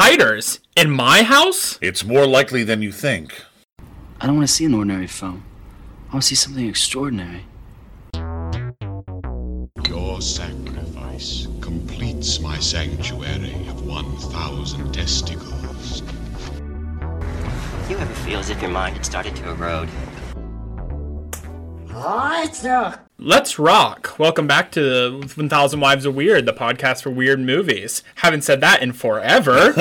hiders in my house? It's more likely than you think. I don't want to see an ordinary film. I want to see something extraordinary. Your sacrifice completes my sanctuary of 1,000 testicles. Do you ever feel as if your mind had started to erode? Let's rock. Welcome back to 1000 Wives of Weird, the podcast for weird movies. Haven't said that in forever.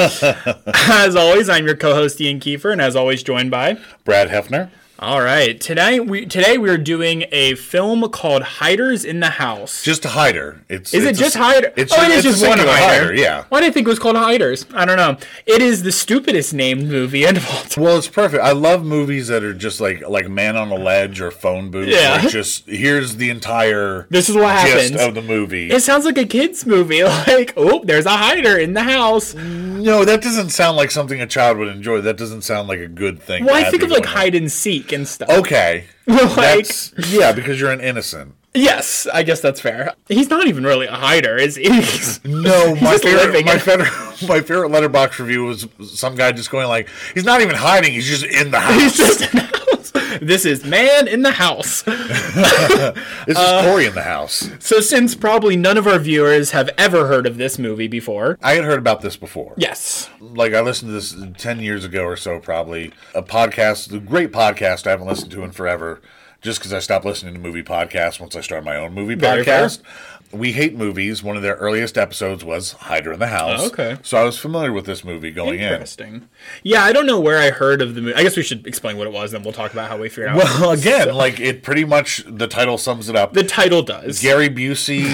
as always, I'm your co-host Ian Kiefer and as always joined by Brad Hefner? All right. Today we today we're doing a film called Hiders in the House. Just a hider. It's Is it's it a- just Hider? It's, oh, it it's is a just one singular hider. Yeah. Why do you think it was called Hiders? I don't know. It is the stupidest named movie of all time. Well, it's perfect. I love movies that are just like like Man on a Ledge or Phone Booth. Yeah. where just here's the entire This is what gist happens. of the movie. It sounds like a kids movie. Like, oh, there's a hider in the house. Well, no, that doesn't sound like something a child would enjoy. That doesn't sound like a good thing. to I have think of people like in. hide and seek and stuff. Okay. Like- That's yeah, because you're an innocent. Yes, I guess that's fair. He's not even really a hider, is he? No, my just favorite, living my it. favorite, my favorite letterbox review was some guy just going like, "He's not even hiding; he's just in the house." He's just in the house. This is man in the house. this Uh, is Corey in the house. So since probably none of our viewers have ever heard of this movie before. I had heard about this before. Yes. Like I listened to this ten years ago or so, probably a podcast, a great podcast I haven't listened to in forever, just because I stopped listening to movie podcasts once I started my own movie Very podcast. We hate movies. One of their earliest episodes was Hider in the House. Oh, okay. So I was familiar with this movie going in. Interesting. Yeah, I don't know where I heard of the movie. I guess we should explain what it was, then we'll talk about how we figured out. Well, again, like it pretty much the title sums it up. the title does. Gary Busey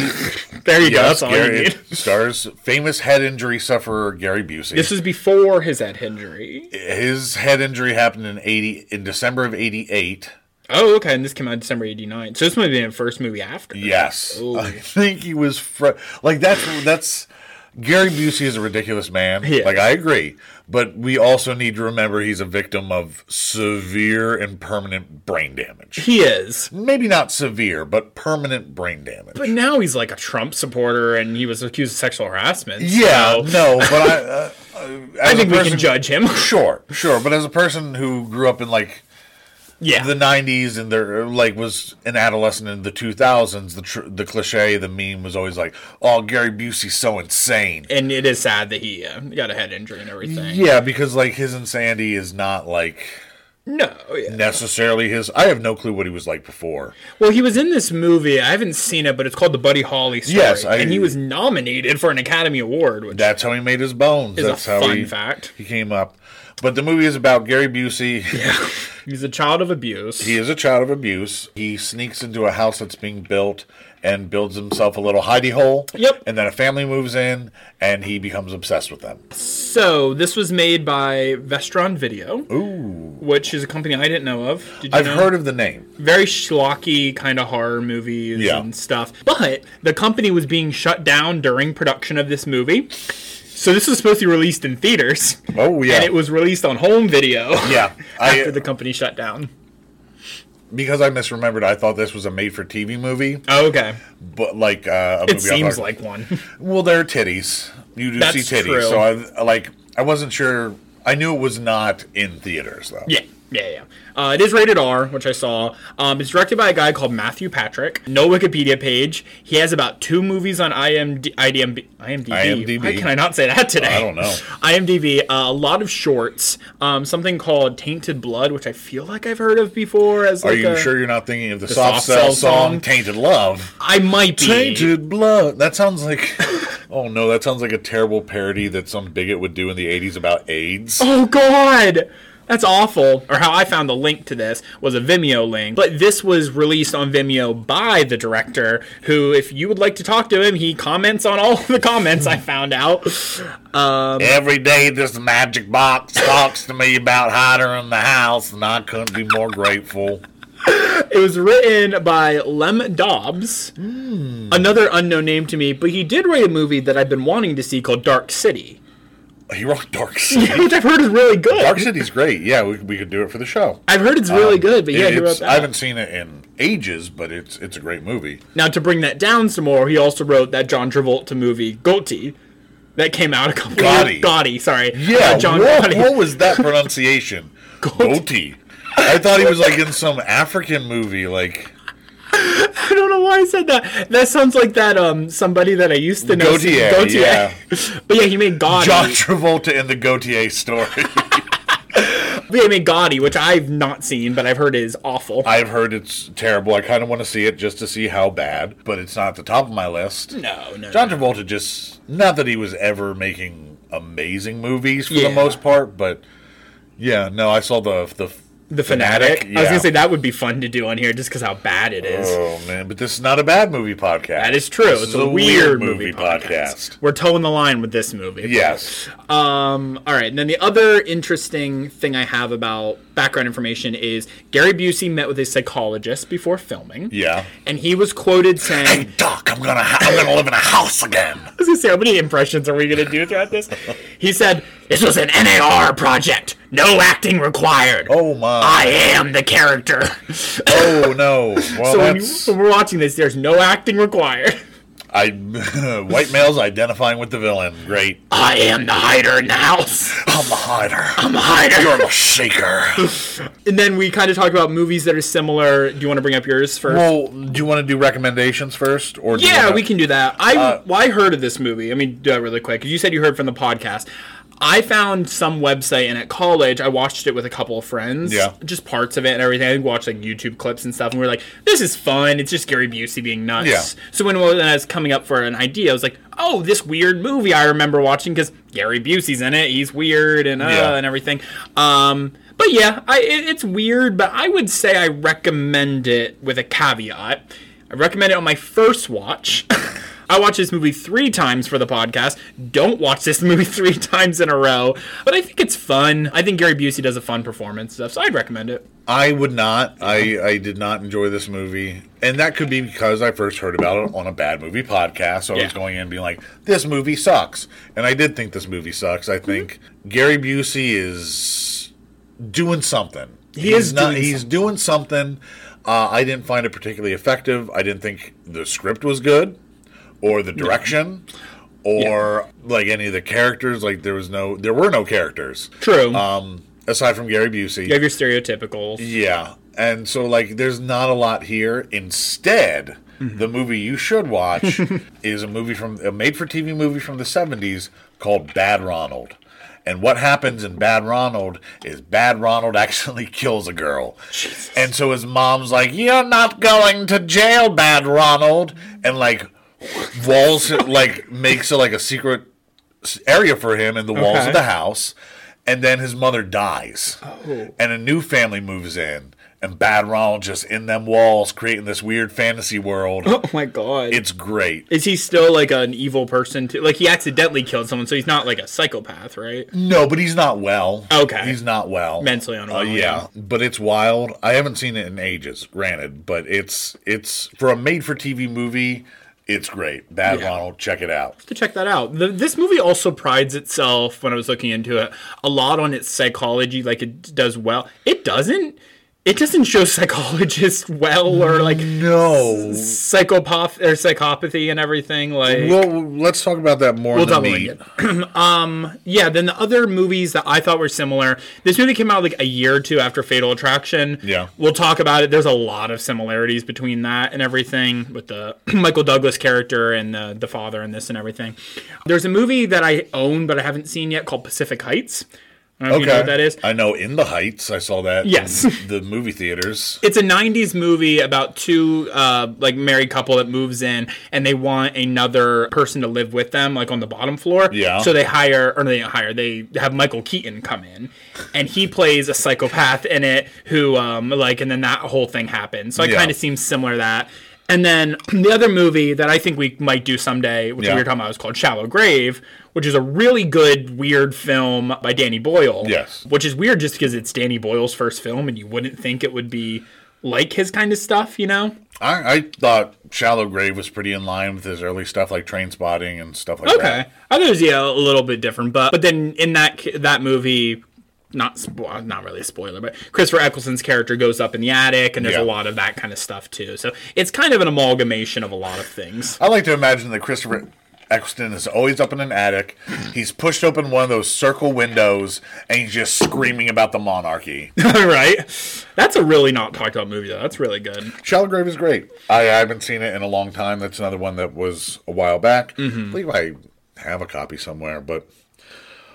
there you go. Yes, That's all you Gary need. stars famous head injury sufferer Gary Busey. This was before his head injury. His head injury happened in eighty in December of eighty eight. Oh, okay. And this came out December '89, so this might have been the first movie after. Yes, Ooh. I think he was fr- like that's that's Gary Busey is a ridiculous man. He is. Like I agree, but we also need to remember he's a victim of severe and permanent brain damage. He is. Maybe not severe, but permanent brain damage. But now he's like a Trump supporter, and he was accused of sexual harassment. yeah, so no, but I. Uh, I think we can judge him. Sure, sure, but as a person who grew up in like yeah, the 90s and there like was an adolescent in the 2000s the tr- the cliche the meme was always like oh Gary Busey's so insane and it is sad that he uh, got a head injury and everything. yeah because like his insanity is not like No, yeah. necessarily his I have no clue what he was like before well, he was in this movie. I haven't seen it, but it's called the Buddy Holly story. Yes, I- and he was nominated for an Academy Award, which that's how he made his bones Is a that's how fun he, fact. he came up but the movie is about Gary Busey he's a child of abuse. He is a child of abuse. He sneaks into a house that's being built and builds himself a little hidey hole. Yep. And then a family moves in and he becomes obsessed with them. So this was made by Vestron Video, Ooh. which is a company I didn't know of. Did you I've know? heard of the name. very schlocky kind of horror movies Yeah. and stuff. But the company was being shut down during production of this movie. So this was supposed to be released in theaters, Oh yeah. and it was released on home video yeah. after I the company shut down. because I misremembered, I thought this was a made for TV movie, Oh, okay, but like uh, a movie it I seems thought- like one. Well, there are titties. You do That's see titties. true. So I like I wasn't sure I knew it was not in theaters though. Yeah, yeah, yeah. Uh, it is rated R, which I saw. Um, it's directed by a guy called Matthew Patrick. No Wikipedia page. He has about two movies on IMD, IMD, IMDb. IMDb. Why can I not say that today? I don't know. IMDb. Uh, a lot of shorts. Um, something called Tainted Blood, which I feel like I've heard of before. As Are like you a- sure you're not thinking of the, Soft soft, Cell cell song, song? Tainted Love? I might be. Tainted blood. That sounds like. Oh no, that sounds like a terrible parody that some bigot would do in the '80s about AIDS. Oh God. That's awful. Or how I found the link to this was a Vimeo link. But this was released on Vimeo by the director, who, if you would like to talk to him, he comments on all the comments I found out. Um, Every day, this magic box talks to me about hider in the house, and I couldn't be more grateful. It was written by Lem Dobbs, Hmm. another unknown name to me, but he did write a movie that I've been wanting to see called Dark City, He rocked Dark City. which I've heard is really good. Dark City's great. Yeah, we, we could do it for the show. I've heard it's really Um, good, but yeah, it- he wrote it's- that. I haven't seen it in ages, but it's it's a great movie. Now, to bring that down some more, he also wrote that John Travolta movie, Guilty, that came out a couple Gotti. years. Gotti, sorry. Yeah, Uh, John what, Gotti. what was that pronunciation? Goatee. I thought he was like in some African movie. Like I don't know why I said that. That sounds like that um somebody that I used to know. Gautier, yeah. but yeah, he made Gotti. John Travolta in the Gautier story. But yeah, he made Gotti, which I've not seen, but I've heard is awful. I've heard it's terrible. I kind of want to see it just to see how bad, but it's not at the top of my list. no, no. John Travolta just not that he was ever making amazing movies for Yeah. the most part, but yeah, no, I saw the the the fanatic. I was yeah. gonna say that would be fun to do on here, just because how bad it is. Oh man, but this is not a bad movie podcast. That is true. This it's a, weird, movie, podcast. We're toeing the line with this movie. Yes. Um, all right. And then the other interesting thing I have about background information is Gary Busey met with a psychologist before filming. Yeah. And he was quoted saying, Doc, I'm gonna ha- I'm gonna live in a house again. I was gonna say, how many impressions are we gonna do throughout this? He said, This was an NAR project. No acting required. Oh my. I am the character. so Oh no. Well, when, you, that's when we're watching this, there's no acting required. I white males identifying with the villain. Great. I am the hider in the house. I'm the hider. I'm the hider. You're the shaker. And then we kind of talk about movies that are similar. Do you want to bring up yours first? well, do you want to do recommendations first, or do you yeah, wanna- we can do that. I Uh, well, I heard of this movie. I mean, do that really quick. 'cause You said you heard from the podcast. I found some website, and at college, I watched it with a couple of friends. Yeah. just parts of it and everything. I watched like YouTube clips and stuff, and we were like, "This is fun. It's just Gary Busey being nuts." Yeah. So when, when I was coming up for an idea, I was like, "Oh, this weird movie I remember watching because Gary Busey's in it. He's weird and uh, Yeah. and everything." Um, but yeah, I, it, it's weird, but I would say I recommend it with a caveat. I recommend it on my first watch. I watched this movie three times for the podcast. Don't watch this movie three times in a row, but I think it's fun. I think Gary Busey does a fun performance, and stuff, so I'd recommend it. I would not. I, I did not enjoy this movie. And that could be because I first heard about it on a bad movie podcast. So I Yeah. was going in being like, this movie sucks. And I did think this movie sucks. I think Gary Busey is doing something. He is not doing he's doing something. Uh, I didn't find it particularly effective. I didn't think the script was good or the direction. Or like any of the characters, like there was no, there were no characters. True. Um, aside from Gary Busey, you have your stereotypical. yeah. And so, like, there's not a lot here. Instead, the movie you should watch is a movie from a made for TV movie from the 70s called Bad Ronald. And what happens in Bad Ronald is Bad Ronald accidentally kills a girl. And so his mom's like, You're not going to jail, Bad Ronald. And, like, walls, like, makes it like a secret area for him in the walls Okay. of the house, and then his mother dies, Oh. and a new family moves in, and Bad Ronald just in them walls creating this weird fantasy world. Oh my god. It's great. Is he still like an evil person? Too? Like he accidentally killed someone, so he's not like a psychopath, right? No, but he's not well. Okay. he's not well Mentally unwell, Uh, yeah. yeah, but it's wild. I haven't seen it in ages, granted, but it's it's for a made-for-TV movie. It's great. Bad Yeah. Ronald, check it out. to check that out. The, this movie also prides itself, when I was looking into it, a lot on its psychology. Like it does well. It doesn't. It doesn't show psychologists well or like No. psychopath or psychopathy and everything. Like Well, let's talk about that more. We'll in the talk about it meat. again. yeah. Then the other movies that I thought were similar. This movie came out like a year or two after Fatal Attraction. Yeah. we'll talk about it. There's a lot of similarities between that and everything with the Michael Douglas character and the the father and this and everything. There's a movie that I own but I haven't seen yet called Pacific Heights. I don't know if you know what that is. I know In the Heights. I saw that. Yes. in the movie theaters. it's a 90s movie about two uh, like married couple that moves in and they want another person to live with them like on the bottom floor Yeah. so they hire or no, they don't hire they have michael keaton come in and he plays a psychopath in it who um like and then that whole thing happens so it Yeah. kind of seems similar to that and then the other movie that I think we might do someday, which Yeah. we were talking about, was called Shallow Grave, which is a really good, weird film by Danny Boyle. Yes. Which is weird just because it's Danny Boyle's first film and you wouldn't think it would be like his kind of stuff, you know? I, I thought Shallow Grave was pretty in line with his early stuff, like Train Spotting and stuff like Okay. that. I thought it was yeah, a little bit different, but but then in that ca- that movie not spo- not really a spoiler, but Christopher Eccleston's character goes up in the attic and there's Yeah. a lot of that kind of stuff too. So it's kind of an amalgamation of a lot of things. I like to imagine that Christopher Eccleston is always up in an attic. He's pushed open one of those circle windows and he's just screaming about the monarchy. All right. That's a really not talked about movie, though. That's really good. Shallow Grave is great. I, I haven't seen it in a long time. That's another one that was a while back. I Mm-hmm. believe I have a copy somewhere, but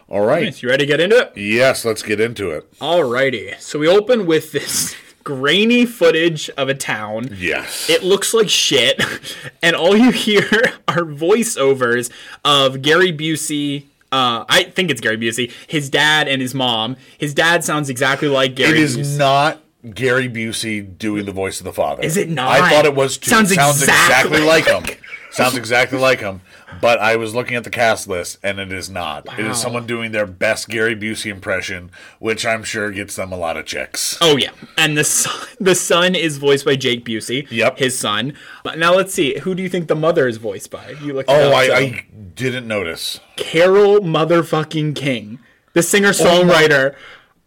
all right. Nice. You ready to get into it? Yes, let's get into it. Alrighty. So we open with this grainy footage of a town. Yes. It looks like shit. And all you hear are voiceovers of Gary Busey. Uh, I think it's Gary Busey, his dad and his mom. His dad sounds exactly like Gary it is Busey. not Gary Busey doing the voice of the father. Is it not? I thought it was too. Sounds exactly exactly like him. Sounds exactly like him. But I was looking at the cast list, and it is not. It Wow. is someone doing their best Gary Busey impression, which I'm sure gets them a lot of checks. Oh yeah, and the son, the son is voiced by Jake Busey. Yep. his son. But now let's see, who do you think the mother is voiced by? You look. Oh, I, so. I didn't notice. Carol motherfucking King, the singer songwriter.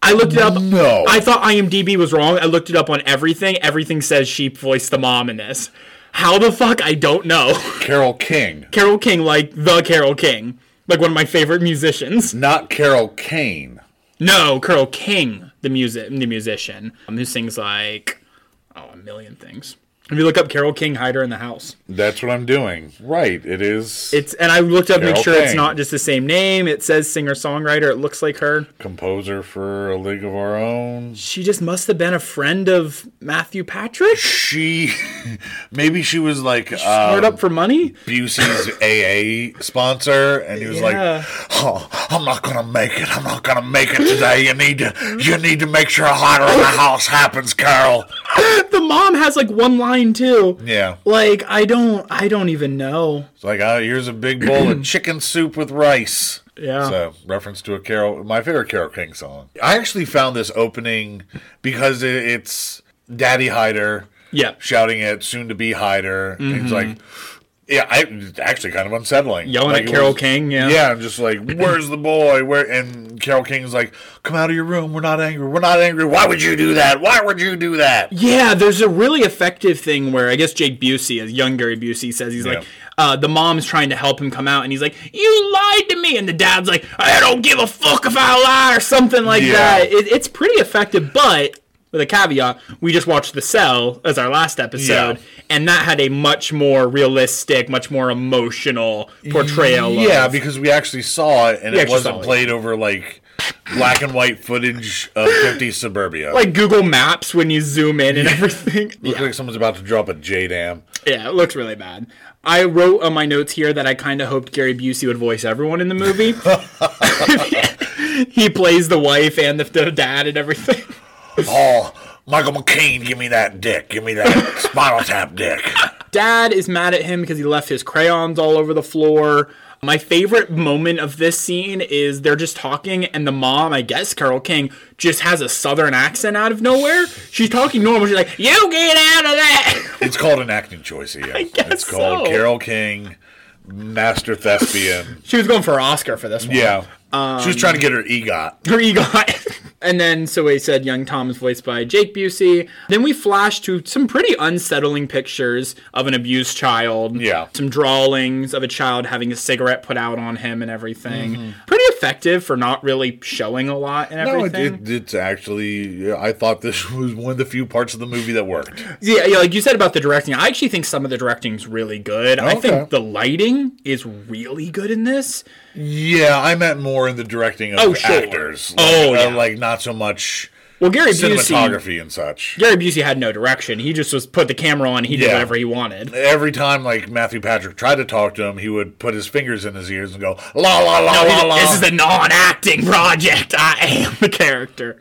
I looked it up. Oh No. I thought IMDb was wrong. I looked it up on everything. Everything says she voiced the mom in this. How the fuck? I don't know. Carol King, Carol King, like the Carol King, like one of my favorite musicians. not Carol Kane. No, Carol King, the music, the musician, um, who sings like oh a million things. If you look up Carol King, hide her in the house. That's what I'm doing. Right. It is It's and I looked up, to make Carole sure it's King. not just the same name. It says singer songwriter. It looks like her. composer for A League of Our Own. She just must have been a friend of Matthew Patrick. She, maybe she was like Hard uh, up for money. Busey's AA sponsor, and he was Yeah. like, "Oh, I'm not gonna make it. I'm not gonna make it today. You need to, you need to make sure hotter in the house happens, Carol." The mom has like one line too. Yeah, Like I don't, I don't even know. it's like, uh, here's a big bowl of chicken soup with rice. Yeah. So reference to a Carol, my favorite Carol King song. I actually found this opening because it, it's Daddy Hider Yeah. shouting at soon to be Hider. and He's like, yeah, I it's actually kind of unsettling. Mm-hmm. Yelling Like, at it Carol was- King. Yeah. Yeah, I'm just like, where's the boy? Where? And Carol King's like, come out of your room. We're not angry. We're not angry. Why would you do that? Why would you do that? Yeah, there's a really effective thing where I guess Jake Busey, as young Gary Busey, says he's like, Yeah. uh, the mom's trying to help him come out, and he's like, "You lied to me," and the dad's like, "I don't give a fuck if I lie" or something like Yeah. that. It, it's pretty effective, but with a caveat, we just watched The Cell as our last episode, and that had a much more realistic, much more emotional portrayal. Yeah, of, because we actually saw it, and We it actually wasn't saw it. played over like black and white footage of 50 suburbia. like Google Maps when you zoom in and everything. Looks like someone's about to drop a J dam. Yeah, it looks really bad. I wrote on my notes here that I kind of hoped Gary Busey would voice everyone in the movie. he plays the wife and the, the dad and everything. Oh, Michael McCain, give me that dick. Give me that spinal tap dick. Dad is mad at him because he left his crayons all over the floor. My favorite moment of this scene is they're just talking, and the mom, I guess Carol King, just has a southern accent out of nowhere. She's talking normal. She's like, You get out of that! It's called an acting choice, yeah. guess it's so. called Carol King, Master Thespian. She was going for an Oscar for this one. Yeah. she was trying to get her E EGOT. Her EGOT. and then, so we said young Tom is voiced by Jake Busey. Then we flash to some pretty unsettling pictures of an abused child. Yeah. Some drawings of a child having a cigarette put out on him and everything. Pretty effective for not really showing a lot and Mm-hmm. No, everything. it, it, it's actually. I thought this was one of the few parts of the movie that worked. Yeah, yeah, like you said about the directing, I actually think some of the directing's really good. I Okay. think the lighting is really good in this. Yeah, I meant more in the directing of Oh, sure. actors. Like, Oh, uh, yeah. like not so much Well, Gary Busey, cinematography and such. Gary Busey had no direction. He just was put the camera on. He did Yeah. whatever he wanted. Every time, like Matthew Patrick tried to talk to him, he would put his fingers in his ears and go la la la la la. This is the non-acting project. I am the character.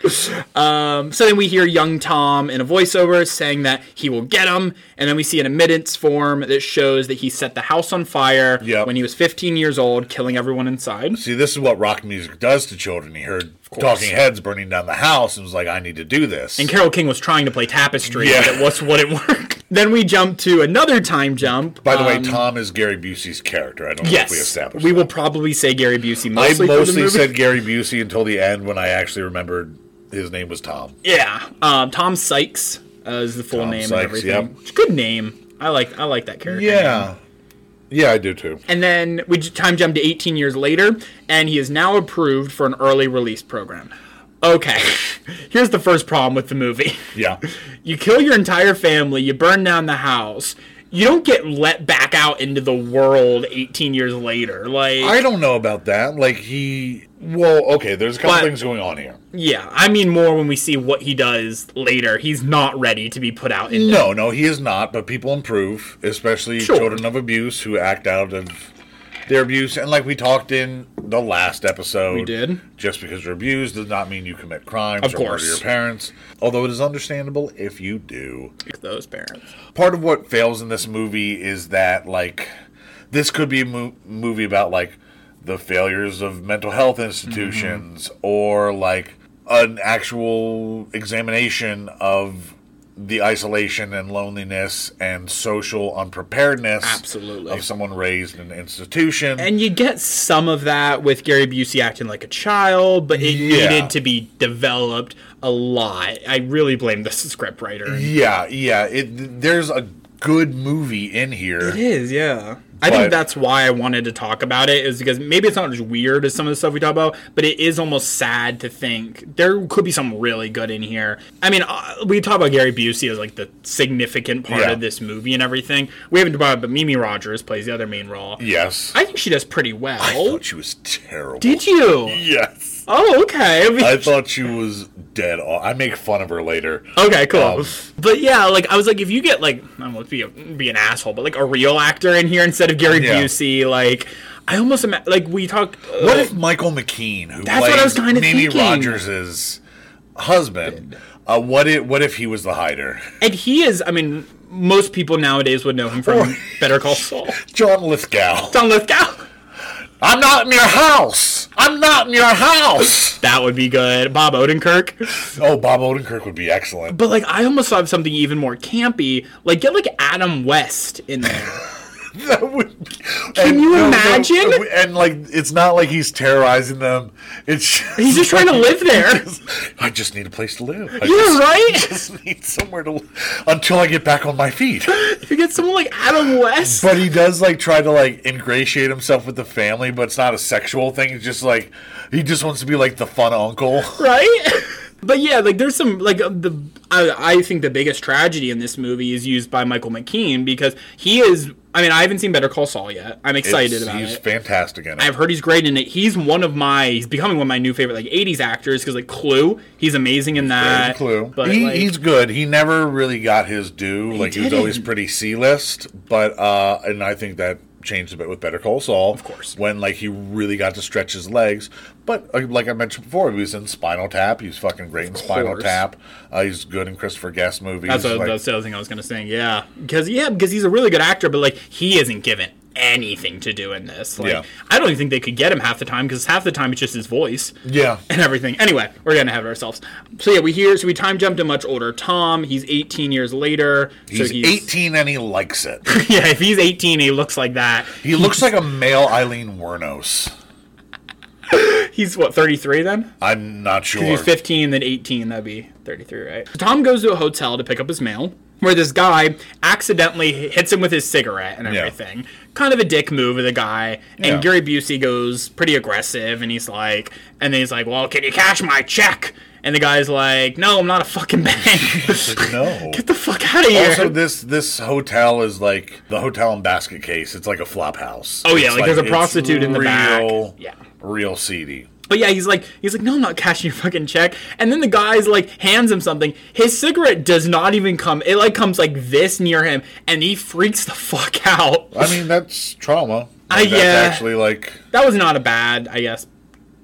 Um, so then we hear young Tom in a voiceover saying that he will get him, and then we see an admittance form that shows that he set the house on fire Yep. when he was 15 years old, killing everyone inside. See, this is what rock music does to children. He heard Talking Heads burning down the house and was like, "I need to do this." And Carol King was trying to play Tapestry, Yeah. but it was what it worked. Then we jump to another time jump. By the Um, way, Tom is Gary Busey's character. I don't know if we yes, established. we will probably say Gary Busey I mostly. through the mostly movie. said Gary Busey until the end when I actually remembered his name was Tom. Yeah, um, Tom Sykes uh, is the full Tom name Sykes, and everything. Good name. I like I like that character. Yeah. Yeah, I do too. And then we j- time jump to 18 years later, and he is now approved for an early release program. Okay, here's the first problem with the movie. Yeah. You kill your entire family, you burn down the house. You don't get let back out into the world 18 years later. Like, I don't know about that. Like he well, okay, there's a couple But- things going on here. yeah, I mean more when we see what he does later. He's not ready to be put out into No, no, he is not, but people improve, especially Sure. children of abuse who act out of their abuse. And like we talked in the last episode, We did. Just because you're abused does not mean you commit crimes Of or course. murder your parents. Although it is understandable if you do. those parents. part of what fails in this movie is that like this could be a mo- movie about like the failures of mental health institutions Mm-hmm. or like an actual examination of the isolation and loneliness and social unpreparedness Absolutely. of someone raised in an institution And you get some of that with Gary Busey acting like a child, but it Yeah. needed to be developed a lot. I really blame the scriptwriter. yeah yeah it, there's a good movie in here It is, yeah. I think But- that's why I wanted to talk about it is because maybe it's not as weird as some of the stuff we talk about, but it is almost sad to think there could be something really good in here. I mean, uh, we talk about Gary Busey as like the significant part Yeah. of this movie and everything. We haven't talked about, but Mimi Rogers plays the other main role. yes I think she does pretty Mm. I well. thought she was terrible Did you? yes Oh, okay. I thought she was dead. aw- I make fun of her later. Okay, cool. Um, but yeah, like I was like, if you get like, I won't be a, be an asshole, but like a real actor in here instead of Gary Yeah. Busey, like I almost ima- like we talked. Uh, What if Michael McKean, who That's plays what I was kinda Mimi thinking. Rogers' husband, uh, what if what if he was the hider? and he is. I mean, most people nowadays would know him from Better Call Saul. John Lithgow. Don Lithgow. I'm not in your house. I'm not in your house. That would be good. Bob Odenkirk. Oh, Bob Odenkirk would be excellent. But like, I almost thought of something even more campy. Like, get like Adam West in there. That would. Can you imagine? and like, it's not like he's terrorizing them. It's. Just, He's just trying to live there. I just need a place to live. I Yeah, just, right. just need somewhere to live until I get back on my feet. If you get someone like Adam West. But he does like try to like ingratiate himself with the family, but it's not a sexual thing. It's just like he just wants to be like the fun uncle. right? But yeah, like there's some like uh, the I, I think the biggest tragedy in this movie is used by Michael McKean because he is. I mean, I haven't seen Better Call Saul yet. I'm excited It's- about he's it. fantastic in it. I've heard he's great in it. He's one of my. He's becoming one of my new favorite like '80s actors because like Clue, he's amazing in that. Clue. but he, like, he's good. He never really got his due. like he was didn't. always pretty C list, but uh and I think that changed a bit with Better Call Saul. Of course. When like he really got to stretch his legs. But uh, like I mentioned before, he was in Spinal Tap. He was fucking great in Spinal course. Tap. Uh, he's good in Christopher Guest movies. that's, what, like- that's the other thing I was gonna say. Yeah, because yeah, because he's a really good actor, but like he isn't given anything to do in this. Like, Yeah. I don't even think they could get him half the time because half the time it's just his voice. yeah. and everything. Anyway, we're getting ahead of ourselves. So yeah, we hear so we time jumped a much older Tom. He's 18 years later. He's so 18 and he likes it. Yeah, if he's 18, he looks like that. He looks like a male Eileen Wernos. He's what 33 then? I'm not sure. If he's 15, then 18, that'd be 33, right? Tom goes to a hotel to pick up his mail. Where this guy accidentally hits him with his cigarette and Yeah. everything. Kind of a dick move of the guy. And Yeah. Gary Busey goes pretty aggressive and he's like, and then he's like, well, can you cash my check? And the guy's like, no, I'm not a fucking bank. no. Get the fuck out of here. Also, this this hotel is like the hotel and basket case. It's like a flop house. Oh, yeah, It's like there's a it's prostitute in the back. real- Yeah. real seedy. But yeah, he's like, he's like, no, I'm not cashing your fucking check. And then the guy's like, hands him something. His cigarette does not even come. It like comes like this near him, and he freaks the fuck out. I mean, that's trauma. Like, that's yeah. actually like That was not a bad, I guess,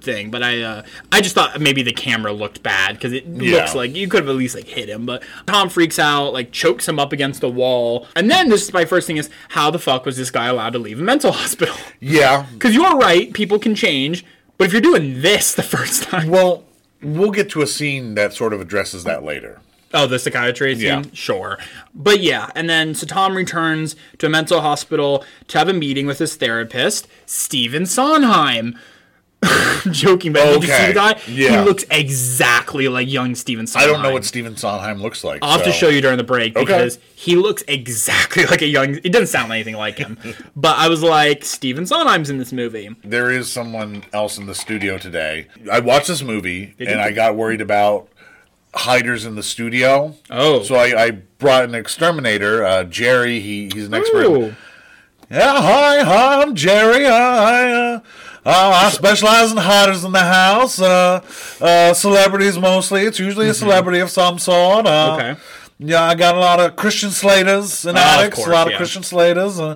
thing. But I, uh, I just thought maybe the camera looked bad because it Yeah. looks like you could have at least like hit him. But Tom freaks out, like chokes him up against the wall. And then this is my first thing is how the fuck was this guy allowed to leave a mental hospital? yeah. Because you're right, people can change. But if you're doing this the first time, Well, we'll get to a scene that sort of addresses that later. Oh, the psychiatrist? Yeah. Sure. But yeah, and then so Tom returns to a mental hospital to have a meeting with his therapist, Steven Sondheim. I'm joking, but did you see Okay, the guy? He yeah. looks exactly like young Steven Sondheim. I don't know what Steven Sondheim looks like. I'll have to so- show you during the break because he looks exactly like a young. It doesn't sound anything like him, but I was like, Steven Sondheim's in this movie. There is someone else in the studio today. I watched this movie Did and you? I got worried about hiders in the studio. Oh. So I, I brought an exterminator, uh, Jerry. He, he's an expert. Ooh. Yeah, hi, hi, I'm Jerry. I, I, uh, uh, I specialize in hiders in the house. Uh, uh, celebrities mostly. It's usually a celebrity of some sort. Uh, Mm-hmm. Okay. Yeah, I got a lot of Christian Slaters and Oh, of addicts. course, a lot of yeah. Christian Slaters. Uh,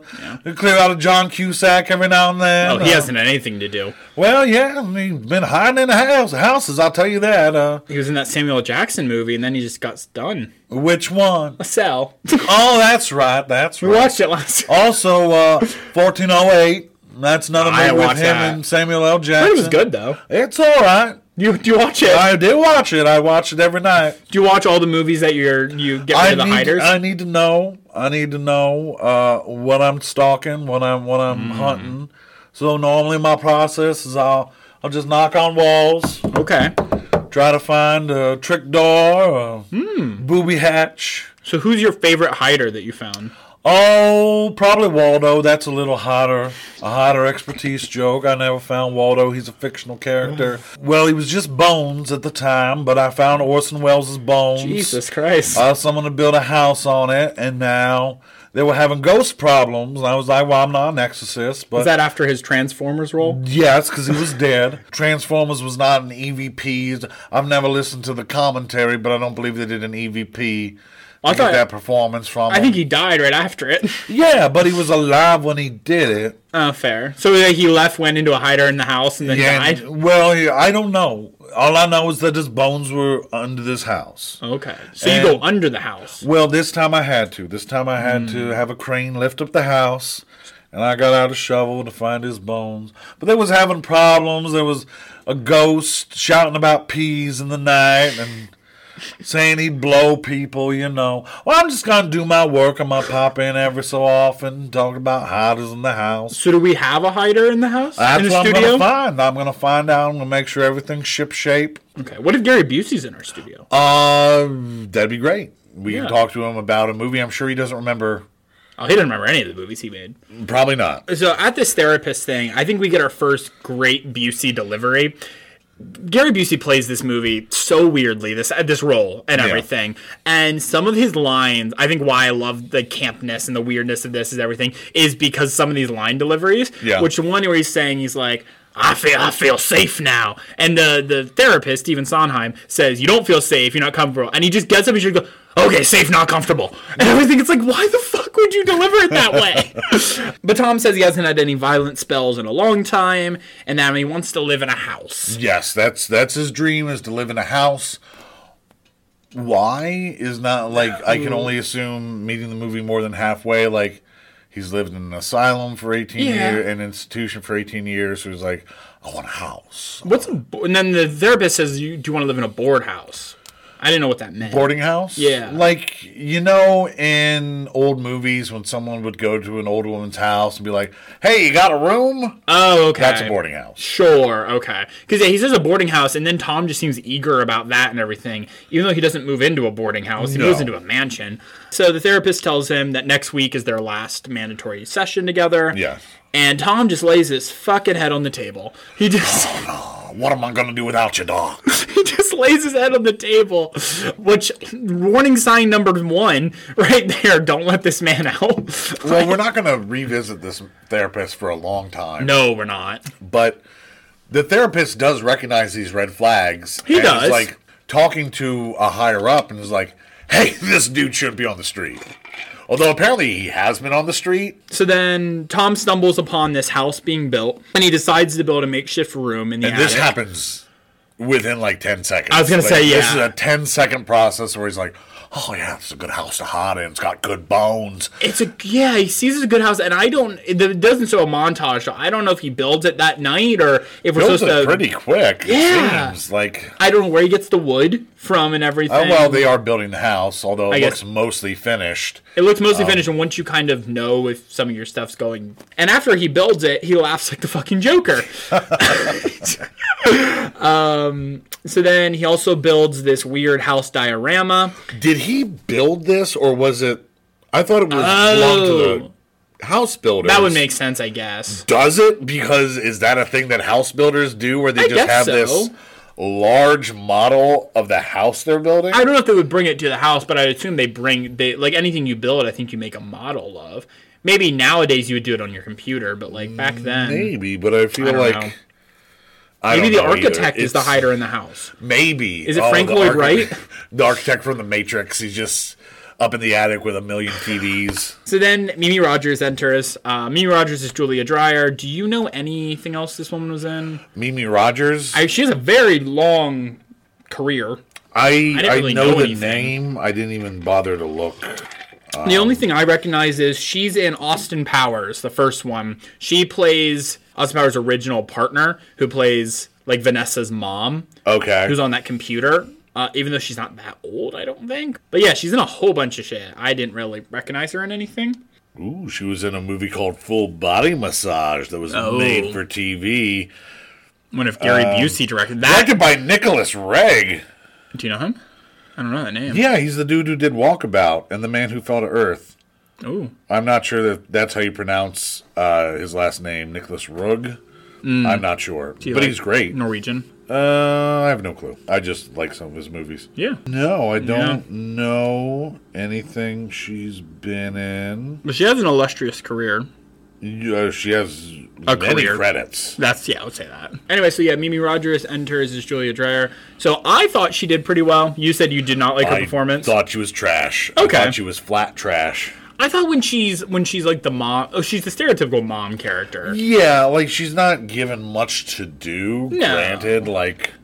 Clear out a John Cusack every now and then. Oh, he Uh, hasn't had anything to do. Well, yeah, he's been hiding in the house, houses. I'll tell you that. Uh, He was in that Samuel Jackson movie, and then he just got done. which one? A cell. oh, that's right. That's we right. watched it last. Also, uh, 1408. That's another I movie with him watched that. and Samuel L. It Jackson. was good though. It's all right. You do you watch it? I did watch it. I watch it every night. do you watch all the movies that you're you get rid I uh, of the need, hiders? I need to know. I need to know uh, what I'm stalking, what I'm what Mm. I'm hunting. So normally my process is I'll I'll just knock on walls, okay. try to find a trick door, a Hmm. booby hatch. So who's your favorite hider that you found? Oh, probably Waldo. That's a little hotter, a hotter expertise joke. I never found Waldo. He's a fictional character. Well, he was just Bones at the time, but I found Orson Welles' Bones. Jesus Christ. Uh, someone to build a house on it, and now they were having ghost problems. And I was like, well, I'm not an exorcist, but was that after his Transformers role? yes, because he was dead. Transformers was not an EVP. I've never listened to the commentary, but I don't believe they did an E EVP. I I thought- get that performance from. I him. think he died right after it. yeah, but he was alive when he did it. Oh, fair. So like, he left, went into a hider in the house, and then Yeah, died. well, yeah, I don't know. All I know is that his bones were under this house. Okay. So you go And- under the house. Well, this time I had to. This time I had to have a crane lift up the house, and I got out a shovel to find his bones. But they was having problems. There was a ghost shouting about peas in the night and saying he'd blow people. You know. Well, I'm just gonna do my work. I'm gonna pop in every so often, talk about hiders in the house. So do we have a hider in the house? That's in the what studio? I'm gonna find. I'm gonna find out. I'm gonna make sure everything's ship shape. Okay. What if Gary Busey's in our studio? Uh, that'd be great. We Yeah. can talk to him about a movie. I'm sure he doesn't remember. Oh, he doesn't remember any of the movies he made. Probably not. So at this therapist thing, I think we get our first great Busey delivery. Gary Busey plays this movie so weirdly, this uh, this role and everything. And some of his lines, I think why I love the campness and the weirdness of this is everything is because some of these line deliveries, Yeah. which one where he's saying he's like, I feel I feel safe now, and the the therapist Steven Sondheim says you don't feel safe, you're not comfortable, and he just gets up and she goes, okay, safe, not comfortable, and everything. It's like why the fuck would you deliver it that way? but Tom says he hasn't had any violent spells in a long time, and that he wants to live in a house. Yes, that's that's his dream is to live in a house. Why is not like I can only assume meeting the movie more than halfway. Like he's lived in an asylum for eighteen Yeah. years, an institution for eighteen years. So he's like, I want a house, What's a bo- and then the therapist says you do you want to live in a board house? I didn't know what that meant. boarding house. Yeah. like you know, in old movies when someone would go to an old woman's house and be like, Hey, you got a room? oh, okay. That's a boarding house. Sure, okay. Because yeah, he says a boarding house, and then Tom just seems eager about that and everything. Even though he doesn't move into a boarding house, he No. moves into a mansion. So the therapist tells him that next week is their last mandatory session together. Yes. And Tom just lays his fucking head on the table. He just What am I gonna do without you, dog? he just lays his head on the table, which warning sign number one right there. Don't let this man out. well, we're not gonna revisit this therapist for a long time. no, we're not. but the therapist does recognize these red flags. He and is, does. like talking to a higher up and is like, "Hey, this dude shouldn't be on the street." Although apparently he has been on the street, So then Tom stumbles upon this house being built, and he decides to build a makeshift room in the and attic. this happens within like ten seconds. I was gonna Like, say, this yeah. is a 10 second process where he's like, oh yeah, it's a good house to hide in. It's got good bones. It's a yeah. He sees it's a good house, and I don't. It it doesn't show a montage. So I don't know if he builds it that night or if we're Builds supposed to. it pretty quick. it Yeah. seems like. I don't know where he gets the wood from and everything. Oh, well, they are building the house, although it I looks guess- mostly finished. It looks mostly um, finished, and once you kind of know if some of your stuff's going, and after he builds it, he laughs like the fucking Joker. um, so then he also builds this weird house diorama. Did he build this, or was it? I thought it was belonged to the house builders. Oh. That would make sense, I guess. Does it? Because is that a thing that house builders do, where they I just guess have this so. large model of the house they're building? I don't know if they would bring it to the house, but I assume they bring they like anything you build. I think you make a model of. Maybe nowadays you would do it on your computer, but like back then, Maybe, but I feel I don't like know. I maybe the don't know either. architect is the It's- hider in the house. Maybe Oh, Is it the Frank Lloyd architect- Wright? the architect from the Matrix. He's just up in the attic with a million TVs. So then Mimi Rogers enters. Uh, Mimi Rogers is Julia Dreyer. Do you know anything else this woman was in? Mimi Rogers. I I, she has a very long career. I, really know, know the anything. name. I didn't even bother to look. the only thing I recognize is she's in Austin Powers, the first one. She plays Austin Powers' original partner, who plays like Vanessa's mom. Okay. who's on that computer. Uh, even though she's not that old, I don't think. But yeah, she's in a whole bunch of shit. I didn't really recognize her in anything. Ooh, she was in a movie called Full Body Massage that was Oh. made for TV, When if Gary Um, Busey directed that? directed by Nicholas Regg. Do you know him? I don't know that name. Yeah, he's the dude who did Walkabout and The Man Who Fell to Earth. Oh, I'm not sure that that's how you pronounce uh, his last name, Nicholas Rugg. Mm. I'm not sure, but he's great. Norwegian. Uh, I have no clue. I just like some of his movies. Yeah, No, I don't know anything she's been in. but she has an illustrious career. Yeah, she has A many career. credits. That's yeah, I would say that. Anyway, so yeah, Mimi Rogers enters as Julia Dreyer. So I thought she did pretty well. You said you did not like her I performance. thought she was trash. Okay. I thought she was flat trash. I thought when she's when she's like the mom. Oh, she's the stereotypical mom character. Yeah, like she's not given much to do. Granted, like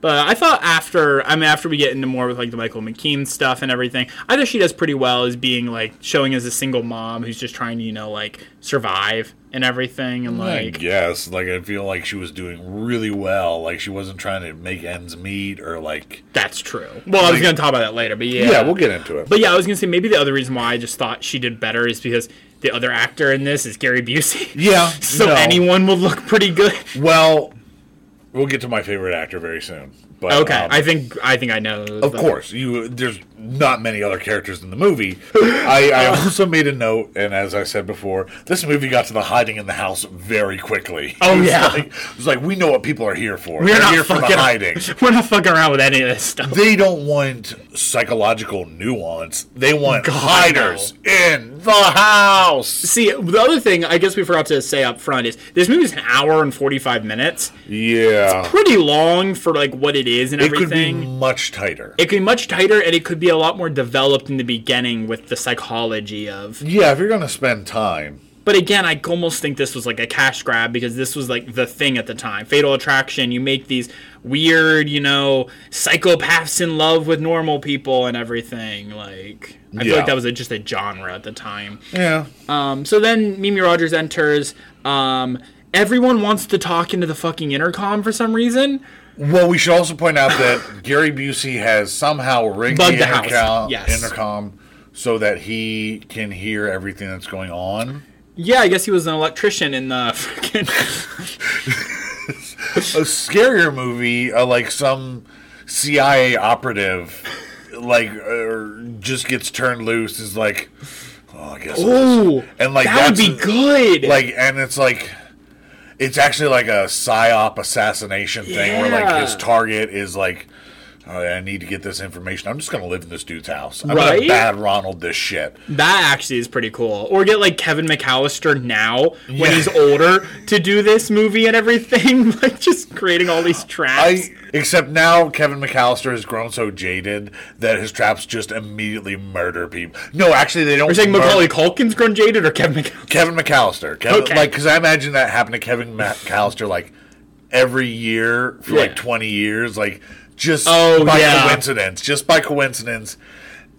But I thought after, I mean, after we get into more with like the Michael McKean stuff and everything, I think she does pretty well as being like showing as a single mom who's just trying to, you know, like survive and everything. And I like, guess, like I feel like she was doing really well. Like she wasn't trying to make ends meet or like. that's true. Well, I was going to talk about that later, but yeah. Yeah, we'll get into it. But yeah, I was going to say maybe the other reason why I just thought she did better is because the other actor in this is Gary Busey. yeah, So no. anyone would look pretty good. Well, we'll get to my favorite actor very soon. But Okay, um, I think I think I know. of course you. There's not many other characters in the movie. I, I also made a note, and as I said before, this movie got to the hiding in the house very quickly. Oh, It was yeah. like, it was like we know what people are here for. We're They're not here for the fucking- hiding. We're not fucking around with any of this stuff. They don't want psychological nuance. They want God, hiders in the house. See, the other thing I guess we forgot to say up front is this movie's an hour and 45 minutes. Yeah. Pretty long for like what it is and It could be everything. much tighter. it could be much tighter and it could be a lot more developed in the beginning with the psychology of. yeah, if you're going to spend time. But again, I almost think this was like a cash grab because this was like the thing at the time. Fatal Attraction, you make these weird, you know, psychopaths in love with normal people and everything. Like, I feel Yeah. like that was a, just a genre at the time. Yeah. Um, so then Mimi Rogers enters. Um, everyone wants to talk into the fucking intercom for some reason. Well, we should also point out that Gary Busey has somehow rigged Bugged the, the house, intercom, yes. intercom so that he can hear everything that's going on. Yeah, I guess he was an electrician in the freaking. A scarier movie, uh, like some CIA operative, like or just gets turned loose, is like, oh, I guess. Ooh, And, like, that would that's- be good. like and it's like it's actually like a psyop assassination thing where like his Yeah. target is like "All right, I need to get this information. I'm just gonna live in this dude's house. I'm gonna Right? bad Ronald this shit. that actually is pretty cool. Or get like Kevin McAllister now Yeah. when he's older to do this movie and everything, like just creating all these traps. I except now Kevin McAllister has grown so jaded that his traps just immediately murder people. No, actually they don't. You're saying mur- Macaulay Culkin's grown jaded or Kevin McAllister? Kevin McAllister. Kevin, Okay. Like because I imagine that happened to Kevin McAllister like every year for Yeah. like 20 years, like just Oh, by yeah. coincidence, just by coincidence,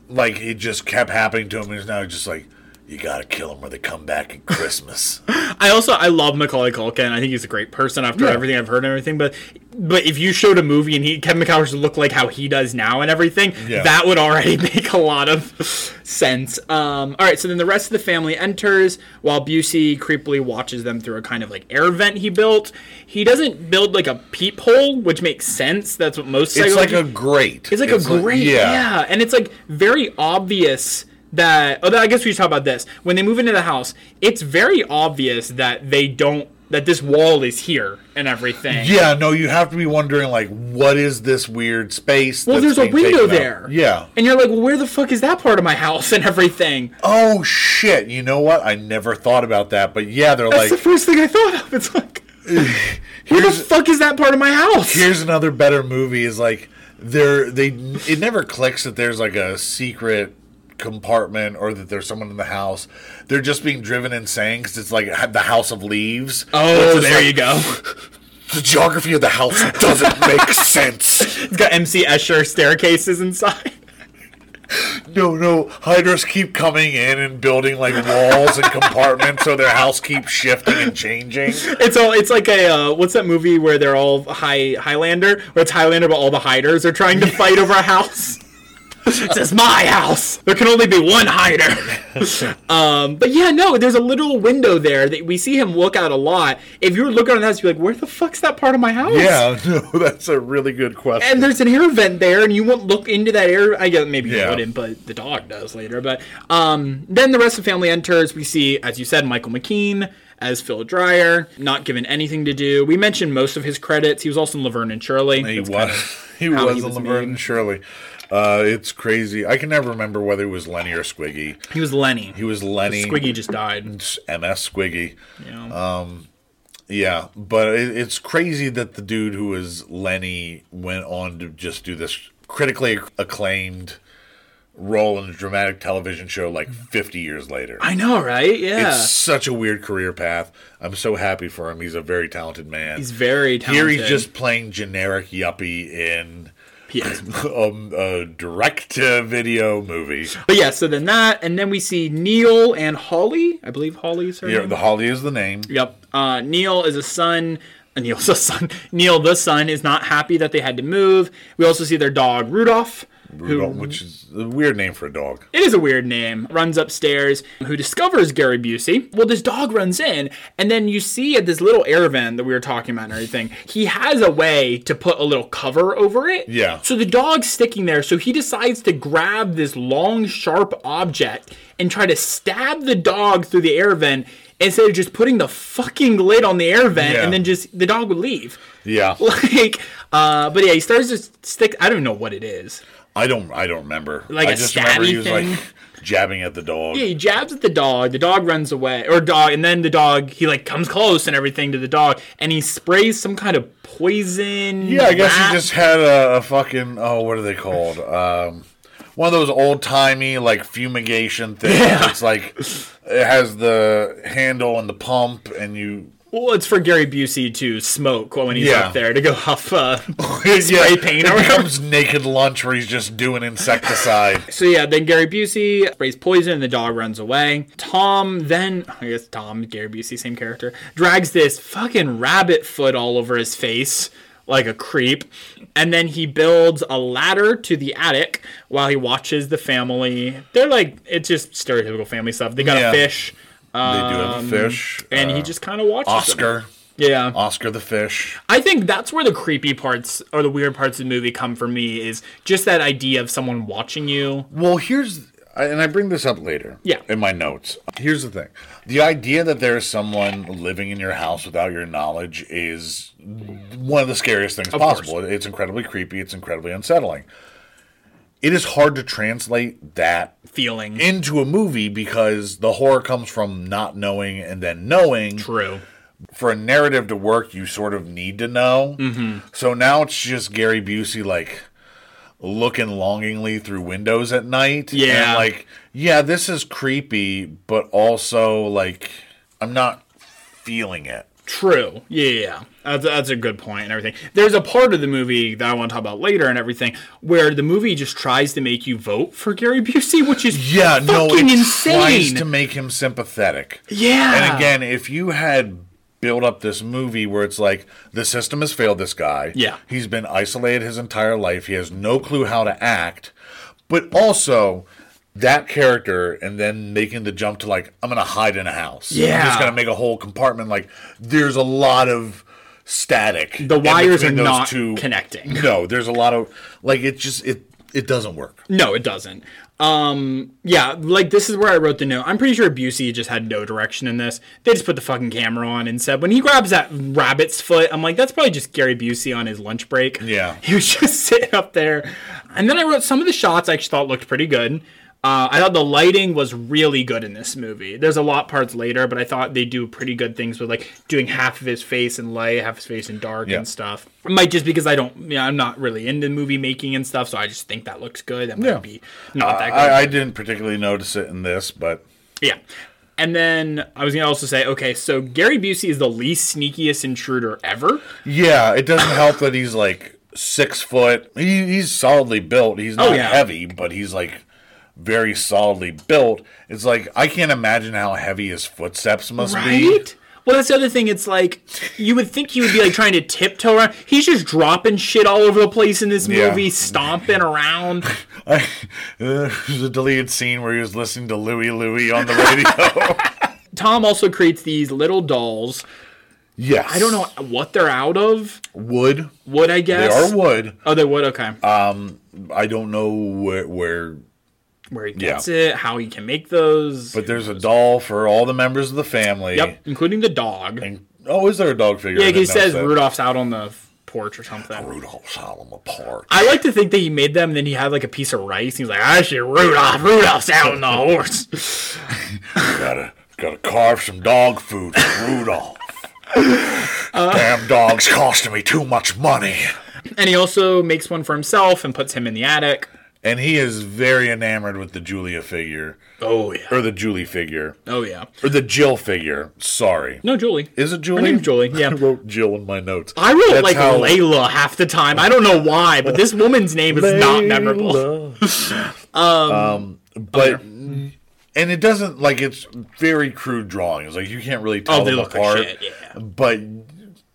like it just kept happening to him. And he's now just like, you gotta kill them or they come back at Christmas. I also I love Macaulay Culkin. I think he's a great person after Yeah. everything I've heard and everything. But but if you showed a movie and he Kevin McAllister looked like how he does now and everything, Yeah. that would already make a lot of sense. Um, all right, so then the rest of the family enters while Busey creepily watches them through a kind of like air vent he built. He doesn't build like a peephole, which makes sense. That's what most it's like psychology- a great. it's like a great, yeah. and it's like very obvious that. Although I guess we should talk about this when they move into the house. It's very obvious that they don't that this wall is here and everything. Yeah, no, you have to be wondering like, what is this weird space? Well, that's there's a being window taken up? there. Yeah. And you're like, well, where the fuck is that part of my house and everything? Oh shit! You know what? I never thought about that, but yeah, they're That's like, the first thing I thought of. It's like, where the Here's- fuck is that part of my house? here's another better movie. Is like, there they it never clicks that there's like a secret compartment or that there's someone in the house. They're just being driven insane because it's like the House of Leaves. It's oh, just there like, you go. The geography of the house doesn't make sense. It's got MC Escher staircases inside. No, no, hydras keep coming in and building like walls and compartments, so their house keeps shifting and changing. It's all. It's like a uh, what's that movie where they're all high Highlander, where it's Highlander, but all the hiders are trying to fight over a house. this is my house. There can only be one hider. um, but yeah, no, there's a little window there that we see him look out a lot. If you were looking on the house, you'd be like, "Where the fuck's that part of my house?" Yeah, no, that's a really good question. And there's an air vent there, and you won't look into that air. I guess maybe you Yeah. wouldn't, but the dog does later. But um, then the rest of the family enters. We see, as you said, Michael McKean as Phil Dreyer, not given anything to do. We mentioned most of his credits. He was also in Laverne and Shirley. He That's was. kind of- he how was he in was Laverne made. and Shirley. Uh, it's crazy. I can never remember whether it was Lenny or Squiggy. he was Lenny. He was Lenny. Uh, Squiggy just died. It's MS Squiggy. You know? Yeah, but it, it's crazy that the dude who was Lenny went on to just do this critically acclaimed role in a dramatic television show like 50 years later. I know, right? Yeah. It's such a weird career path. I'm so happy for him. He's a very talented man. He's very talented. Here he's just playing generic yuppie in Yes. um, a direct-to-video movie. But yeah, so then that, and then we see Neil and Holly. I believe Holly is her Yeah, name. the Holly is the name. Yep. Uh, Neil is a son. uh, Neil's a son. Neil, the son, is not happy that they had to move. We also see their dog Rudolph, Rudolph, who which is a weird name for a dog. it is a weird name. Runs upstairs, who discovers Gary Busey. Well, this dog runs in, and then you see at this little air vent that we were talking about and everything, he has a way to put a little cover over it. Yeah. So the dog's sticking there, so he decides to grab this long, sharp object and try to stab the dog through the air vent instead of just putting the fucking lid on the air vent Yeah. and then just the dog would leave. Yeah, Like, uh, but yeah, he starts to stick. I don't even know what it is. I don't, I don't remember. Like I a just remember he was stabby like jabbing at the dog. Yeah, he jabs at the dog. The dog runs away, or dog, and then the dog he like comes close and everything to the dog, and he sprays some kind of poison. Yeah, I guess rat- he just had a, a fucking oh, what are they called? Um, one of those old timey like fumigation things. It's like it has the handle and the pump, and you Well, it's for Gary Busey to smoke when he's Yeah. up there to go huff. Uh, spray paint It or whatever. becomes naked lunch where he's just doing insecticide. so yeah, then Gary Busey sprays poison, and the dog runs away. Tom then, I guess Tom, Gary Busey, same character, drags this fucking rabbit foot all over his face. Like a creep, and then he builds a ladder to the attic while he watches the family. They're like it's just stereotypical family stuff. They got Yeah. a fish, they do have a fish. Um, and uh, he just kind of watches them. Oscar. Yeah, Oscar the fish. I think that's where the creepy parts or the weird parts of the movie come for me is just that idea of someone watching you. Well, here's I- and I bring this up later. Yeah. In my notes. Here's the thing. The idea that there is someone living in your house without your knowledge is one of the scariest things course. possible. It's incredibly creepy, it's incredibly unsettling. It is hard to translate that Feeling into a movie because the horror comes from not knowing and then knowing. true. for a narrative to work, you sort of need to know. Mm-hmm. So now it's just Gary Busey like looking longingly through windows at night. Yeah. and like yeah, this is creepy, but also like I'm not feeling it. True. Yeah, yeah, yeah. That's, that's a good point and everything. There's a part of the movie that I want to talk about later and everything where the movie just tries to make you vote for Gary Busey, which is Yeah, fucking no, it tries insane. to make him sympathetic. yeah. And again, if you had built up this movie where it's like the system has failed this guy. Yeah. He's been isolated his entire life. He has no clue how to act. But also that character and then making the jump to like, I'm gonna hide in a house. Yeah. I'm just gonna make a whole compartment. Like there's a lot of static. The in wires between are those not connecting. No, there's a lot of like it just it it doesn't work. No, it doesn't. Um, yeah, like this is where I wrote the note. I'm pretty sure Busey just had no direction in this. They just put the fucking camera on and said, when he grabs that rabbit's foot, I'm like, that's probably just Gary Busey on his lunch break. Yeah. He was just sitting up there. And then I wrote some of the shots I actually thought looked pretty good. Uh, I thought the lighting was really good in this movie. There's a lot parts later, but I thought they do pretty good things with like doing half of his face in light, half his face in dark Yeah. and stuff. It might just because I don't, yeah, I'm not really into movie making and stuff, so I just think that looks good. That might Yeah. be not that good. Uh, I, I didn't particularly notice it in this, but Yeah. And then I was gonna also say, okay, so Gary Busey is the least sneakiest intruder ever. Yeah, it doesn't help that he's like six foot. He, he's solidly built. He's not Oh, yeah. heavy, but he's like very solidly built. It's like I can't imagine how heavy his footsteps must be. Right? Well, that's the other thing. It's like you would think he would be like trying to tiptoe around. He's just dropping shit all over the place in this Yeah. movie, stomping around. I, there's a deleted scene where he was listening to Louie Louie on the radio. Tom also creates these little dolls. yes, I don't know what they're out of. wood. Wood, I They guess. are wood. Uh, Oh, they're wood. Okay. I don't know where, where, Where he gets it, how he can make those. but there's a doll for all the members of the family. yep, including the dog. And, oh, is there a dog figure? I yeah, he didn't notice says that. Rudolph's out on the porch or something. Rudolph Solemn apart. I like to think that he made them, and then he had like a piece of rice. He's like, "I should Rudolph, Rudolph's out on the horse." Gotta gotta carve some dog food for Rudolph. Damn dog's costing me too much money. and he also makes one for himself and puts him in the attic. And he is very enamored with the Julia figure. Oh yeah, Or the Julie figure. oh yeah. Or the Jill figure. Sorry. No, Julie. Is it Julie? Her name's Julie. I Yeah. wrote Jill in my notes. I wrote That's like how- Layla half the time. I don't know why, but this woman's name is not memorable. Oh, But and it doesn't like it's very crude drawings. Like you can't really tell Oh, they them look apart. like shit. Yeah. But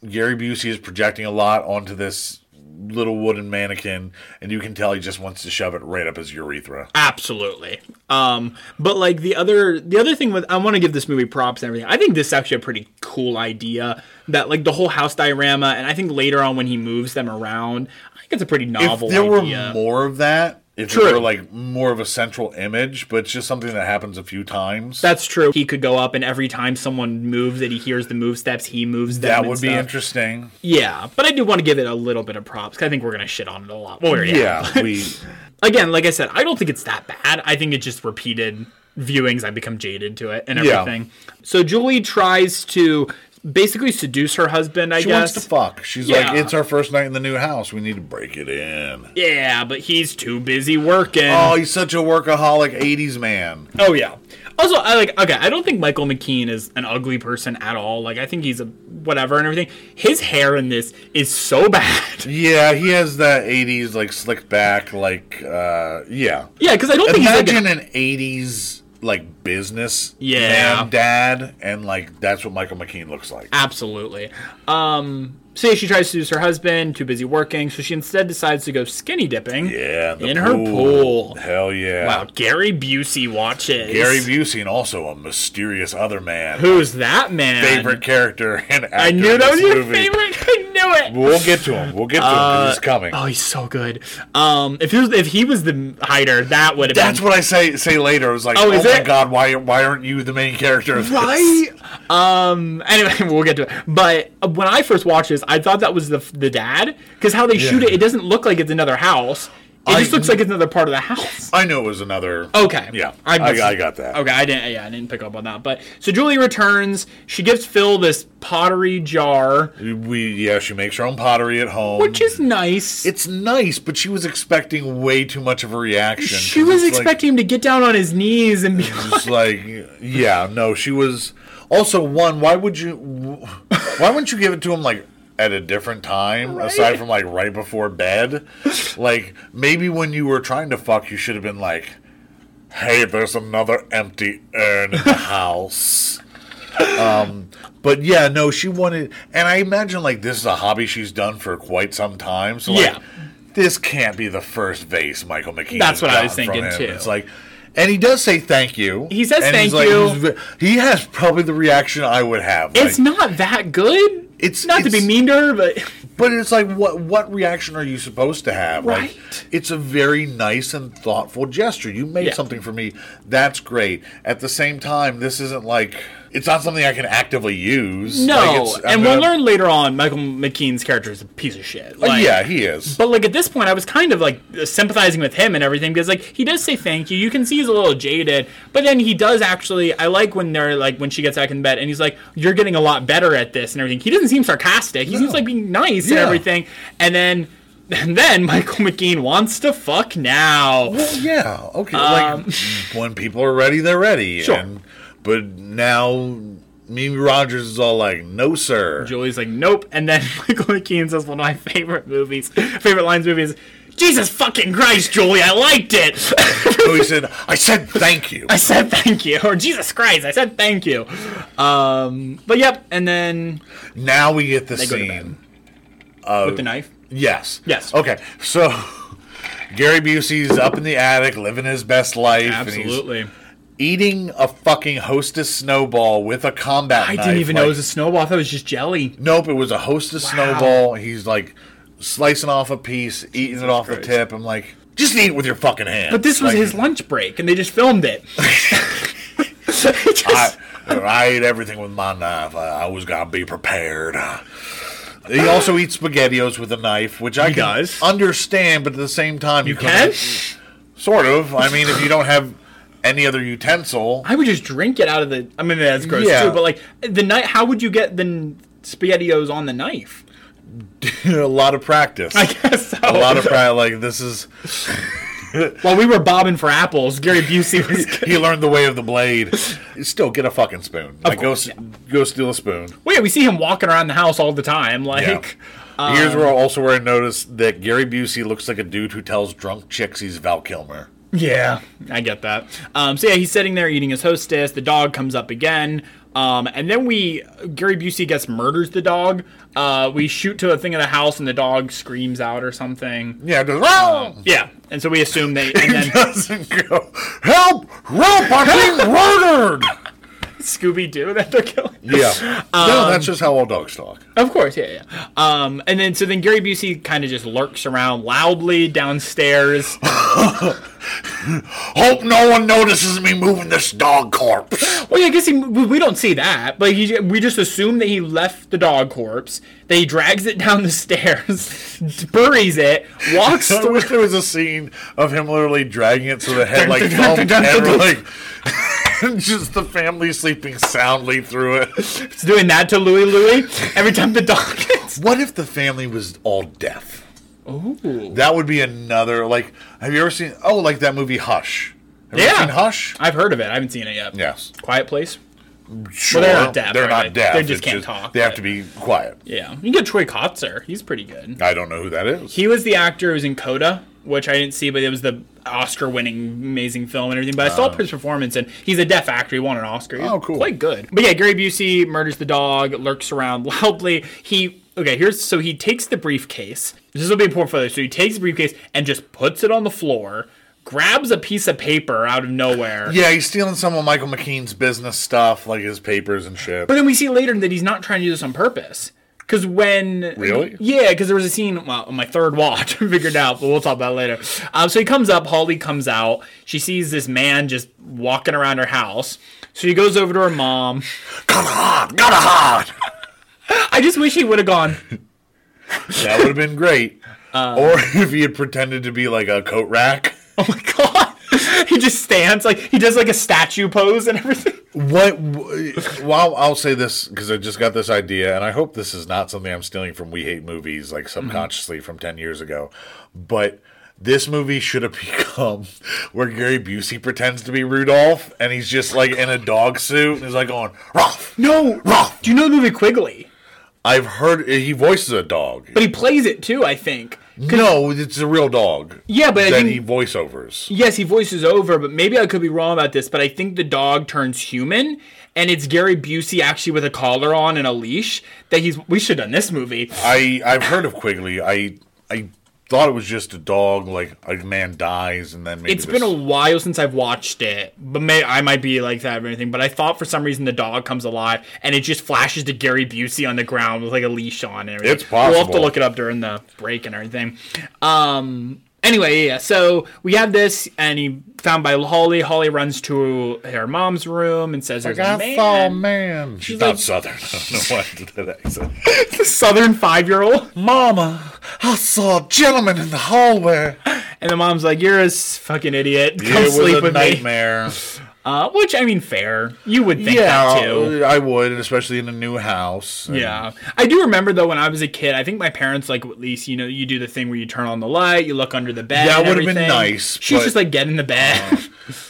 Gary Busey is projecting a lot onto this little wooden mannequin, and you can tell he just wants to shove it right up his urethra. Absolutely. Um, but like the other the other thing with I want to give this movie props and everything. I think this is actually a pretty cool idea that like the whole house diorama and I think later on when he moves them around, I think it's a pretty If novel there idea. were more of that, if True. there were like more of a central image, but it's just something that happens a few times. That's true. He could go up and every time someone moves that he hears the move steps, he moves them. that and would be stuff. interesting. Yeah, but I do want to give it a little bit of props 'cause I think we're gonna shit on it a lot. Well, we already have. Yeah, we. Again, like I said, I don't think it's that bad. I think it's just repeated viewings. I become jaded to it and Yeah. everything. So Julie tries to basically seduce her husband. I She guess. wants to fuck. She's Yeah. like, it's our first night in the new house. We need to break it in. yeah, but he's too busy working. Oh, he's such a workaholic '80s man. Oh yeah. Also, I like okay. I don't think Michael McKean is an ugly person at all. Like I think he's a whatever and everything. His hair in this is so bad. Yeah, he has that '80s like slick back, like uh, yeah. Yeah, because I don't think he's like Imagine a- an '80s like business Yeah. man dad, and like that's what Michael McKean looks like. absolutely. Um, so yeah, she tries to seduce her husband, too busy working, so she instead decides to go skinny dipping. Yeah, the in her pool. Hell yeah. Wow, Gary Busey watches. Gary Busey and also a mysterious other man. Who's that man? favorite character and actor I knew in that was this your movie. favorite. I knew it. We'll get to him. We'll get to him 'cause he's coming. Oh, he's so good. Um, if he was if he was the hider, that would have been That's what I say say later. I was like, Oh, oh, is my it? god, why why aren't you the main character of this? Right. Um. Anyway, we'll get to it. But uh, when I first watched this, I thought that was the the dad because how they shoot it, it doesn't look like it's another house. It I- just looks like it's another part of the house. I knew it was another. Okay. Yeah, Oh. I I, missed I, it. got that. Okay, I didn't. Yeah, I didn't pick up on that. But so Julie returns. She gives Phil this pottery jar, We yeah, she makes her own pottery at home, which is nice. it's nice, but she was expecting way too much of a reaction. she 'cause was it's expecting him to get down on his knees and be like, Like, it's like yeah, no, she was. Also, one, why would you? Why wouldn't you give it to him like at a different time aside from like right before bed? like maybe when you were trying to fuck, you should have been like, "Hey, there's another empty urn in the house." Um, but yeah, no, she wanted, and I imagine like this is a hobby she's done for quite some time. So like, Yeah. this can't be the first vase Michael McKean. That's has what I was gotten from thinking, him. too. It's like, and he does say thank you. He says and he's thank you. he's ve- He has probably the reaction I would have. It's like- not that good. It's- not to be it's- mean to her, but but it's like, what what reaction are you supposed to have? Like, Right. it's a very nice and thoughtful gesture. You made Yeah. something for me. That's great. At the same time, this isn't like it's not something I can actively use. Like, no. it's- I'm and we'll gonna- learn later on. Michael McKean's character is a piece of shit. Like, Uh, yeah, he is. But like at this point, I was kind of like sympathizing with him and everything because like he does say thank you. You can see he's a little jaded, but then he does actually. I like when they're like when she gets back in bed and he's like, "You're getting a lot better at this" and everything. He doesn't seem sarcastic. He seems like being nice and Yeah. everything. And then, and then Michael McKean wants to fuck now. Well, yeah. Okay. like when people are ready, they're ready. Um, Sure. And, but now Mimi Rogers is all like, "No, sir." Julie's like, "Nope." And then Michael McKean says one of my favorite movies, favorite lines movies. Jesus fucking Christ, Julie, I liked it. So Oh, he said, "I said thank you." I said thank you, or Jesus Christ, I said thank you. Um, but yep, and then now we get the go to scene. Oh, with the knife. Yes. Yes. Okay. So Gary Busey's up in the attic living his best life. And he's Absolutely. eating a fucking hostess snowball with a combat I knife. didn't even know like- it was a snowball. I thought it was just jelly. Nope, it was a hostess snowball. He's like slicing off a piece, eating it off Christ. the tip. I'm like, just eat it with your fucking hand. But this was Like, his lunch break, and they just filmed it. Just- I, I ate everything with my knife. I, I was gonna be prepared. He also eats spaghettios with a knife, which I He can does. understand, but at the same time, you, Ken, couldn't- Sort of. I mean, if you don't have any other utensil, I would just drink it out of the. I mean, that's gross Yeah. too. But like the knife, how would you get the n- spaghettios on the knife? a lot of practice. I guess so. a lot of practice. Like this is, While we were bobbing for apples, Gary Busey was. he learned the way of the blade. Still, get a fucking spoon. like course, go, s go steal a spoon. Wait, we see him walking around the house all the time. Like, um, Yeah. Here's where also where I noticed that Gary Busey looks like a dude who tells drunk chicks he's Val Kilmer. Yeah, I get that. Um, so yeah, he's sitting there eating his hostess. The dog comes up again, um, and then we Gary Busey gets murders the dog. Uh, we shoot to a thing in the house, and the dog screams out or something. Yeah, just, "Help!" Yeah, and so we assume they and He then doesn't go. Help! Help! I'm being murdered. Scooby Doo that they're killing. Yeah, no, Um, that's just how all dogs talk. Of course, yeah, yeah. Um, and then so then Gary Busey kind of just lurks around loudly downstairs. Hope no one notices me moving this dog corpse. Well, yeah, I guess he, we we don't see that, but he, we just assume that he left the dog corpse, that he drags it down the stairs, buries it, walks I through. wish there was a scene of him literally dragging it so the head Dun, like dun, dun, thumped dun, dun, and dun. like just the family sleeping soundly through it. It's doing that to Louie Louie every time the dog gets. What if the family was all deaf? Ooh. That would be another like have you ever seen oh like that movie Hush? Have you ever Yeah. seen Hush? I've heard of it. I haven't seen it yet. Yes. Quiet Place. Sure. they're not deaf, They're right? not deaf. They just It's can't talk, They have but- to be quiet. Yeah, you can get Troy Kotzer. He's pretty good. I don't know who that is. He was the actor who was in Coda, which I didn't see, but it was the Oscar-winning, amazing film and everything. But I saw his performance, and he's a deaf actor. He won an Oscar. He's Oh, cool. Quite good. But yeah, Gary Busey murders the dog, lurks around loudly. He okay. Here's so he takes the briefcase. This will be important for this. So he takes the briefcase and just puts it on the floor. Grabs a piece of paper out of nowhere. yeah, he's stealing some of Michael McKean's business stuff, like his papers and shit. But then we see later that he's not trying to do this on purpose. Because when Really? yeah, because there was a scene well, on my third watch I figured out, but we'll talk about it later. Um, so he comes up, Holly comes out. She sees this man just walking around her house. So she goes over to her mom. Got a hot, got a hot. I just wish he would have gone. That would have been great. or if he had pretended to be like a coat rack. Oh my god! he just stands like he does like a statue pose and everything. What? Well, I'll say this because I just got this idea, and I hope this is not something I'm stealing from We Hate Movies, like subconsciously from 10 years ago. But this movie should have become where Gary Busey pretends to be Rudolph, and he's just like in a dog suit, and he's like going, Rolf! No, Rolf! do you know the movie Quigley? I've heard he voices a dog. But he plays it too, I think. No, it's a real dog. Yeah, but I that think- he voiceovers. Yes, he voices over, but maybe I could be wrong about this, but I think the dog turns human and it's Gary Busey actually with a collar on and a leash that he's we should have done this movie. I I've heard of Quigley. I I thought it was just a dog. Like a man dies and then maybe It's been a this- while since I've watched it, but may I might be like that or anything, but I thought for some reason the dog comes alive and it just flashes to Gary Busey on the ground with like a leash on and everything. It's possible. We'll have to look it up during the break and everything. Um anyway, yeah, so we have this and he found by Holly. Holly runs to her mom's room and says there's a I man. saw a man. She's, not like- southern. I don't know why I did that accent. southern five year old. Mama, I saw a gentleman in the hallway. And the mom's like, You're a s- fucking idiot. Come it was sleep a with me. nightmare. Uh, which, I mean, fair. You would think that too. Yeah, I would, especially in a new house. And Yeah. I do remember, though, when I was a kid, I think my parents, like, at least, you know, you do the thing where you turn on the light, you look under the bed. That and would've been everything. nice, She's but- Oh, just like, Get in the bed.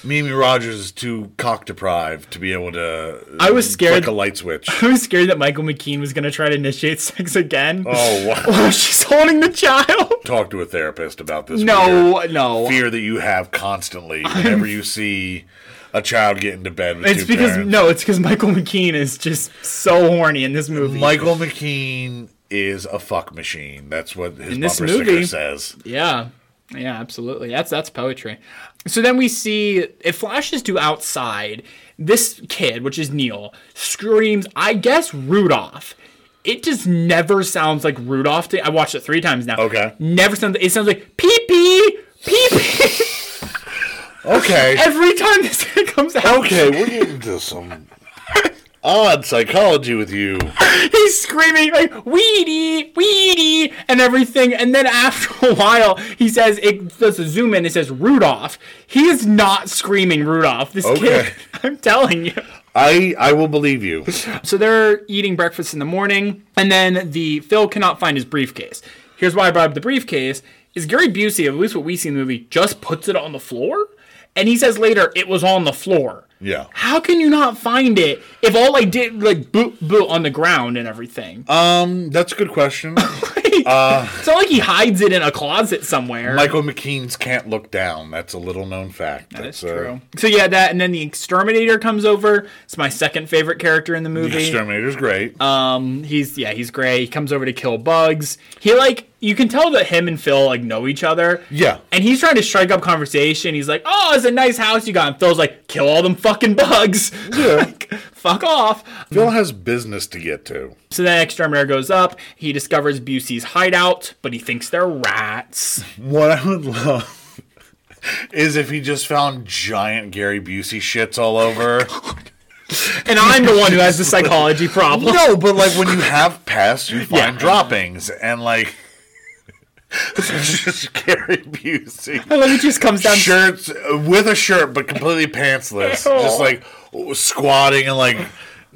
Mimi Rogers is too cock deprived to be able to. uh, I was scared- Flick a light switch. I was scared that Michael McKean was going to try to initiate sex again. Oh, wow. While She's holding the child. Talk to a therapist about this. No, weird no. Fear that you have constantly whenever you see a child get into bed with It's two because, parents. no, it's because Michael McKean is just so horny in this movie. Michael McKean is a fuck machine. That's what his this bumper sticker movie- says. Yeah. Yeah, absolutely. That's that's poetry. So then we see it flashes to outside. This kid, which is Neil, screams, I guess Rudolph. It just never sounds like Rudolph to I watched it three times now. Okay. Never sounds it sounds like pee pee pee pee Okay. every time this thing comes out. Okay, we're getting to some odd psychology with you. He's screaming like weedy, weedy, and everything. And then after a while, he says it does a zoom in. It says Rudolph. He is not screaming Rudolph. This Okay. kid, I'm telling you. I I will believe you. So they're eating breakfast in the morning, and then the Phil cannot find his briefcase. Here's why I brought up the briefcase: is Gary Busey, at least what we see in the movie, just puts it on the floor, and he says later it was on the floor. Yeah. How can you not find it if all I did like boot boot on the ground and everything? Um, that's a good question. It's not like he hides it in a closet somewhere. Michael McKean's can't look down. That's a little known fact. That's uh, true. So yeah, that and then the exterminator comes over. It's my second favorite character in the the movie. Exterminator's great. Um, he's yeah, he's great. He comes over to kill bugs. He like you can tell that him and Phil like know each other. Yeah. And he's trying to strike up conversation. He's like, "Oh, it's a nice house you got." And Phil's like, "Kill all them fucking bugs." like, fuck off. Phil has business to get to. So then exterminator goes up. He discovers Busey's hideout, but he thinks they're rats. What I would love is if he just found giant Gary Busey shits all over. And I'm the one who has the psychology problem. No, but like when you have pests, you find Yeah. droppings, and like just Gary Busey Let me just comes down shirts with a shirt, but completely pantsless, just like squatting and like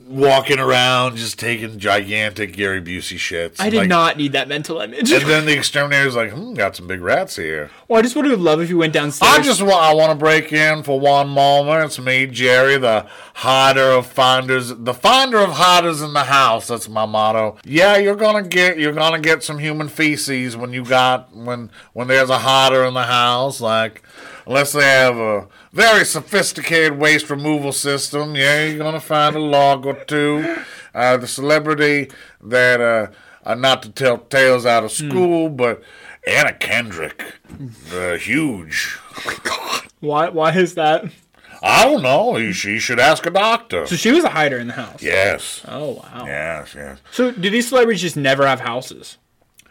walking around, just taking gigantic Gary Busey shits. I did Like, not need that mental image. And then the exterminator's like, hmm, got some big rats here. well, I just would have loved if you went downstairs. I just want, I want to break in for one moment. It's me, Jerry, the hider of finders, the finder of hiders in the house. That's my motto. Yeah, you're gonna get, you're gonna get some human feces when you got, when, when there's a hider in the house. Like, unless they have a very sophisticated waste removal system, yeah, you're gonna find a log or two. Uh, the celebrity that, uh, uh, not to tell tales out of school, but Anna Kendrick, the huge. why? Why is that? I don't know. He, she should ask a doctor. So she was a hider in the house. Yes. Oh wow. Yes, yes. So do these celebrities just never have houses?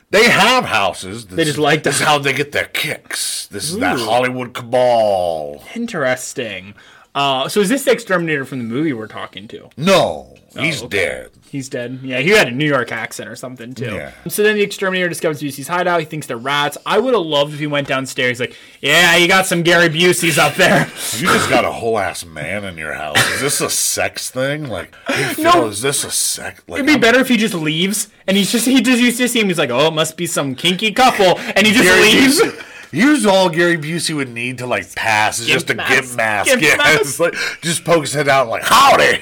They have houses. This, They just like to- This is how they get their kicks. This is that Hollywood cabal. Interesting. Uh, so is this the exterminator from the movie we're talking to? No, he's Oh, okay. dead. He's dead. Yeah, he had a New York accent or something too. Yeah. So then the exterminator discovers Busey's hideout. He thinks they're rats. I would have loved if he went downstairs like, yeah, you got some Gary Buseys up there. You just got a whole ass man in your house. Is this a sex thing? Like, hey, Phil, No. is this a sex? Like, It'd be I'm- better if he just leaves and he's just he just used to see him. He's like, oh, it must be some kinky couple, and he just Gary leaves. Busey. Here's all Gary Busey would need to like pass is just a mask. gimp mask. Gimp yeah, mask. it's like just poke his head out like howdy.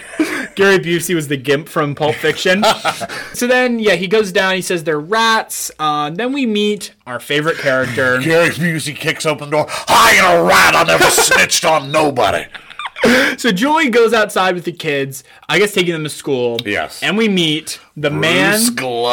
Gary Busey was the gimp from Pulp Fiction. so then, yeah, he goes down. He says they're rats. Uh, then we meet our favorite character. Gary Busey kicks open the door. I ain't a rat. I never snitched on nobody. so Julie goes outside with the kids. I guess taking them to school. Yes. And we meet the man, Bruce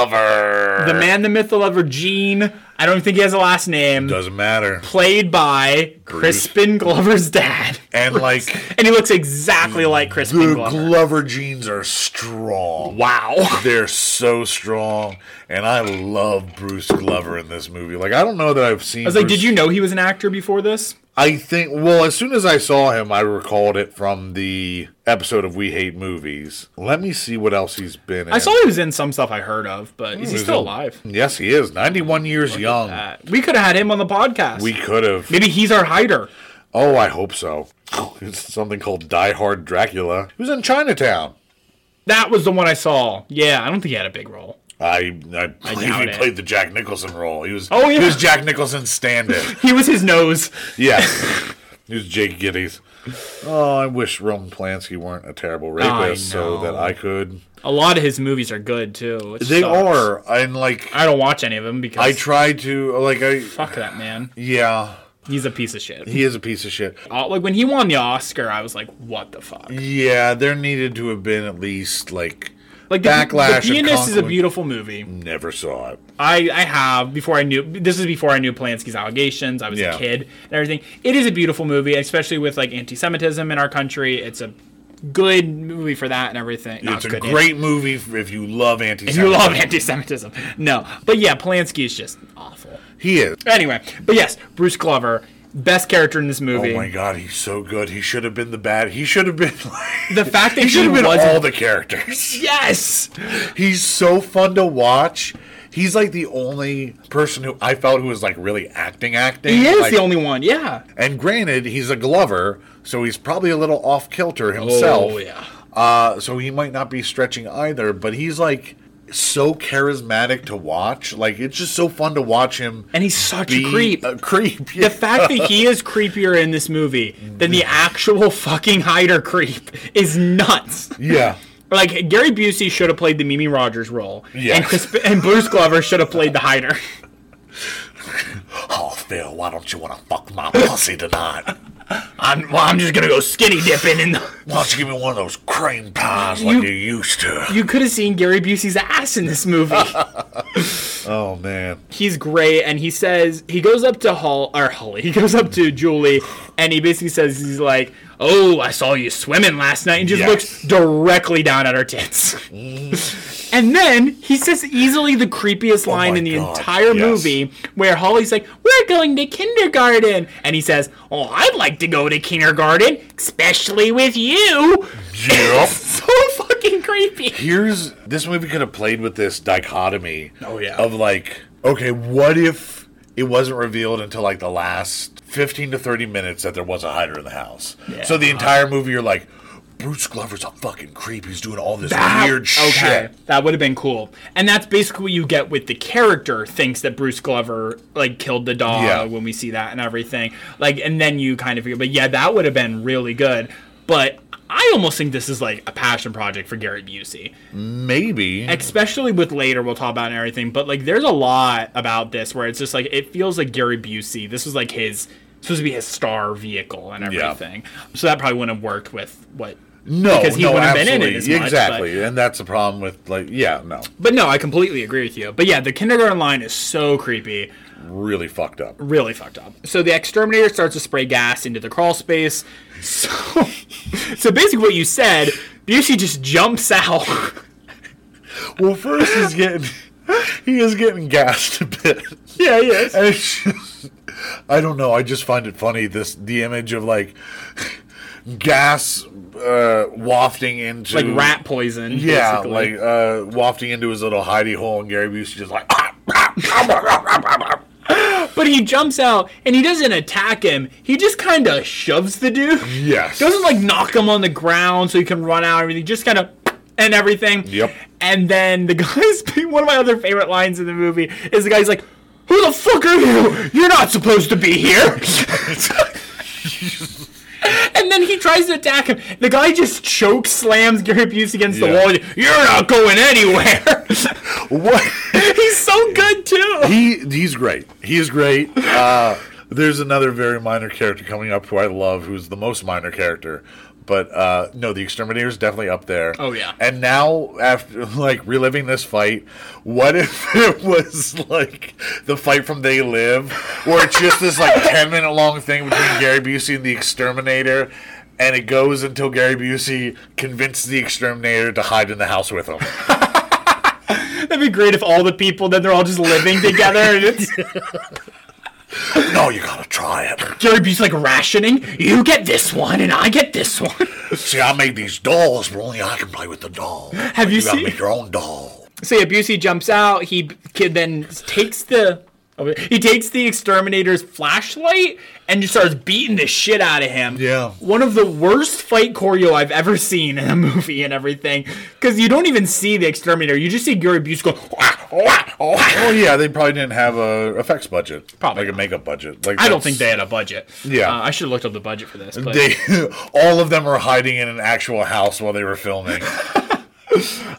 Glover. the man, the myth, the lover, Gene. I don't think he has a last name. Doesn't matter. Played by Crispin Glover's dad. And like And he looks exactly like Crispin the Glover. Glover jeans are strong. wow. They're so strong, and I love Bruce Glover in this movie. Like I don't know that I've seen. I was like, did you know he was an actor before this? I think. Well, as soon as I saw him, I recalled it from the episode of We Hate Movies. Let me see what else he's been. in. I saw he was in some stuff I heard of, but is he He's still in- alive? Yes, he is. Ninety-one years young. Uh, we could have had him on the podcast. We could have. Maybe he's our hider. Oh, I hope so. It's something called Die Hard Dracula. He was in Chinatown. That was the one I saw. Yeah, I don't think he had a big role. I I believe doubt he it. played the Jack Nicholson role. He was Oh, yeah. he was Jack Nicholson stand-in. He was his nose. Yes. It was Jake Giddies. Oh, I wish Roman Polanski weren't a terrible I rapist so know. that I could. A lot of his movies are good too. It They sucks. are. And, like, I don't watch any of them because I tried to. Like, I. fuck that man. Yeah. He's a piece of shit. He is a piece of shit. Uh, like when he won the Oscar, I was like, what the fuck? Yeah, there needed to have been at least, like. Like the, Backlash The and Pianist is a Conquest. beautiful movie. Never saw it. I, I have before I knew this is before I knew Polanski's allegations. I was Yeah. a kid and everything. It is a beautiful movie, especially with like anti-Semitism in our country. It's a good movie for that and everything. Not it's a good, great movie f- if you love anti Ah, If you love anti-Semitism, no, but yeah, Polanski is just awful. He is. Anyway, but yes, Bruce Glover, best character in this movie. Oh my god, he's so good. He should have been the bad. He should have been like. The fact that he he should have been wasn't- all the characters. Yes, He's so fun to watch. He's like the only person who I felt who was like really acting acting. he is Like- the only one. Yeah, And granted, he's a Glover, so he's probably a little off kilter himself. Oh, yeah. Uh, so he might not be stretching either, but he's like so charismatic to watch. Like it's just so fun to watch him. and he's such be a creep. A creep. The Yeah. fact that he is creepier in this movie than the actual fucking hider creep is nuts. yeah. Like Gary Busey should have played the Mimi Rogers role, Yes. and Chris and Bruce Glover should have played the hider. Oh, Phil, why don't you want to fuck my pussy tonight? I'm, well, I'm just gonna go skinny dipping in. The, Why don't you give me one of those cream pies like You- you, used to? you could have seen Gary Busey's ass in this movie. oh man. He's great, and he says he goes up to Hall or Holly. He goes up to Julie, and he basically says he's like, "Oh, I saw you swimming last night," and just Yes. looks directly down at her tits. and then he says easily the creepiest line Oh my in the God, entire yes. movie, where Holly's like, "We're going to kindergarten," and he says, "Oh, I'd like to go to kindergarten, especially with you." Yep. So fucking creepy. here's this movie could have played with this dichotomy Oh, yeah. of like okay what if it wasn't revealed until like the last 15 to 30 minutes that there was a hider in the house so the entire movie you're like bruce glover's a fucking creep he's doing all this weird shit That would have been cool. And that's basically what you get with the character thinks that Bruce Glover like killed the dog Yeah. when we see that and everything. Like and then you kind of figure but yeah, that would have been really good. But I almost think this is like a passion project for Gary Busey. maybe Especially with later we'll talk about and everything, but like there's a lot about this where it's just like it feels like Gary Busey. This was like his supposed to be his star vehicle and Yeah. everything. So that probably wouldn't have worked with what no because he no, wouldn't have been in it absolutely. as much, but- exactly and that's the problem with like yeah no But no, I completely agree with you. But yeah, the kindergarten line is so creepy, really fucked up really fucked up. So the exterminator starts to spray gas into the crawl space. So, so basically, what you said, Busey just jumps out. well first he's getting he is getting gassed a bit yeah, yes. And it's just- I don't know. I just find it funny this the image of like gas uh, wafting into Like rat poison. Yeah, basically. like uh, wafting into his little hidey hole, and Gary Busey just like. But he jumps out and he doesn't attack him. He just kind of shoves the dude. Yes. Doesn't like knock him on the ground so he can run out and everything. Just kind of and everything. Yep. And then the guy's one of my other favorite lines in the movie is the guy's like, "Who the fuck are you? You're not supposed to be here." and And then he tries to attack him. The guy just choke slams Gary Busey against the Yeah. wall. You're not going anywhere. What? He's so good too. he he's great. He's great. Uh, there's another very minor character coming up who I love, who's the most minor character. But uh, no, the exterminator's definitely up there. Oh, yeah. And now after like reliving this fight, what if it was like the fight from They Live, where it's just this like ten minute long thing between Gary Busey and the exterminator. And it goes until Gary Busey convinces the exterminator to hide in the house with him. That'd be great if all the people then they're all just living together and it's no, you gotta try it. Gary Busey like rationing. You get this one and I get this one. See, I made these dolls, but only I can play with the doll. Have you gotta seen- make your own doll? So yeah, Busey jumps out. He b- kid then takes the oh, he takes the exterminator's flashlight and just starts beating the shit out of him. Yeah. one of the worst fight choreo I've ever seen in a movie and everything, because you don't even see the exterminator. You just see Gary Busey go. "Wah, wah, wah." Oh yeah, they probably didn't have a effects budget, Probably like a not. makeup budget. Like I don't think that's- they had a budget. Yeah. Uh, I should have looked up the budget for this. But They all of them are hiding in an actual house while they were filming.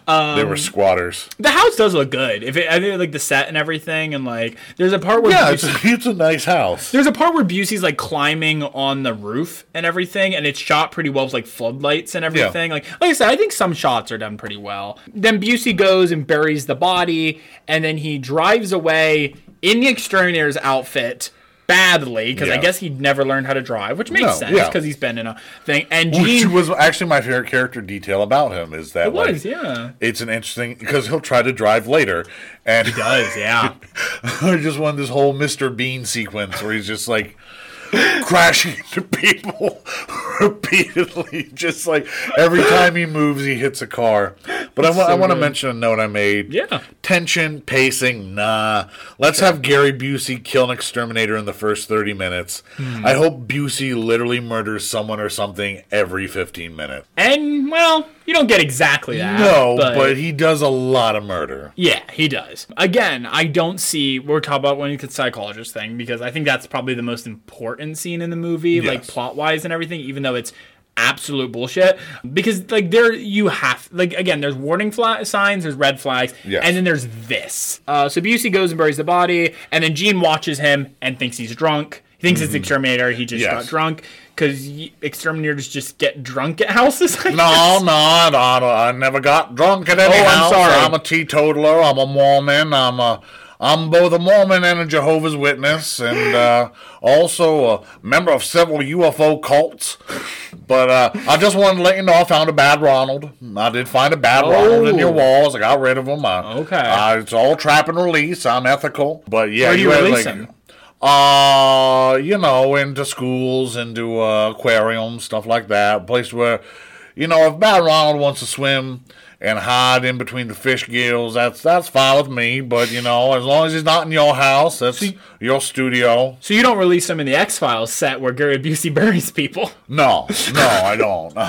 Um, they were squatters. the house does look good. If it, I think like the set and everything, and like there's a part where Yeah, Busey- it's a, it's a nice house. There's a part where Busey's like climbing on the roof and everything, and it's shot pretty well with like floodlights and everything. Like, like I said, I think some shots are done pretty well. Then Busey goes and buries the body, and then he drives away in the exterminator's outfit badly because I Yeah. guess he'd never learned how to drive, which makes No, sense yeah. because he's been in a thing. And Which Gene was actually my favorite character detail about him is that It was, like, yeah. it's an interesting because he'll try to drive later and he does, yeah. I just wanted this whole Mr. Bean sequence where he's just like crashing into people repeatedly. Just like every time he moves, he hits a car. But I, wa- I want to mention a note I made. Yeah. Tension, pacing, nah. Let's have Gary Busey kill an exterminator in the first 30 minutes. Hmm. I hope Busey literally murders someone or something every 15 minutes. and well, you don't get exactly that. No, but, he does a lot of murder. Yeah, he does. Again, I don't see we're talking about when you could psychologist thing because I think that's probably the most important scene in the movie, like Yes. plot wise and everything, even though it's absolute bullshit. Because like there you have like again, there's warning fla- signs, there's red flags, Yes. and then there's this. Uh, so Busey goes and buries the body, and then Gene watches him and thinks he's drunk. He thinks it's exterminator. He just Mm-hmm. Yes. got drunk because exterminators just get drunk at houses. I No, no, I, don't- I never got drunk at any Oh, I'm house. sorry. I'm a teetotaler. I'm a Mormon. I'm a I'm both a Mormon and a Jehovah's Witness, and uh, also a member of several UFO cults. But uh, I just wanted to let you know I found a bad Ronald. I did find a bad Ronald in your Oh. walls. I got rid of him. I, Okay. I, it's all trap and release. I'm ethical. But yeah, Where do you had, release him? uh, you know, into schools, into uh, aquariums, stuff like that. A place where, you know, if Bad Ronald wants to swim and hide in between the fish gills, that's that's fine with me. But you know, as long as he's not in your house, that's your studio. So you don't release him in the X Files set where Gary Busey buries people. No, no, I don't.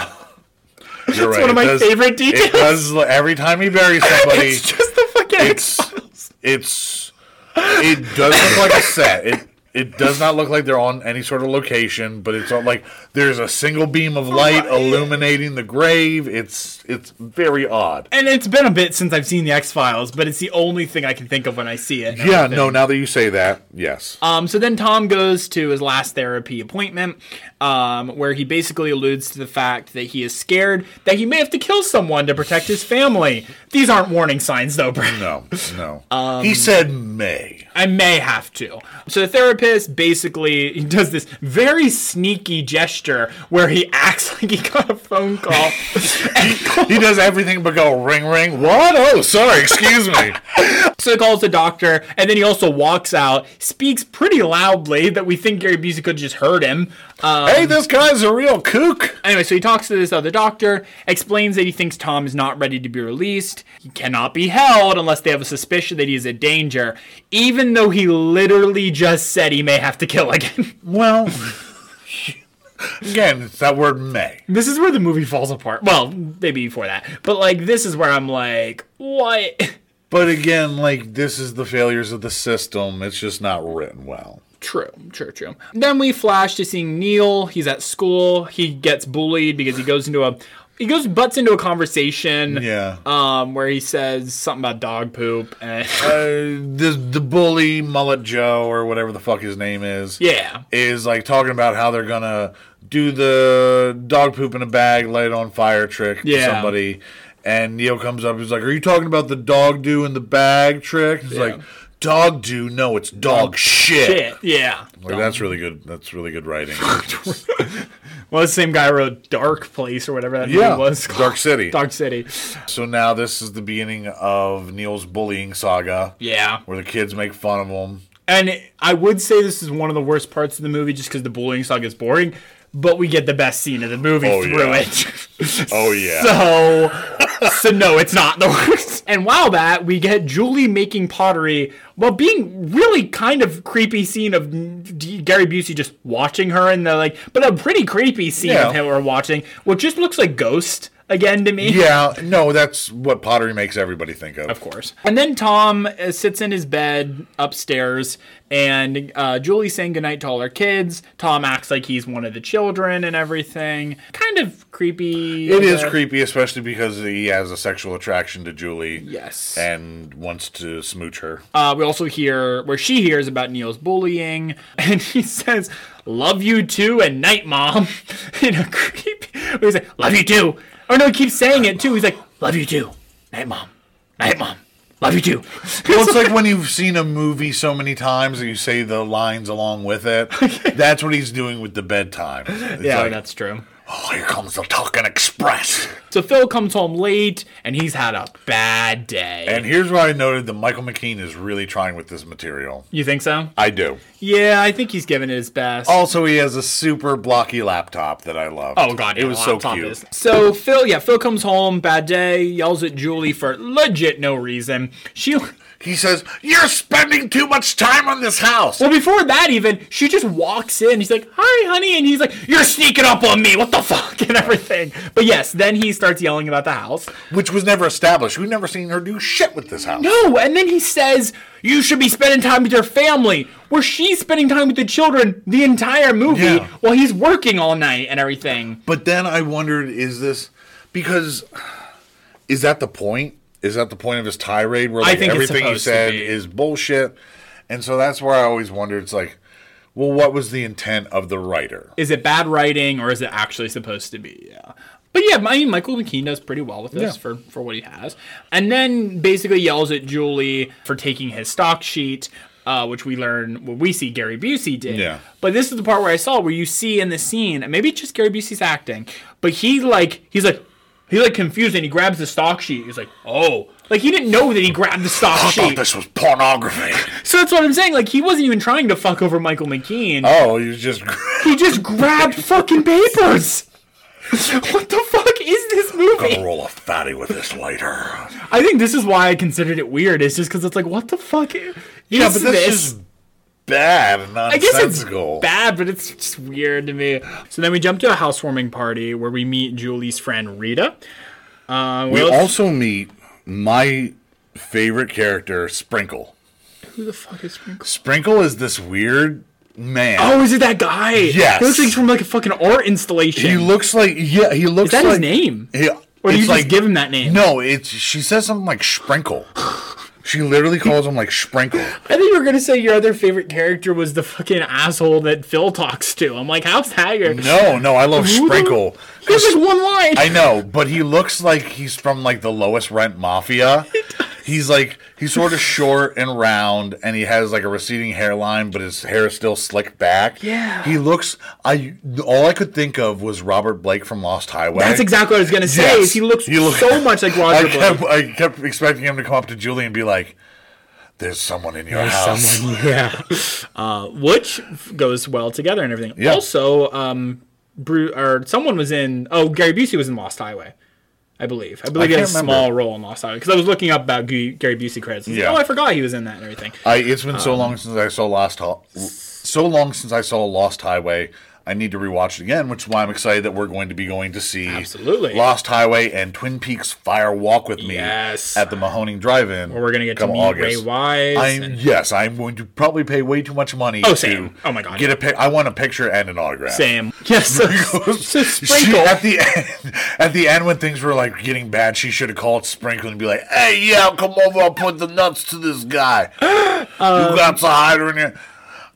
You're right. one of it my does- favorite It details. does every time he buries somebody. It's just the fucking it's it's it does look like a set. It it does not look like they're on any sort of location, but it's all like there's a single beam of light illuminating the grave. It's it's very odd. and it's been a bit since I've seen the X Files, but it's the only thing I can think of when I see it. Yeah, no. Now that you say that, yes. Um, so then Tom goes to his last therapy appointment, um, where he basically alludes to the fact that he is scared that he may have to kill someone to protect his family. These aren't warning signs, though, Brad. no, no. he said May. I may have to. So the therapist basically he does this very sneaky gesture where he acts like he got a phone call. He does everything but go ring ring. What? Oh, sorry. Excuse me. So he calls the doctor, and then he also walks out, speaks pretty loudly that we think Gary Busey could have just heard him. Uh, hey, this guy's a real kook. anyway, so he talks to this other doctor, explains that he thinks Tom is not ready to be released. He cannot be held unless they have a suspicion that he is a danger, even though he literally just said he may have to kill again. Well, again, it's that word May. this is where the movie falls apart. Well, maybe before that. But, like, this is where I'm like, what? But again, like this is the failures of the system. It's just not written well. True, true, true. Then we flash to seeing Neil. He's at school. He gets bullied because he goes into a he goes butts into a conversation. Yeah. Um, where he says something about dog poop and Uh, the the bully mullet Joe or whatever the fuck his name is. yeah, Is like talking about how they're gonna do the dog poop in a bag, light it on fire trick to Yeah. somebody. And Neil comes up, he's like, Are you talking about the dog do in the bag trick? He's like, Dog do? No, it's dog, shit. shit, yeah. Like, that's really good. That's really good writing. Well, the same guy wrote Dark Place or whatever that Yeah, movie was. Dark called. City. Dark City. so now this is the beginning of Neil's bullying saga. Yeah. Where the kids make fun of him. And I would say this is one of the worst parts of the movie just because the bullying saga is boring, but we get the best scene of the movie Oh, through yeah. it. Oh yeah. So, so no, it's not the worst. And while that, we get Julie making pottery while being really kind of creepy scene of D- Gary Busey just watching her and the like, but a pretty creepy scene Yeah. of him we're watching, which just looks like Ghost again to me. yeah, no, that's what pottery makes everybody think of. Of course. And then Tom uh, sits in his bed upstairs, and uh, Julie's saying goodnight to all her kids. Tom acts like he's one of the children and everything. Kind of creepy. It is creepy, especially because he has a sexual attraction to Julie. Yes. And wants to smooch her. Uh, we also hear where she hears about Neil's bullying, and he says, "Love you too," and "Night, mom," in a creepy. He's like, "Love you too," or no, he keeps saying it too. He's like, "Love you too, night, mom, night, mom, love you too." well, it's like when you've seen a movie so many times that you say the lines along with it. That's what he's doing with the bedtime. It's yeah, like, that's true. oh, here comes the Talking Express. So Phil comes home late and he's had a bad day. And here's where I noted that Michael McKean is really trying with this material. you think so? I do. Yeah, I think he's giving it his best. Also, he has a super blocky laptop that I love. Oh god, it yeah, was so laptop cute. is- So Phil, yeah, Phil comes home, bad day, yells at Julie for legit no reason. She He says, "You're spending too much time on this house." Well, before that even, she just walks in. He's like, "Hi, honey," and he's like, "You're sneaking up on me. What the fuck?" and everything. But yes, then he starts yelling about the house. which was never established. We've never seen her do shit with this house. No, and then he says, "You should be spending time with your family," where she's spending time with the children the entire movie Yeah. while he's working all night and everything. But then I wondered, is this because is that the point? Is that the point of his tirade where like, think it's everything he supposed to said be. is bullshit? And so that's where I always wondered. It's like, well, what was the intent of the writer? Is it bad writing or is it actually supposed to be? Yeah. But yeah, I mean, Michael McKean does pretty well with this Yeah. for, for what he has. And then basically yells at Julie for taking his stock sheet, uh, which we learn, well, we see Gary Busey did. Yeah. But this is the part where I saw where you see in the scene, and maybe it's just Gary Busey's acting, but he like, he's like, he's like confused and he grabs the stock sheet. He's like, oh. Like he didn't know that he grabbed the stock I sheet. thought this was pornography. so that's what I'm saying. Like he wasn't even trying to fuck over Michael McKean. oh, he was just He just grabbed fucking papers. What the fuck is this gonna movie? roll a fatty with this later. I think this is why I considered it weird. It's just because it's like, what the fuck? Is Yeah, but this? this is bad and I nonsensical. guess it's bad, but it's just weird to me. So then we jump to a housewarming party where we meet Julie's friend Rita. Uh, We Will- also meet my favorite character, Sprinkle. who the fuck is Sprinkle? Sprinkle is this weird man. Oh, is it that guy? Yes. He looks like he's from like a fucking art installation. he looks like yeah. He looks. is that like, his name? He, Or do you it's just like give him that name? no. It's she says something like Sprinkle. She literally calls him like Sprinkle. I think you were gonna say your other favorite character was the fucking asshole that Phil talks to. I'm like, how's that your No, no, I love Who the- Sprinkle. He has like one line. I know, but he looks like he's from like the lowest rent mafia. He's like he's sort of short and round, and he has like a receding hairline, but his hair is still slicked back. Yeah. he looks. I all I could think of was Robert Blake from Lost Highway. That's exactly what I was gonna say. Yes. Is he looks He look- so much like I Roger kept, Blake. I kept expecting him to come up to Julie and be like, "There's someone in your house." yeah, uh, which goes well together and everything. Yeah. Also, um, Bru- or someone was in. Oh, Gary Busey was in Lost Highway. I believe. I believe he had a can't remember. small role in Lost Highway because I was looking up about Gu- Gary Busey credits. I was like, Yeah. Oh, I forgot he was in that and everything. I, it's been so long since I saw Lost Hi- so long since I saw Lost Highway. I I need to rewatch it again, which is why I'm excited that we're going to be going to see Absolutely. Lost Highway and Twin Peaks Fire Walk with Me Yes. at the Mahoning Drive-In. Where we're gonna get to come meet Ray Wise I'm, and- yes, I'm going to probably pay way too much money. Oh, to same. Oh my God, Get yeah. a pic. I want a picture and an autograph. Sam. Yes. So, so She, sprinkle. at the end, at the end when things were like getting bad, she should have called Sprinkle and be like, "Hey, yeah, come over. I'll put the nuts to this guy. Um, you got the hider in here."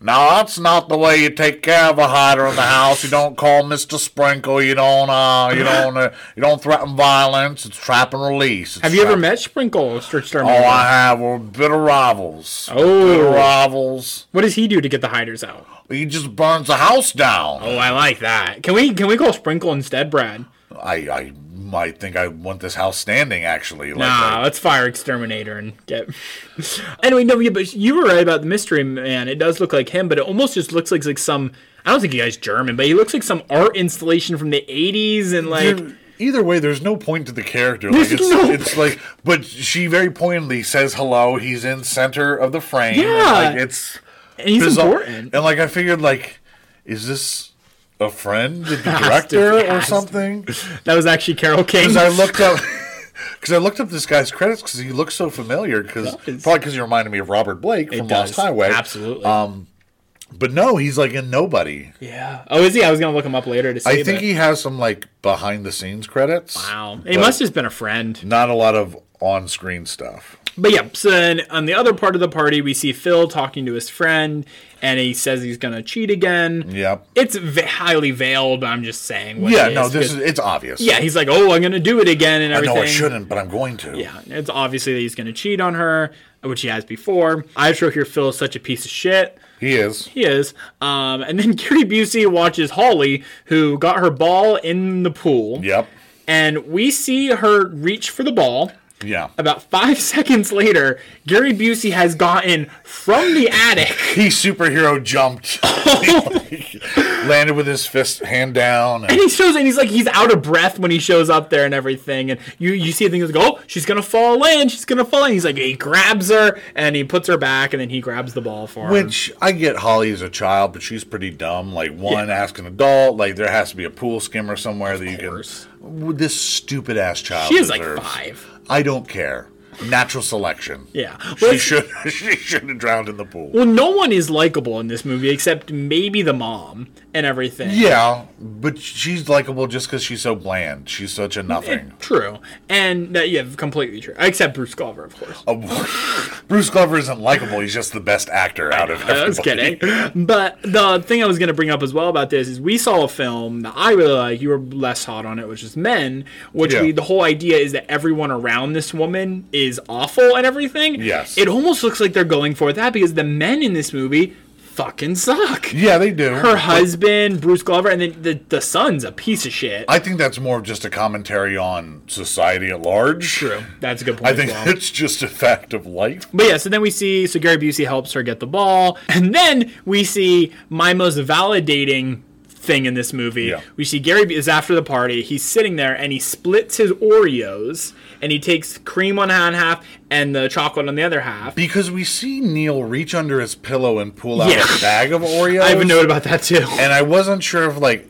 Now that's not the way you take care of a hider in the house. You don't call Mister Sprinkle. You don't. Uh, you don't. Uh, you don't threaten violence. It's trap and release. It's Have you ever trap- met Sprinkle Strickster? Oh, I have. We're bitter rivals. Oh. bitter rivals. What does he do to get the hiders out? He just burns the house down. Oh, I like that. Can we can we call Sprinkle instead, Brad? I, I might think I want this house standing actually. Like, Nah, let's fire Exterminator and get. anyway, no, yeah, but you were right about the mystery man. It does look like him, but it almost just looks like like some. I don't think he guy's German, but he looks like some art installation from the '80s and like. Dude, either way, there's no point to the character. Like, There's it's, no- it's like, but she very pointedly says hello. He's in center of the frame. and, Yeah. like, it's and he's bizarre. important. And like, I figured, like, is this a friend of the Has to director be, or has to something? That was actually Carol King. Because I looked up. Because I looked up this guy's credits because he looks so familiar. Because does. probably because he reminded me of Robert Blake from Lost does. Highway. Absolutely. Um, but no, he's like in Nobody. yeah. Oh, is he? I was gonna look him up later to see. I think but- he has some like behind the scenes credits. Wow. He But must have been a friend. not a lot of on screen stuff. But yeah, so then on the other part of the party, we see Phil talking to his friend, and he says he's gonna cheat again. Yep. It's v- highly veiled. but I'm just saying. What yeah, it no, this 'cause- is it's obvious. Yeah, he's like, oh, I'm gonna do it again, and I know everything. I shouldn't, but I'm going to. Yeah, it's obviously that he's gonna cheat on her, which he has before. I sure hear Phil is such a piece of shit. He is. He is. Um, and then Gary Busey watches Holly, who got her ball in the pool. Yep. And we see her reach for the ball. Yeah. About five seconds later, Gary Busey has gotten from the attic. He superhero jumped. landed with his fist hand down. And And he shows, and he's like, he's out of breath when he shows up there and everything. And you, you see things like, oh, she's gonna fall in, she's gonna fall in. He's like, he grabs her and he puts her back, and then he grabs the ball for her. which I get Holly is a child, but she's pretty dumb. Like one ask an adult, like there has to be a pool skimmer somewhere that you course. can this stupid ass child she is like deserves. five. I don't care. Natural selection. Yeah. She Well, should she should have drowned in the pool. well, no one is likable in this movie except maybe the mom and everything. Yeah, but she's likable just because she's so bland. She's such a nothing. True. And uh, yeah, completely true. Except Bruce Glover, of course. Oh, Bruce Glover isn't likable. He's just the best actor out of everybody. I was kidding. But the thing I was going to bring up as well about this is we saw a film that I really like. You were less hot on it, which is Men, which Yeah. we, the whole idea is that everyone around this woman is awful and everything. Yes. It almost looks like they're going for that because the men in this movie fucking suck. Yeah, they do. Her husband, Bruce Glover, and then the, the son's a piece of shit. I think that's more of just a commentary on society at large. True. That's a good point. I as think well. it's just a fact of life. But yeah, so then we see so Gary Busey helps her get the ball, and then we see my most validating thing in this movie. Yeah. We see Gary B- is after the party. He's sitting there and he splits his Oreos and he takes cream on one half and the chocolate on the other half. Because we see Neil reach under his pillow and pull out Yeah. a bag of Oreos. I have a note about that too. And I wasn't sure if, like,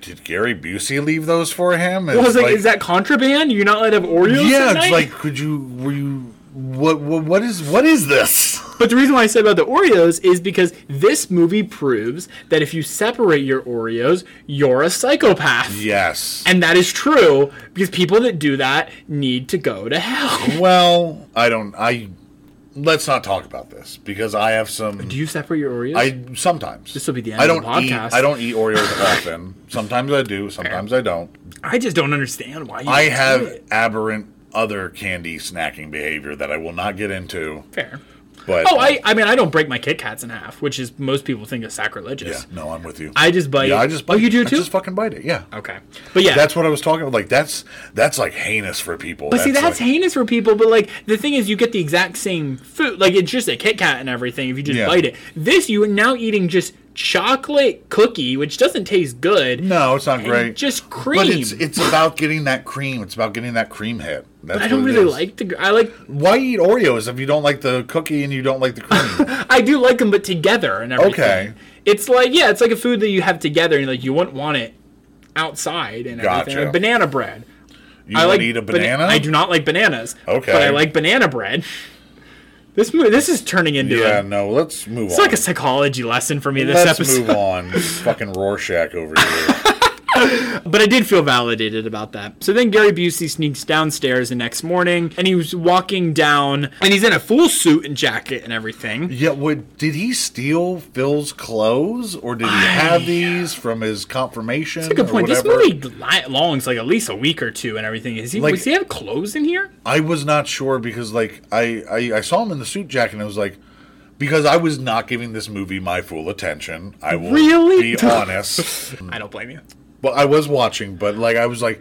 did Gary Busey leave those for him? I It's was like, is that contraband? You're not allowed to have Oreos? Yeah, at it's night? like, could you? Were you? What? What, what is? What is this? But the reason why I said about the Oreos is because this movie proves that if you separate your Oreos, you're a psychopath. Yes. And that is true because people that do that need to go to hell. well, I don't. I let's not talk about this because I have some. Do you separate your Oreos? I sometimes This will be the end I of the don't eat. podcast. I don't eat Oreos often. Sometimes I do. Sometimes I don't. I just don't understand why you guys I do have it. aberrant other candy snacking behavior that I will not get into. fair. But Oh, I, I mean, I don't break my Kit Kats in half, which is most people think is yeah, sacrilegious. no, I'm with you. I just bite. yeah, I just Oh, bite you it. do I too. just fucking bite it. Yeah. okay, but yeah, That's what I was talking about. Like that's that's like heinous for people. But see, that's like- heinous for people. But like, the thing is, you get the exact same food. Like, it's just a Kit Kat and everything. If you just Yeah. bite it, this you are now eating just chocolate cookie, which doesn't taste good. No, it's not great. just But cream. it's it's about getting that cream. It's about getting that cream hit. That's I don't what it really is. like the. I like. Why eat Oreos if you don't like the cookie and you don't like the cream? I do like them, but together and everything. Okay. It's like yeah, it's like a food that you have together and like you wouldn't want it outside and everything. Gotcha. Like banana bread. You would eat a bana- banana? I do not like bananas. Okay. But I like banana bread. This mo- this is turning into Yeah, a no, let's move it's on. like a psychology lesson for me this let's episode. move on. Fucking Rorschach over here. But I did feel validated about that. So then Gary Busey sneaks downstairs the next morning and he was walking down and he's in a full suit and jacket and everything. Yeah, what did he steal Phil's clothes, or did he have these from his confirmation? That's a good or point. This whatever? movie li- longs like at least a week or two and everything. Is he Like- does he have clothes in here? I was not sure because, like, I, I I saw him in the suit jacket, and I was like, because I was not giving this movie my full attention. I will Really? be honest. I don't blame you. well, I was watching, but like, I was like,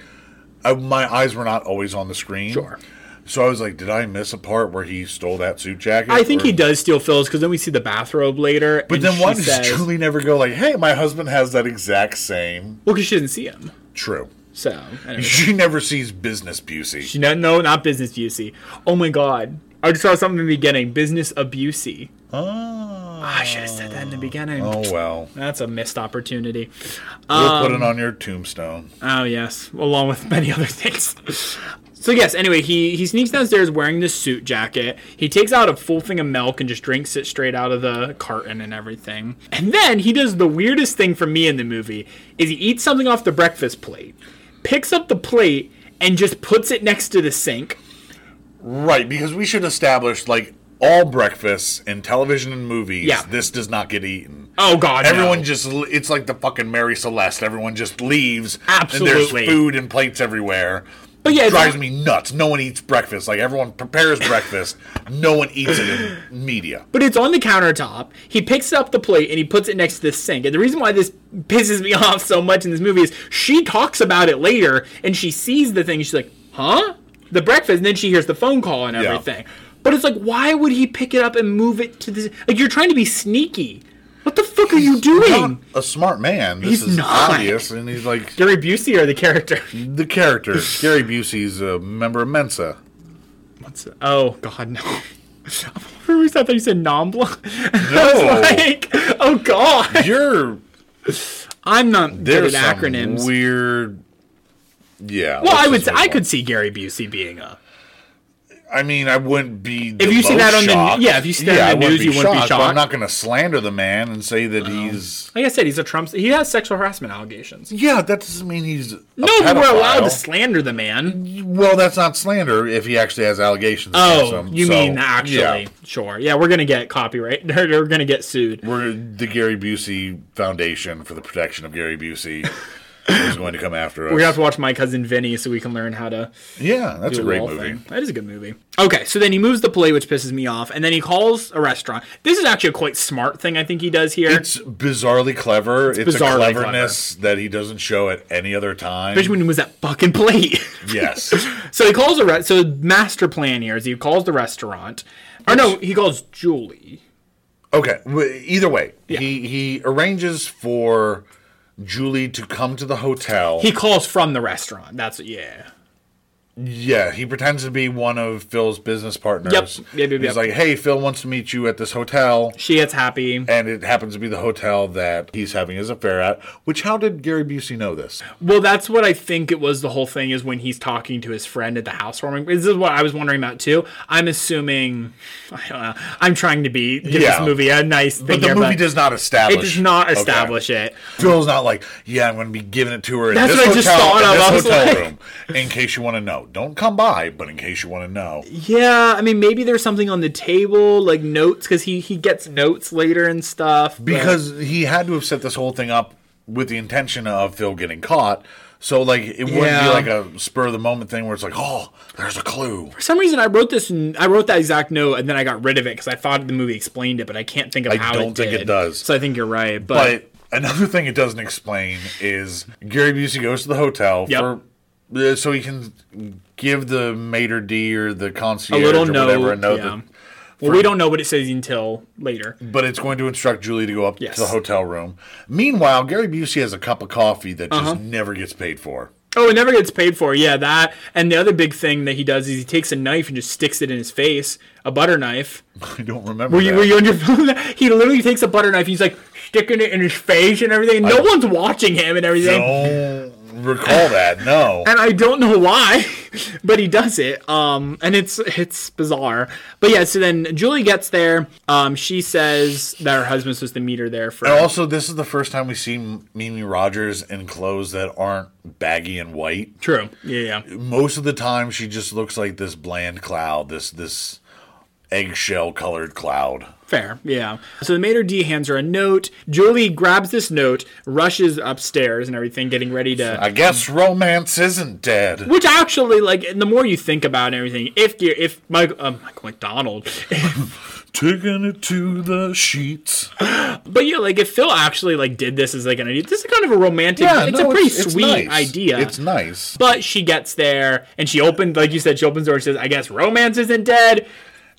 I, my eyes were not always on the screen. Sure. So I was like, did I miss a part where he stole that suit jacket? I think Or- he does steal Phil's because then we see the bathrobe later. But and then she why does says- Julie never go like, hey, my husband has that exact same? Well, because she doesn't see him. True. So anyway. She never sees business Busey. she no, no, not business Busey. Oh my god. I just saw something in the beginning. Business abusey. Oh. I should have said that in the beginning. Oh well. That's a missed opportunity. We'll put Um, it on your tombstone. Oh yes, along with many other things. So yes, anyway, he he sneaks downstairs wearing this suit jacket. He takes out a full thing of milk and just drinks it straight out of the carton and everything. And then he does the weirdest thing for me in the movie is he eats something off the breakfast plate, picks up the plate and just puts it next to the sink. Right, because we should establish like all breakfasts in television and movies. Yeah. This does not get eaten. Oh god. no. Everyone just it's like the fucking Mary Celeste. Everyone just leaves. Absolutely. And there's food and plates everywhere. But yeah, it's drives not- me nuts. No one eats breakfast. Like everyone prepares breakfast. No one eats it in media. But it's on the countertop. He picks up the plate and he puts it next to the sink. And the reason why this pisses me off so much in this movie is she talks about it later and she sees the thing. She's like, huh? The breakfast. And then she hears the phone call and Yeah. everything. But it's like, why would he pick it up and move it to the. Like, you're trying to be sneaky. What the fuck are you Not doing? a smart man. This He's is not. obvious, and he's like Gary Busey or the character? the character. Gary Busey's a member of Mensa. What's Oh, God, no. For a reason, I thought you said Nombla. No. like, oh, God. You're I'm not good there's at some acronyms. weird. Yeah. Well, I let's would. just Say, move I on. could see Gary Busey being a. I mean, I wouldn't be. If you see that on the- yeah, if you see that on I the wouldn't news, you wouldn't be but shocked. I'm not going to slander the man and say that he's. Like I said, he's a Trump. He has sexual harassment allegations. Yeah, that doesn't mean he's. No, but we're allowed to slander slander. the man. well, that's not slander if he actually has allegations. against Oh, him, you so, mean actually? yeah. Sure. Yeah, we're gonna get copyright. we're gonna get sued. We're the Gary Busey Foundation for the protection of Gary Busey is going to come after us. We're gonna have to watch my cousin Vinny so we can learn how to. yeah, that's a do great wall movie. thing. That is a good movie. Okay, so then he moves the play, which pisses me off, and then he calls a restaurant. This is actually a quite smart thing I think he does here. It's bizarrely clever. It's, bizarrely a cleverness that he doesn't show at any other time. Especially when he moves that fucking plate. yes. So he calls the re- so master plan here is he calls the restaurant, or no, he calls Julie. Okay. w- Either way, he he arranges for Julie to come to the hotel. He calls from the restaurant. That's yeah. yeah, he pretends to be one of Phil's business partners. Yep, yep, He's yep. like, "Hey, Phil wants to meet you at this hotel." She gets happy. And it happens to be the hotel that he's having his affair at. Which, how did Gary Busey know this? Well, that's what I think it was. The whole thing is when he's talking to his friend at the housewarming. This is what I was wondering about too. I'm assuming. I don't know. I'm trying to be give Yeah. this movie a nice thing. But the here, movie does not establish. It does not Okay. establish it. Phil's not like, yeah, I'm going to be giving it to her in That's this what I hotel, just thought in of. this I was hotel like- room, in case you want to know. Don't come by, but in case you want to know. Yeah, I mean maybe there's something on the table like notes because he he gets notes later and stuff. but- because he had to have set this whole thing up with the intention of Phil getting caught. So like it wouldn't Yeah. be like a spur of the moment thing where it's like, oh, there's a clue. For some reason, I wrote this. I wrote that exact note, and then I got rid of it because I thought the movie explained it, but I can't think of I how. don't it think it did. does. So I think you're right, but, But another thing it doesn't explain is Gary Busey goes to the hotel Yep. for uh, so he can give the maitre d or the concierge a little or note. whatever a note yeah. that- well, we don't know what it says until later. but it's going to instruct Julie to go up Yes. to the hotel room. Meanwhile, Gary Busey has a cup of coffee that Uh-huh. just never gets paid for. Oh, it never gets paid for. Yeah, that. And the other big thing that he does is he takes a knife and just sticks it in his face, a butter knife. I don't remember. Were you, that. were you on your phone? he literally takes a butter knife. And he's like, sticking it in his face and everything. No one's watching him and everything. Don't recall that. No. and I don't know why, but he does it. Um, and it's it's bizarre. But yeah, so then Julie gets there. Um, she says that her husband's supposed to meet her there for. And also, this is the first time we see M- Mimi Rogers in clothes that aren't baggy and white. True. Yeah, yeah. Most of the time, she just looks like this bland cloud, this this eggshell colored cloud. Fair. Yeah. So the maitre d hands her a note. Julie grabs this note, rushes upstairs and everything, getting ready to. I guess romance isn't dead. Which actually, like, and the more you think about it and everything, if you if Michael, uh, Michael McDonald, Taking it to the sheets. but yeah, like if Phil actually like did this as like an idea, this is kind of a romantic. it's no, a pretty it's sweet nice. idea. It's nice. But she gets there and she opened, like you said, she opens the door and says, I guess romance isn't dead.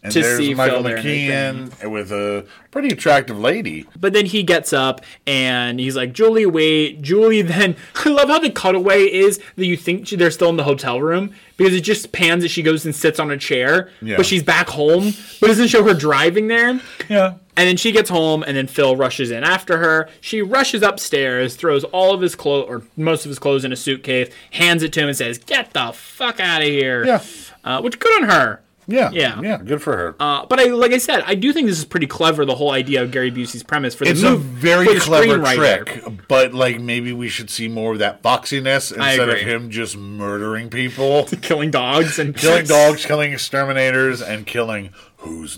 And to there's see Phil Michael there and McKean with a pretty attractive lady. But then he gets up and he's like, Julie, wait. Julie then, I love how the cutaway is that you think she, they're still in the hotel room because it just pans that she goes and sits on a chair, Yeah. but she's back home, but it doesn't show her driving there. Yeah. And then she gets home, and then Phil rushes in after her. She rushes upstairs, throws all of his clothes, or most of his clothes, in a suitcase, hands it to him, and says, Get the fuck out of here. Yeah. Uh, which, good on her. Yeah. Yeah. Yeah. Good for her. Uh, but I, like I said, I do think this is pretty clever. The whole idea of Gary Busey's premise for the It's a move, very for the clever screenwriter. trick, but like maybe we should see more of that foxiness instead of agree. him just murdering people, killing dogs and killing dogs, killing exterminators, and killing who's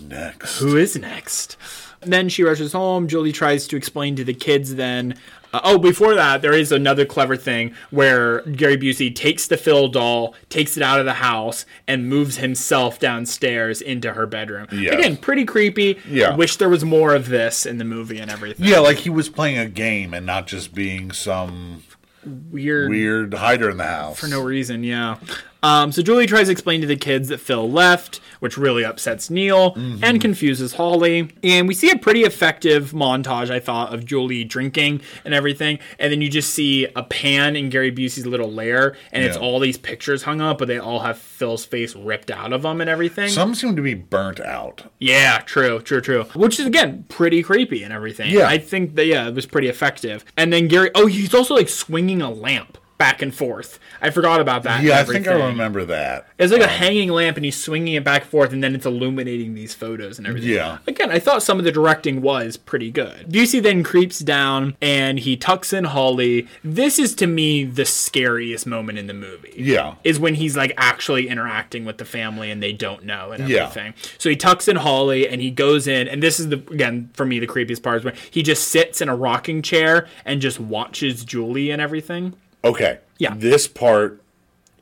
next. Who is next? Then she rushes home. Julie tries to explain to the kids. Then, uh, oh, before that, there is another clever thing where Gary Busey takes the Phil doll, takes it out of the house, and moves himself downstairs into her bedroom. Yeah. Again, pretty creepy. Yeah. Wish there was more of this in the movie and everything. Yeah, like he was playing a game and not just being some Weird. weird hider in the house. For no reason, yeah. Um, so Julie tries to explain to the kids that Phil left, which really upsets Neil Mm-hmm. and confuses Holly. And we see a pretty effective montage, I thought, of Julie drinking and everything. And then you just see a pan in Gary Busey's little lair, and it's Yeah. all these pictures hung up, but they all have Phil's face ripped out of them and everything. Some seem to be burnt out. Yeah, true, true, true. Which is again pretty creepy and everything. Yeah. I think that yeah, it was pretty effective. And then Gary, oh, he's also like swinging a lamp back and forth. I forgot about that. and Yeah, I think I everything. remember that. Um, It's like a hanging lamp, and he's swinging it back and forth, and then it's illuminating these photos and everything. Yeah. Again, I thought some of the directing was pretty good. Busey then creeps down and he tucks in Holly. This is to me the scariest moment in the movie. Yeah. Is when he's like actually interacting with the family and they don't know and Yeah. everything. So he tucks in Holly and he goes in, and this is the again for me the creepiest part is when he just sits in a rocking chair and just watches Julie and everything. Okay. Yeah. This part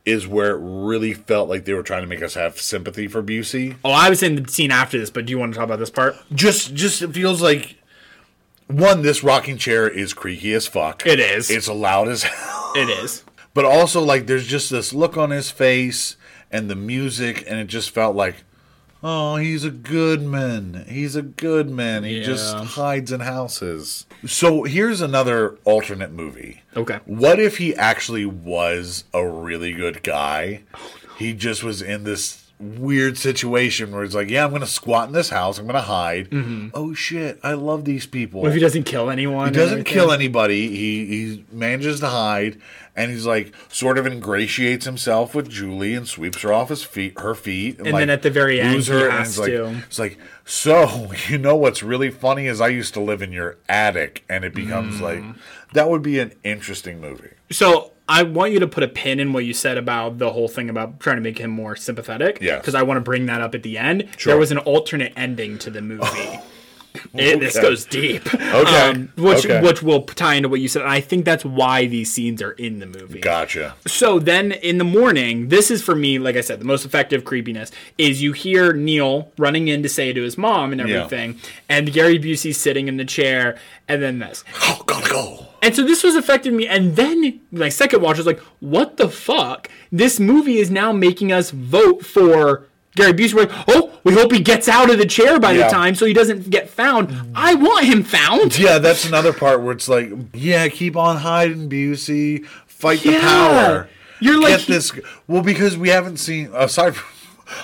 is where it really felt like they were trying to make us have sympathy for Busey. Oh, I was in the scene after this, but do you want to talk about this part? just just it feels like one this rocking chair is creaky as fuck It is. it's loud as hell It is. but also like there's just this look on his face and the music and it just felt like oh he's a good man he's a good man he just Yeah. hides in houses so here's another alternate movie Okay. what if he actually was a really good guy? He just was in this weird situation where it's like, yeah, I'm going to squat in this house. I'm going to hide. Oh shit, I love these people. Mm-hmm. What if he doesn't kill anyone? He doesn't kill anybody. He he manages to hide, and he's like sort of ingratiates himself with Julie and sweeps her off his feet, her feet, And like, then at the very end, woos he and has it's like, to. It's like, so you know what's really funny is I used to live in your attic, and it becomes Mm. like that would be an interesting movie. So I want you to put a pin in what you said about the whole thing about trying to make him more sympathetic. Yes. Because I want to bring that up at the end. Sure. There was an alternate ending to the movie. It, This Okay. goes deep. Um, Okay. which Okay. which will tie into what you said. And I think that's why these scenes are in the movie. Gotcha. So then in the morning, this is for me, like I said, the most effective creepiness is you hear Neil running in to say to his mom and Yeah. everything, and Gary Busey sitting in the chair, and then this. Oh, gotta go. And so this was affecting me. And then my second watch I was like, what the fuck? This movie is now making us vote for Gary Busey. We're like, oh, we hope he gets out of the chair by Yeah. the time so he doesn't get found. I want him found. Yeah, that's another part where it's like, yeah, keep on hiding, Busey. Fight the Yeah. power. You're like- Get this. Well, because we haven't seen aside from.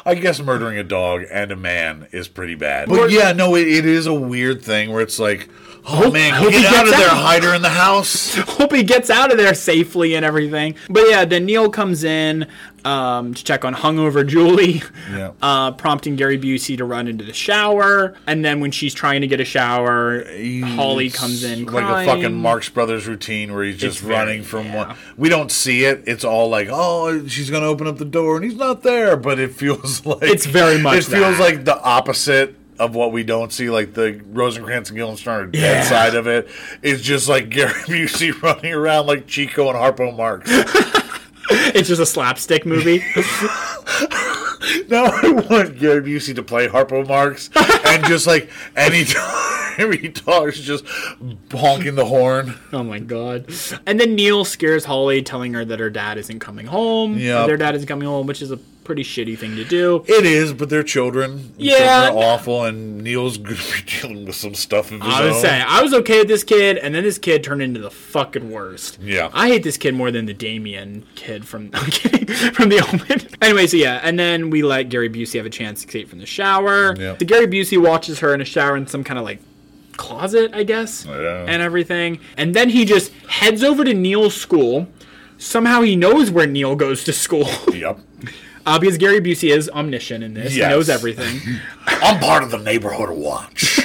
I guess murdering a dog and a man is pretty bad. But yeah, no, it, it is a weird thing where it's like, Oh, man, hope he get out of gets there, out. hide her in the house. hope he gets out of there safely and everything. But yeah, then Neil comes in um, to check on hungover Julie, Yeah. uh, prompting Gary Busey to run into the shower. And then when she's trying to get a shower, Holly comes in like crying. a fucking Marx Brothers routine where he's just It's very- running from yeah. one. We don't see it. It's all like, oh, she's gonna open up the door and he's not there. But it feels like It's very much It feels that. like the opposite of what we don't see. Like the Rosencrantz and Guildenstern are dead Yeah. side of it. It's just like Gary Busey running around like Chico and Harpo Marx. It's just a slapstick movie. Now I want Gary Busey to play Harpo Marx and just like anytime he talks, just honking the horn. oh my god. And then Neil scares Holly, telling her that her dad isn't coming home. Yep. Their dad isn't coming home, which is a pretty shitty thing to do. It is, but they're children. Yeah, children are no. awful, and Neil's going to be dealing with some stuff of his I own. was saying, I was okay with this kid, and then this kid turned into the fucking worst. Yeah. I hate this kid more than the Damien kid from I'm kidding, from the Omen. anyway, so yeah, and then we let Gary Busey have a chance to escape from the shower. Yep. The Gary Busey watches her in a shower in some kind of like closet, I guess, Yeah. and everything. And then he just heads over to Neil's school. Somehow he knows where Neil goes to school Yep, uh, because Gary Busey is omniscient in this. Yes. He knows everything. I'm part of the neighborhood watch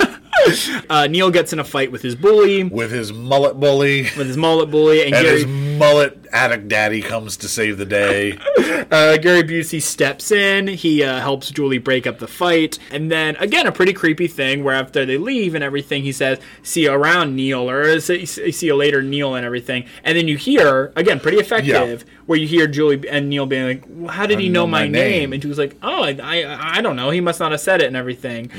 Uh, Neil gets in a fight with his bully, with with his mullet bully. his mullet bully, and, And Gary. his mullet addict daddy comes to save the day. Uh, Gary Busey steps in. He uh, helps Julie break up the fight. And then, again, a pretty creepy thing where after they leave and everything, he says, See you around, Neil, or uh, see see you later, Neil, and everything. And then you hear, again, pretty effective, where you hear Julie and Neil being like, well, How did he know, my, name? And she was like, Oh, I, I, I don't know. He must not have said it and everything.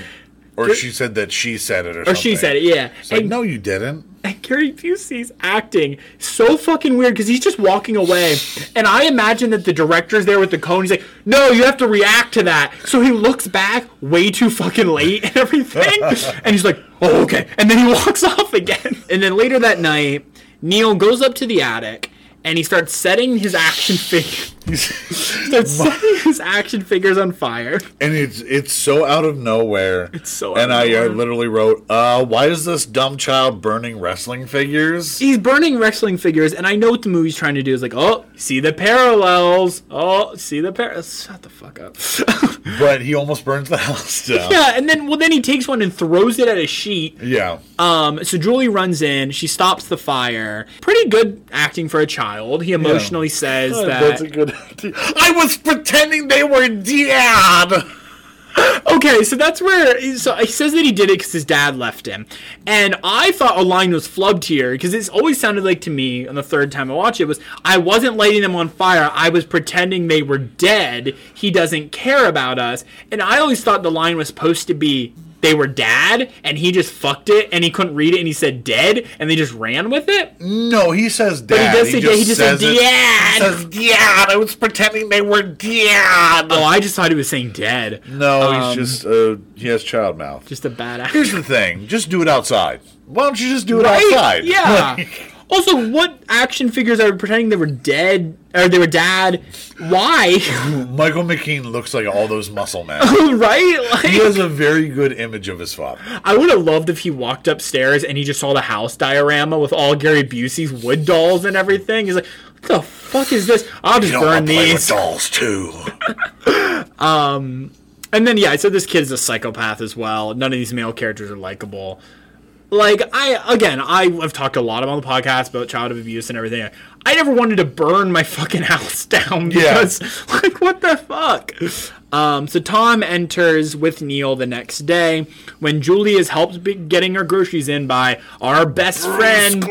Or she said that she said it, or, Or she said it, yeah. Like, And- no, you didn't. and Gary Busey's acting so fucking weird because he's just walking away, and I imagine that the director's there with the cone. He's like, "No, you have to react to that." So he looks back way too fucking late and everything, and he's like, "Oh, okay," and then he walks off again. And then later that night, Neil goes up to the attic and he starts setting his action figure. starts setting his action figures on fire. and it's it's so out of nowhere. It's so out and of I uh, nowhere. literally wrote, uh, "Why is this dumb child burning wrestling figures?" he's burning wrestling figures, and I know what the movie's trying to do is like, oh, see the parallels, oh, see the parallels. Shut the fuck up. But he almost burns the house down. yeah, and then well, then he takes one and throws it at a sheet. yeah. Um, so Julie runs in, she stops the fire. Pretty good acting for a child. He emotionally says That's a that. good idea. I was pretending they were dead. Okay, so that's where so he says that he did it because his dad left him, and I thought a line was flubbed here because it's always sounded like to me on the third time I watched it was I wasn't lighting them on fire. I was pretending they were dead. He doesn't care about us, and I always thought the line was supposed to be they were dad, and he just fucked it, and he couldn't read it, and he said dead, and they just ran with it. No, he says he dad. does say dad, he just said says it. dad. He says dad. I was pretending they were dad. Oh, I just thought he was saying dead. No, he's just uh, he has child mouth. Um, Just a bad actor. Here's the thing: just do it outside. Why don't you just do it Right? outside? Yeah. also, what action figures are pretending they were dead or they were dad? Why? Michael McKean looks like all those muscle men. right? Like, he has a very good image of his father. I would have loved if he walked upstairs and he just saw the house diorama with all Gary Busey's wood dolls and everything. He's like, "What the fuck is this? I'll just You don't burn want to play with these." dolls too. And then yeah, I said this kid is a psychopath as well. None of these male characters are likable. Like I again, I have talked a lot on the podcast about child abuse and everything. I never wanted to burn my fucking house down Yeah. because like what the fuck. Um, so Tom enters with Neil the next day when Julie is helped be getting her groceries in by our best friend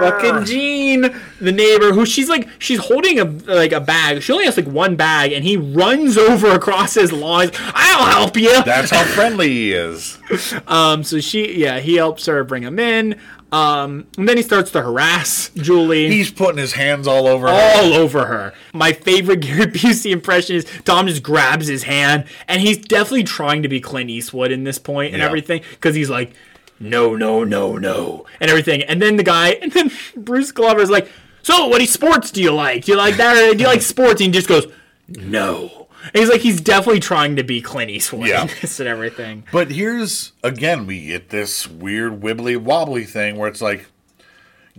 fucking Jean, the neighbor, who she's like, she's holding a like a bag. She only has like one bag, and he runs over across his lawn. He's, I'll help you. That's how friendly he is. Um, so she, yeah, he helps her bring him in. Um, and then he starts to harass Julie. He's putting his hands all over. her. all over her. My favorite Gary Busey impression is Tom just grabs his hand, and he's definitely trying to be Clint Eastwood in this point and Yeah. everything, because he's like, no, no, no, no, and everything. And then the guy, and then Bruce Glover's like, so what sports do you like? Do you like that? Or do you like sports? And he just goes, no. And he's like, he's definitely trying to be Clint Eastwood Yeah. in this and everything. But here's again, we get this weird wibbly wobbly thing where it's like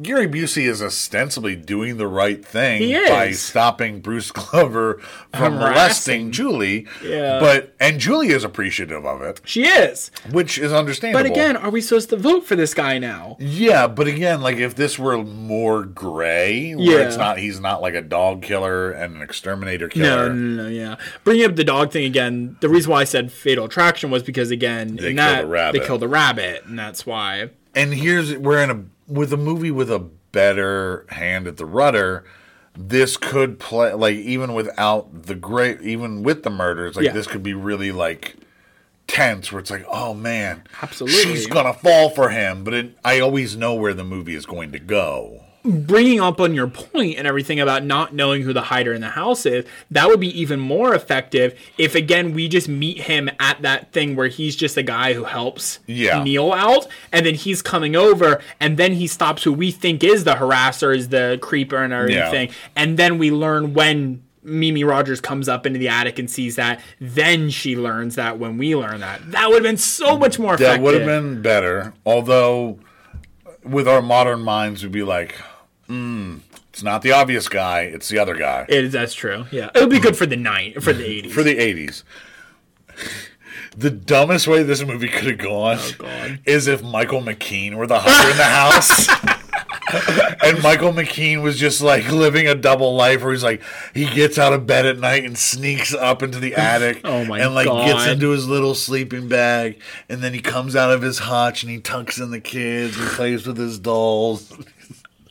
Gary Busey is ostensibly doing the right thing He is. by stopping Bruce Glover from Harassing. molesting Julie. Yeah. But and Julie is appreciative of it, She is. which is understandable. But again, are we supposed to vote for this guy now? Yeah, but again, like if this were more gray, where Yeah. it's not he's not like a dog killer and an exterminator No, killer. no, no, no, yeah. Bringing up the dog thing again, the reason why I said fatal attraction was because again, They in killed that a rabbit. they killed a rabbit, and that's why. and here's we're in a with a movie with a better hand at the rudder this could play like even without the great even with the murders like Yeah. this could be really like tense where it's like oh man Absolutely. she's gonna fall for him but it, i always know where the movie is going to go Bringing up on your point and everything about not knowing who the hider in the house is, that would be even more effective if again we just meet him at that thing where he's just a guy who helps Yeah. Neil out, and then he's coming over, and then he stops who we think is the harasser, is the creeper, and Yeah. everything, and then we learn when. Mimi Rogers comes up into the attic and sees that. Then she learns that when we learn that. That would have been so much more effective. that would have been better although with our modern minds we'd be like mm, it's not the obvious guy it's the other guy It is, that's true. Yeah. It would be good for the night, for the 80s. for the 80s. The dumbest way this movie could have gone Oh, is if Michael McKean were the hunter in the house. and Michael McKean was just like living a double life where he's like, he gets out of bed at night and sneaks up into the attic Oh my and like gets God. into his little sleeping bag. And then he comes out of his hutch and he tucks in the kids and plays with his dolls.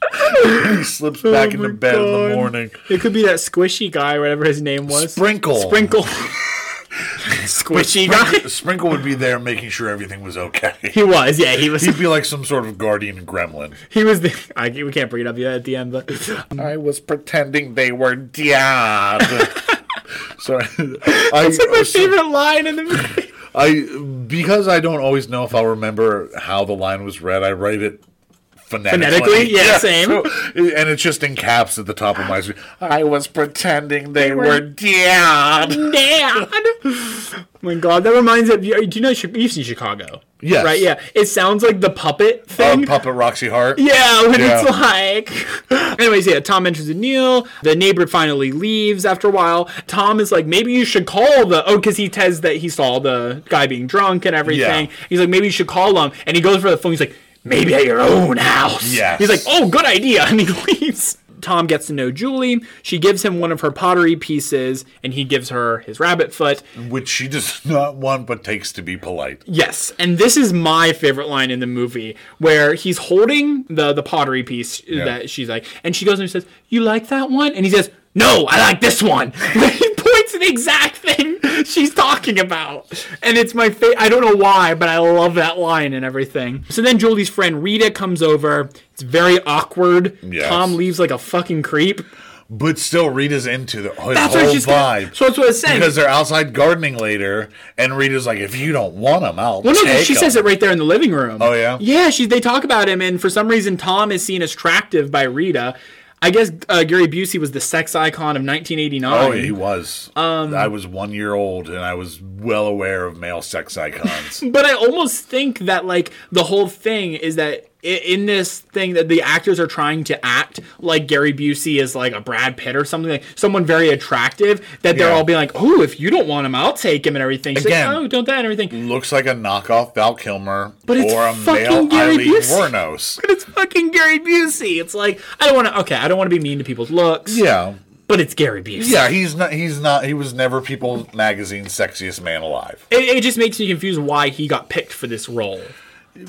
he slips back Oh into my bed in the God. morning. It could be that squishy guy, whatever his name was. Sprinkle. Sprinkle. squishy guy. Sprinkle would be there making sure everything was okay. He was, yeah, he was. He'd be like some sort of guardian gremlin. He was the. I, we can't bring it up yet at the end, but I was pretending they were dead. Sorry, I, my favorite line in the movie. I because I don't always know if I'll remember how the line was read. I write it phonetically. Phonetically? Yeah, same. and it's just in caps at the top of my screen. I was pretending they, were, dead. Dad. Oh my God, that reminds me. Of, you do you know Chi- you've seen Chicago? Yes. Right. Yeah. It sounds like the puppet Um, thing. Puppet Roxy Hart. Yeah, when Yeah. it's like. Anyways, yeah, Tom enters the Neil. The neighbor finally leaves after a while. Tom is like, maybe you should call the. Oh, because he says that he saw the guy being drunk and everything. Yeah. He's like, maybe you should call him. And he goes for the phone. He's like, maybe at your own house. Yes. He's like, oh, good idea. And he leaves. Tom gets to know Julie. She gives him one of her pottery pieces, and he gives her his rabbit foot. which she does not want, but takes to be polite. Yes, and this is my favorite line in the movie where he's holding the the pottery piece that she's like, and she goes and says, "You like that one?" And he says, "No, I like this one." he points to the exact thing she's talking about, and it's my favorite. I don't know why, but I love that line and everything. So then Julie's friend Rita comes over. It's very awkward. Yes. Tom leaves like a fucking creep. But still, Rita's into the his That's what I whole was just vibe. gonna- so that's what I was saying. because they're outside gardening later, and Rita's like, "If you don't want them, I'll Well, no, 'cause take she says it 'em." right there in the living room. Oh, yeah? Yeah, she they talk about him, and for some reason, Tom is seen as attractive by Rita. I guess uh, Gary Busey was the sex icon of 1989. Oh, yeah, he was. Um, I was one year old, and I was well aware of male sex icons. But I almost think that like the whole thing is that i- in this thing that the actors are trying to act like Gary Busey is like a Brad Pitt or something like someone very attractive that they're Yeah. all being like, oh, if you don't want him, I'll take him and everything. She's like, Again. oh, don't that and everything. Looks like a knockoff Val Kilmer, But it's or a fucking male Gary Eileen Busey. Wuornos. But it's fucking Gary Busey. It's like I don't want to. Okay, I don't want to be mean to people's looks. Yeah, but it's Gary Busey. yeah, he's not. He's not. He was never People Magazine's sexiest man alive It, it just makes me confused why he got picked for this role.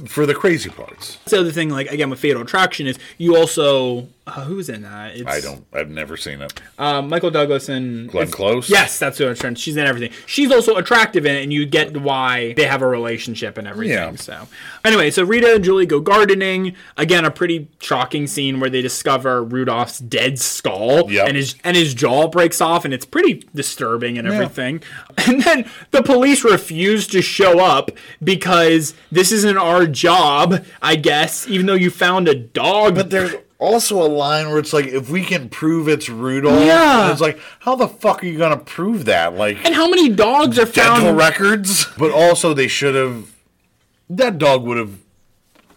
for the crazy parts. So the thing, like again with Fatal Attraction, is you also uh, who's in that? It's, I don't. I've never seen it. Uh, Michael Douglas and Glenn it's- Close. Yes, that's who I'm trying. She's in everything. She's also attractive in it, and you get why they have a relationship and everything. Yeah. So anyway, so Rita and Julie go gardening. Again, a pretty shocking scene where they discover Rudolph's dead skull, Yep. and his and his jaw breaks off, and it's pretty disturbing and everything. And then the police refuse to show up because this isn't our job, I guess. Even though you found a dog, But there's Also, a line where it's like, if we can prove it's Rudolph, Yeah. and it's like, how the fuck are you gonna prove that? Like, And how many dogs are dental found? records. But also, they should have. That dog would have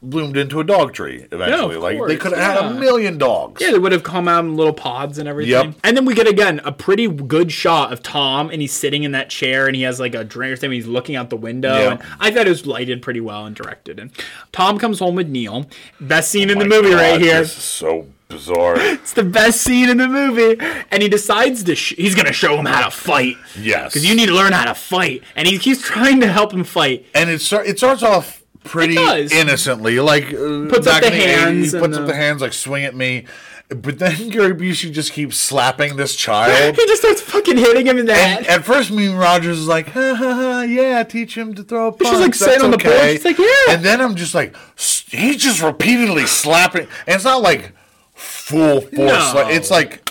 bloomed into a dog tree eventually. like they course, could have had yeah. a million dogs. Yeah, they would have come out in little pods and everything. Yep. And then we get again a pretty good shot of Tom, and he's sitting in that chair, and he has like a drink or something. He's looking out the window. Yeah. And I thought it was lighted pretty well and directed. And Tom comes home with Neil. Best scene in the movie Oh God, right here. This is so bizarre. It's the best scene in the movie. And he decides to sh- he's gonna show him how to fight. Yes. Because you need to learn how to fight, and he keeps trying to help him fight. and it start, it starts off pretty It does. innocently, like uh, Puts up back in the 80s, hands puts and, up uh, the hands, like swing at me. But then Gary Busey just keeps slapping this He child. just starts fucking hitting him in the And head. at first, Mimi Rogers is like, ha ha ha, yeah, teach him to throw a punch. just, like, That's sitting on the okay." porch. She's like, "Yeah." And then I'm just like, "S- he's just repeatedly slapping. And it's not like full force. No. Like, it's like,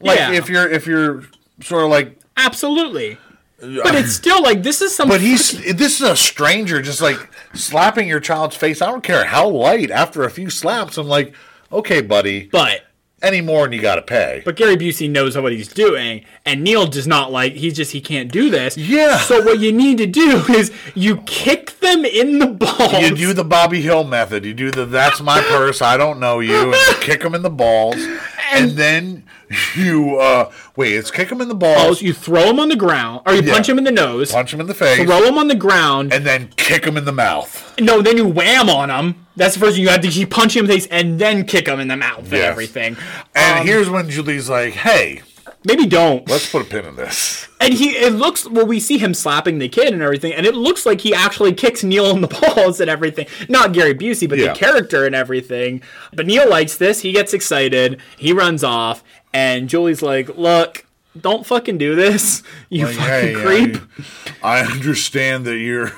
like Yeah. if you're if you're sort of like, Absolutely. But it's still like this is some. but he's this is a stranger just like slapping your child's face. I don't care how light. After a few slaps, I'm like, okay, buddy, but any more and you got to pay. But Gary Busey knows what he's doing, and Neil does not like. He's just he can't do this. Yeah. So what you need to do is you kick them in the balls. You do the Bobby Hill method. You do the "That's my purse, I don't know you," and you kick him in the balls, and then you uh wait. It's kick him in the balls, balls. You throw him on the ground, or you Yeah. punch him in the nose, punch him in the face, throw him on the ground. and then kick him in the mouth. no, then you wham on him. That's the first thing you have to. You punch him in the face and then kick him in the mouth and Yes. everything. And Um, here's when Julie's like, "Hey, Maybe don't. let's put a pin in this." And he, it looks, well, we see him slapping the kid and everything, and it looks like he actually kicks Neil in the balls and everything. Not Gary Busey, but Yeah. the character and everything. But Neil likes this. He gets excited. He runs off, and Julie's like, look, don't fucking do this, you fucking Hey, I- creep. I, understand that you're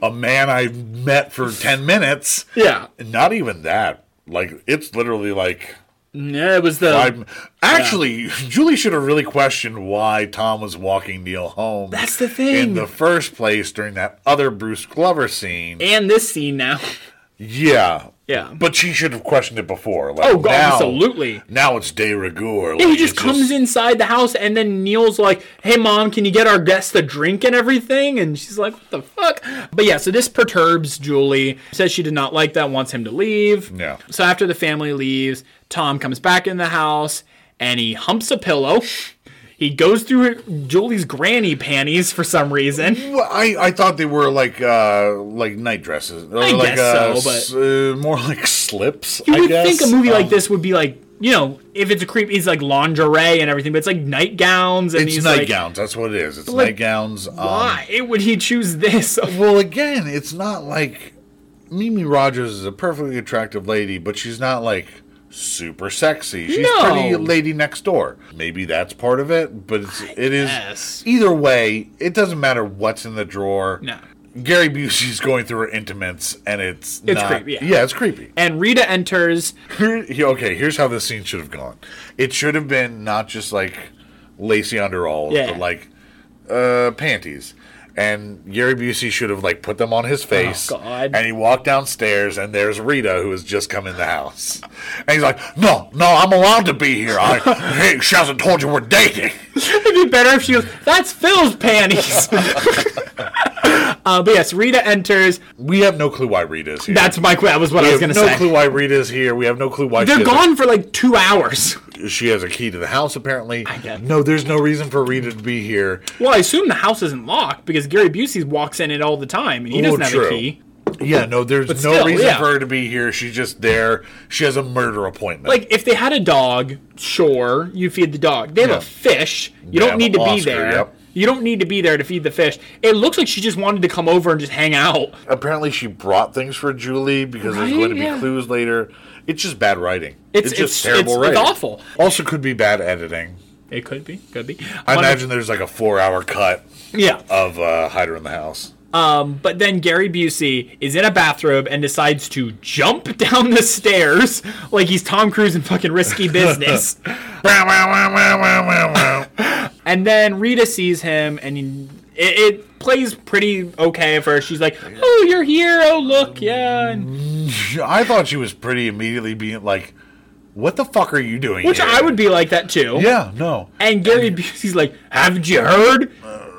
a man I met for ten minutes. Yeah. Not even that. Like it's literally like Yeah, it was the. I'm actually Julie should have really questioned why Tom was walking Neil home. That's the thing. In the first place during that other Bruce Glover scene. and this scene now. yeah. Yeah. But she should have questioned it before. Like, Oh, God, now- absolutely. Now it's de rigueur. he just comes inside the house, and then Neil's like, "Hey, mom, can you get our guest a drink and everything?" And she's like, "What the fuck?" But yeah, so this perturbs Julie. Says she did not like that. Wants him to leave. Yeah. So after the family leaves, Tom comes back in the house, and he humps a pillow. He goes through Julie's granny panties for some reason. Well, I, I thought they were like uh like night dresses. Or I like guess uh, so, but- s- uh, more like slips. You I would guess. think a movie like Um, this would be like, you know, if it's a creep, it's like lingerie and everything, but it's like nightgowns and It's these Like, nightgowns. that's what it is. It's like, nightgowns. um, why would he choose this? Well, again, it's not like Mimi Rogers is a perfectly attractive lady, but she's not like super sexy. She's No. pretty lady next door. Maybe that's part of it, but it's, it is guess. either way. It doesn't matter what's in the drawer. No. Gary Busey's going through her intimates, and it's It's not- creepy, yeah. yeah, it's creepy. and Rita enters. Here- yeah, okay, here's how this scene should have gone. It should have been not just like lacy underalls, Yeah. but like uh, panties. And Gary Busey should have like put them on his face. Oh, God. And he walked downstairs, and there's Rita who has just come in the house. And he's like, "No, no, I'm allowed to be here. I, hey, she hasn't told you we're dating." It'd be better if she goes, that's Phil's panties. uh, but yes, Rita enters. We have no clue why Rita is here. That's my que- That was what we I was have going to no say. clue why Rita is here. We have no clue why she They're has a- gone for like two hours. she has a key to the house. Apparently, guess. no, there's no reason for Rita to be here. Well, I assume the house isn't locked because Gary Busey walks in it all the time and he Well, doesn't have Oh, true. a key. Yeah, no, there's no still, reason yeah. for her to be here. She's just there. She has a murder appointment. Like, if they had a dog, sure, you feed the dog. They have Yeah. a fish. You They don't have need to be Oscar, there. yep. You don't need to be there to feed the fish. It looks like she just wanted to come over and just hang out. apparently she brought things for Julie because there's Right, going to be yeah. clues later. It's just bad writing. It's- just it's- terrible it's- it's writing. awful. Also, could be bad editing. It could be. Could be. I imagine there's like a four-hour cut Yeah. of uh, Hider in the House. But then Gary Busey is in a bathrobe and decides to jump down the stairs like he's Tom Cruise in fucking risky business. Wow, wow, wow, wow, wow, wow, wow. and then Rita sees him and he- it, it plays pretty okay at first. She's like, oh, you're here. Oh, look. Yeah. And I thought she was pretty immediately being like, what the fuck are you doing? Which here? I would be like that too. Yeah, no. And Gary Busey's like, haven't you heard?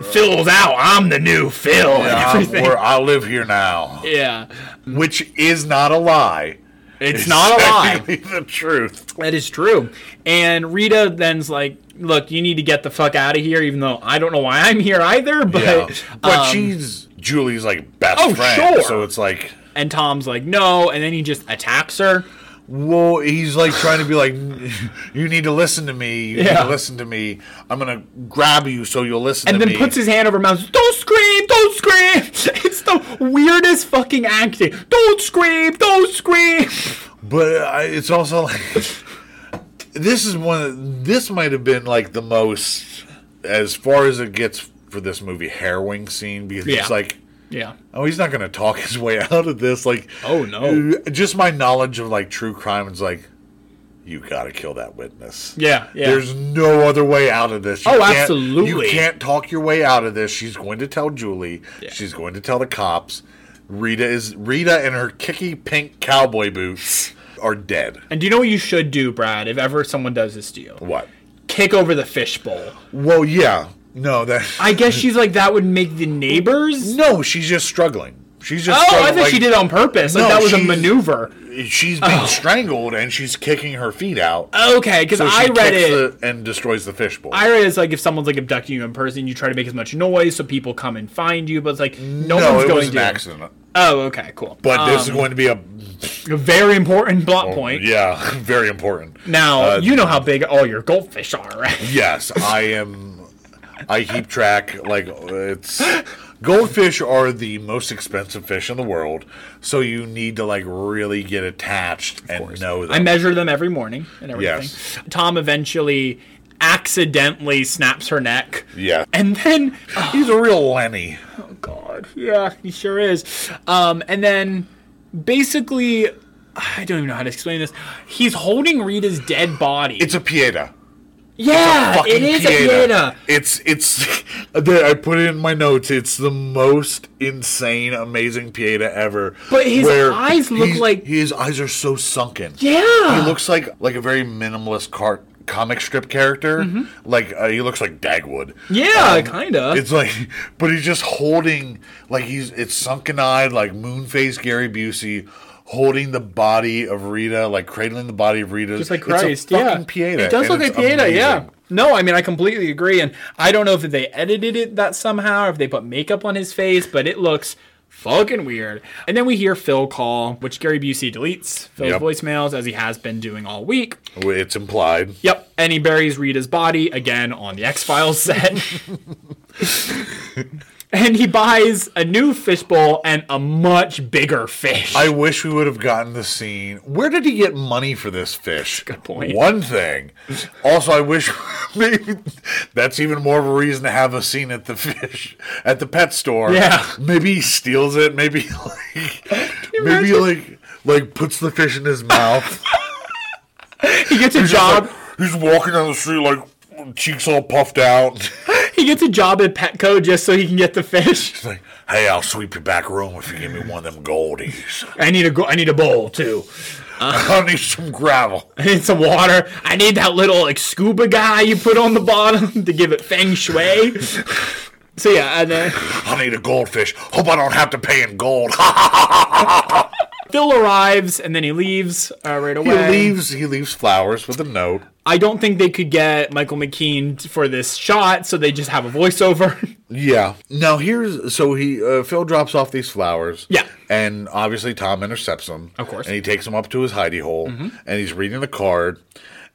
Phil's out. I'm the new Phil. Yeah, and I'm everything. where I live here now, yeah. which is not a lie. It's not a lie. technically The truth. That is true. And Rita then's like, look, you need to get the fuck out of here, even though I don't know why I'm here either. But, Yeah. But um, she's Julie's like best Oh, friend, sure. so it's like, and Tom's like, no. And then he just attacks her. well, he's like trying to be like, you need to listen to me. You need Yeah. to listen to me. I'm gonna grab you so you'll listen. and to then me. puts his hand over her mouth. Don't scream! Don't scream! It's the weirdest fucking acting. Don't scream! Don't scream! But I, it's also like this is one. of- This might have been like the most as far as it gets for this movie harrowing scene because Yeah. it's like. Yeah. Oh, he's not going to talk his way out of this. Like, Oh, no. Uh, Just my knowledge of like true crime is like, you got to kill that witness. Yeah, yeah. There's no other way out of this. You Oh, can't- absolutely. You can't talk your way out of this. She's going to tell Julie. She's going to tell the cops. Rita is Rita and her kicky pink cowboy boots are dead. And do you know what you should do, Brad, if ever someone does this to you? What? Kick over the fishbowl. Well, yeah. No, that. I guess she's like, that would make the neighbors. no, she's just struggling. She's just. Oh, I struggling, think she like- did Oh. it on purpose. Like, No, that was a she's- maneuver. She's being strangled and she's kicking her feet out. Okay, because So she I read kicks it. the- and destroys the fishbowl. I read it's like if someone's like abducting you in person, you try to make as much noise so people come and find you, but it's like no, no, one's it going was an to. accident. Oh, okay, cool. But this is going to be a a very important plot point. yeah, very important. Now Uh, you know how big all your goldfish are, right? yes, I am. I keep track. Like it's goldfish are the most expensive fish in the world, so you need to like really get attached and know them. I measure them every morning and everything. Yes. Tom eventually accidentally snaps her neck. yeah, And then he's a real Lenny. oh god, yeah, he sure is. Um, and then basically, I don't even know how to explain this. He's holding Rita's dead body. It's a Pieta. yeah, fucking it is a Pieta. pieta. It's it's. there, I put it in my notes. It's the most insane, amazing Pieta ever. But his where eyes look he's- like- his eyes are so sunken. Yeah. he looks like like a very minimalist cart comic strip character. Like uh, he looks like Dagwood. Mm-hmm. Yeah, kinda. It's like, but he's just holding like he's it's sunken eyed like moon faced Gary Busey. Holding the body of Rita, like cradling the body of Rita, just like It's a Christ. Yeah, fucking Pieta, It does and look like it's Pieta. Yeah. amazing. No, I mean I completely agree, and I don't know if they edited it that somehow, or if they put makeup on his face, but it looks fucking weird. And then we hear Phil call, which Gary Busey deletes Phil's Yep. voicemails as he has been doing all week. It's implied. Yep, and he buries Rita's body again on the X Files set. and he buys a new fishbowl and a much bigger fish. I wish we would have gotten the scene. Where did he get money for this fish? Good point. One thing. Also, I wish maybe that's even more of a reason to have a scene at the fish at the pet store. Yeah. Maybe he steals it. Maybe like maybe like like puts the fish in his mouth. he gets a He's just job. like- he's walking down the street like cheeks all puffed out. He gets a job at Petco just so he can get the fish. He's like, hey, I'll sweep your back room if you give me one of them goldies. I need a go- I need a bowl too. I need some gravel. I need some water. I need that little like scuba guy you put on the bottom to give it feng shui. so yeah, and then I need a goldfish. Hope I don't have to pay in gold. Phil arrives and then he leaves uh, right he away. leaves. He leaves flowers with a note. I don't think they could get Michael McKean t- for this shot, so they just have a voiceover. Yeah. Now here's so he uh, Phil drops off these flowers. Yeah. And obviously Tom intercepts him. Of course. Mm-hmm. And he takes him up to his hidey hole, and he's reading the card,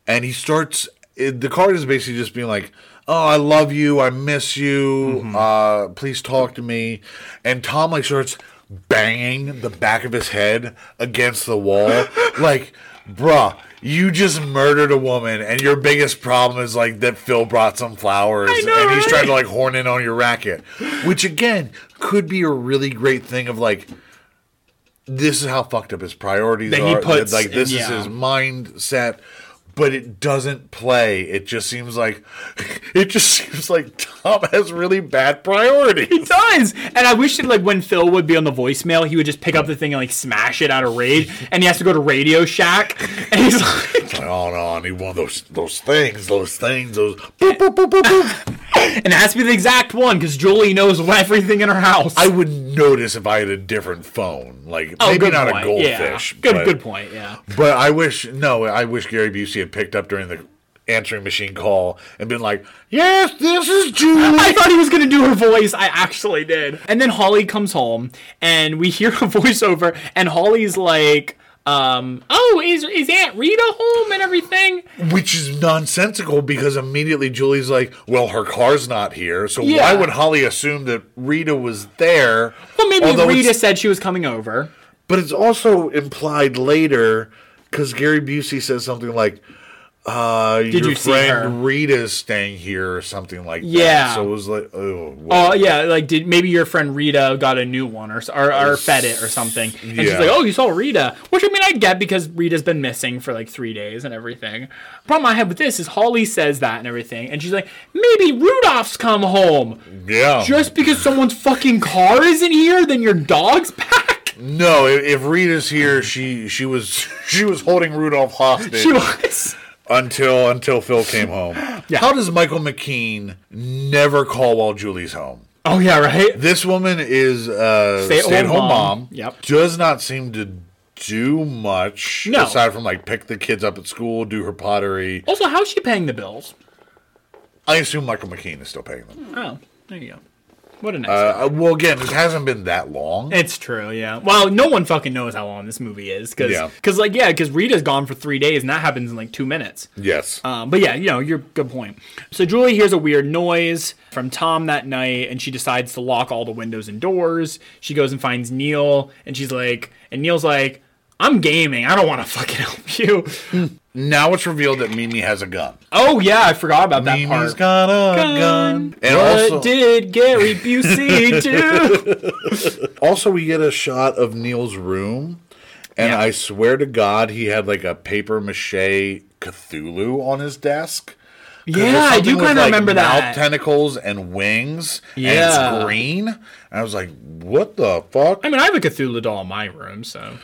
and he starts. It, the card is basically just being like. Oh, I love you. I miss you. Mm-hmm. Uh, please talk to me. And Tom like starts banging the back of his head against the wall, like, bruh, you just murdered a woman, and your biggest problem is like that Phil brought some flowers, I know, and he's right? trying to like horn in on your racket, which again could be a really great thing of like. This is how fucked up his priorities That he are. puts like this in- is yeah. his mindset. but it doesn't play. It just seems like it just seems like Tom has really bad priorities. He does. And I wish that like when Phil would be on the voicemail, he would just pick up the thing and like smash it out of rage. And he has to go to Radio Shack. And he's like, Like, on and on. He won those those things, those things, those boop, boop, boop, boop, boop. and it has to be the exact one because Julie knows everything in her house. I would notice if I had a different phone. Like Oh, maybe good not point. a goldfish. Yeah. Good, but, good point. Yeah. But I wish no, I wish Gary Busey had picked up during the answering machine call and been like, Yes, this is Julie. I thought he was gonna do her voice. I actually did. And then Holly comes home, and we hear a voiceover, and Holly's like, um, "Oh, is is Aunt Rita home and everything?" Which is nonsensical because immediately Julie's like, Well, her car's not here, so Yeah. why would Holly assume that Rita was there? Well, maybe Although Rita it's- said she was coming over. But it's also implied later because Gary Busey says something like, uh, your you see her? friend Rita's staying here or something like Yeah. that. So it was like, oh, Oh well, yeah, like did maybe your friend Rita got a new one or s- or, or fed it or something? And she's Yeah. like, "Oh, you saw Rita," which I mean I get because Rita's been missing for like three days and everything. Problem I have with this is Holly says that and everything, and she's like, "Maybe Rudolph's come home." yeah. Just because someone's fucking car isn't here, then your dog's back. no, if, if Rita's here, she she was she was holding Rudolph hostage She was. until until Phil came home. Yeah. How does Michael McKean never call while Julie's home? Oh yeah, right. This woman is a Stay-at-home stay-at-home mom. mom. Yep. Does not seem to do much No. aside from like pick the kids up at school, do her pottery. Also, how's she paying the bills? I assume Michael McKean is still paying them. Oh, there you go. What a nice. Uh, well, again, it hasn't been that long. It's true, yeah. Well, no one fucking knows how long this movie is, because, Yeah. like, yeah, because Rita's gone for three days, and that happens in like two minutes. Yes. Um, but yeah, you know, you're good point. So Julie hears a weird noise from Tom that night, and she decides to lock all the windows and doors. She goes and finds Neil, and she's like, and Neil's like, "I'm gaming. I don't want to fucking help you." now it's revealed that Mimi has a gun. oh yeah, I forgot about that Mimi's part. got a gun. And And what also- did Gary Busey do? Also, we get a shot of Neil's room, and Yeah. I swear to God, he had like a paper mache Cthulhu on his desk. yeah, I do kind of remember that. Mouth tentacles and wings. And Yeah. it's green. And I was like, what the fuck? I mean, I have a Cthulhu doll in my room, so.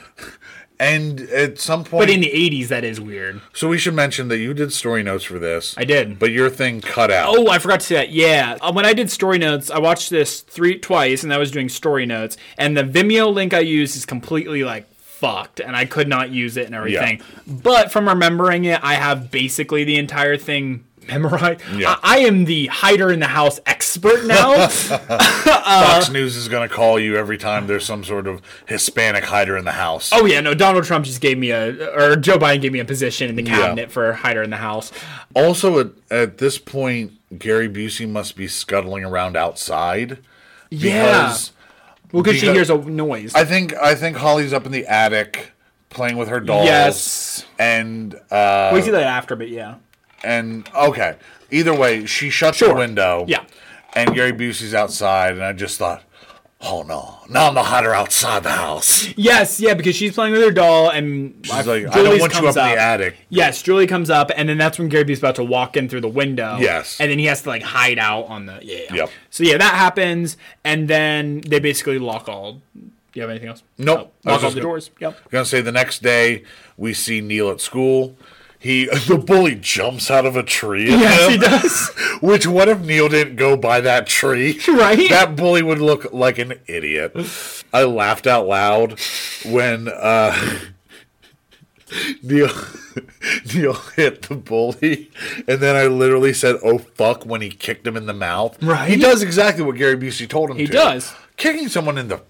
And at some point, But in the 80s, that is weird. so we should mention that you did story notes for this. I did. But your thing cut out. Oh, I forgot to say that. Yeah, Uh, when I did story notes, I watched this three twice, and I was doing story notes. And the Vimeo link I used is completely like fucked, and I could not use it and everything. But from remembering it, I have basically the entire thing memorized. Yeah. I, I am the hider in the house expert now. uh, Fox News is going to call you every time there's some sort of Hispanic hider in the house. Oh yeah, no. Donald Trump just gave me a, or Joe Biden gave me a position in the Yeah. cabinet for hider in the house. Also, at, at this point, Gary Busey must be scuttling around outside. Because yeah. Well, because she because- hears a noise. I think I think Holly's up in the attic playing with her dolls. Yes. And uh we see that after, but yeah. and okay. Either way, she shuts Sure. the window. Yeah. And Gary Busey's outside, and I just thought, oh no, now I'm the hotter outside the house. Yes, yeah, because she's playing with her doll, and she's like, "I don't want you up in the attic." Yes, Julie comes up, and then that's when Gary B's about to walk in through the window. Yes. and then he has to like hide out on the yeah. yeah. Yep. So yeah, that happens, and then they basically lock all. Do you have anything else? Nope. Oh, I lock was all just the gonna- doors. Yep. I'm gonna say the next day we see Neil at school. He the bully jumps out of a tree. at Yes, him. he does. Which what if Neil didn't go by that tree? Right? That bully would look like an idiot. I laughed out loud when uh Neil Neil hit the bully and then I literally said, Oh fuck when he kicked him in the mouth. Right? He does exactly what Gary Busey told him He to. does. Kicking someone in the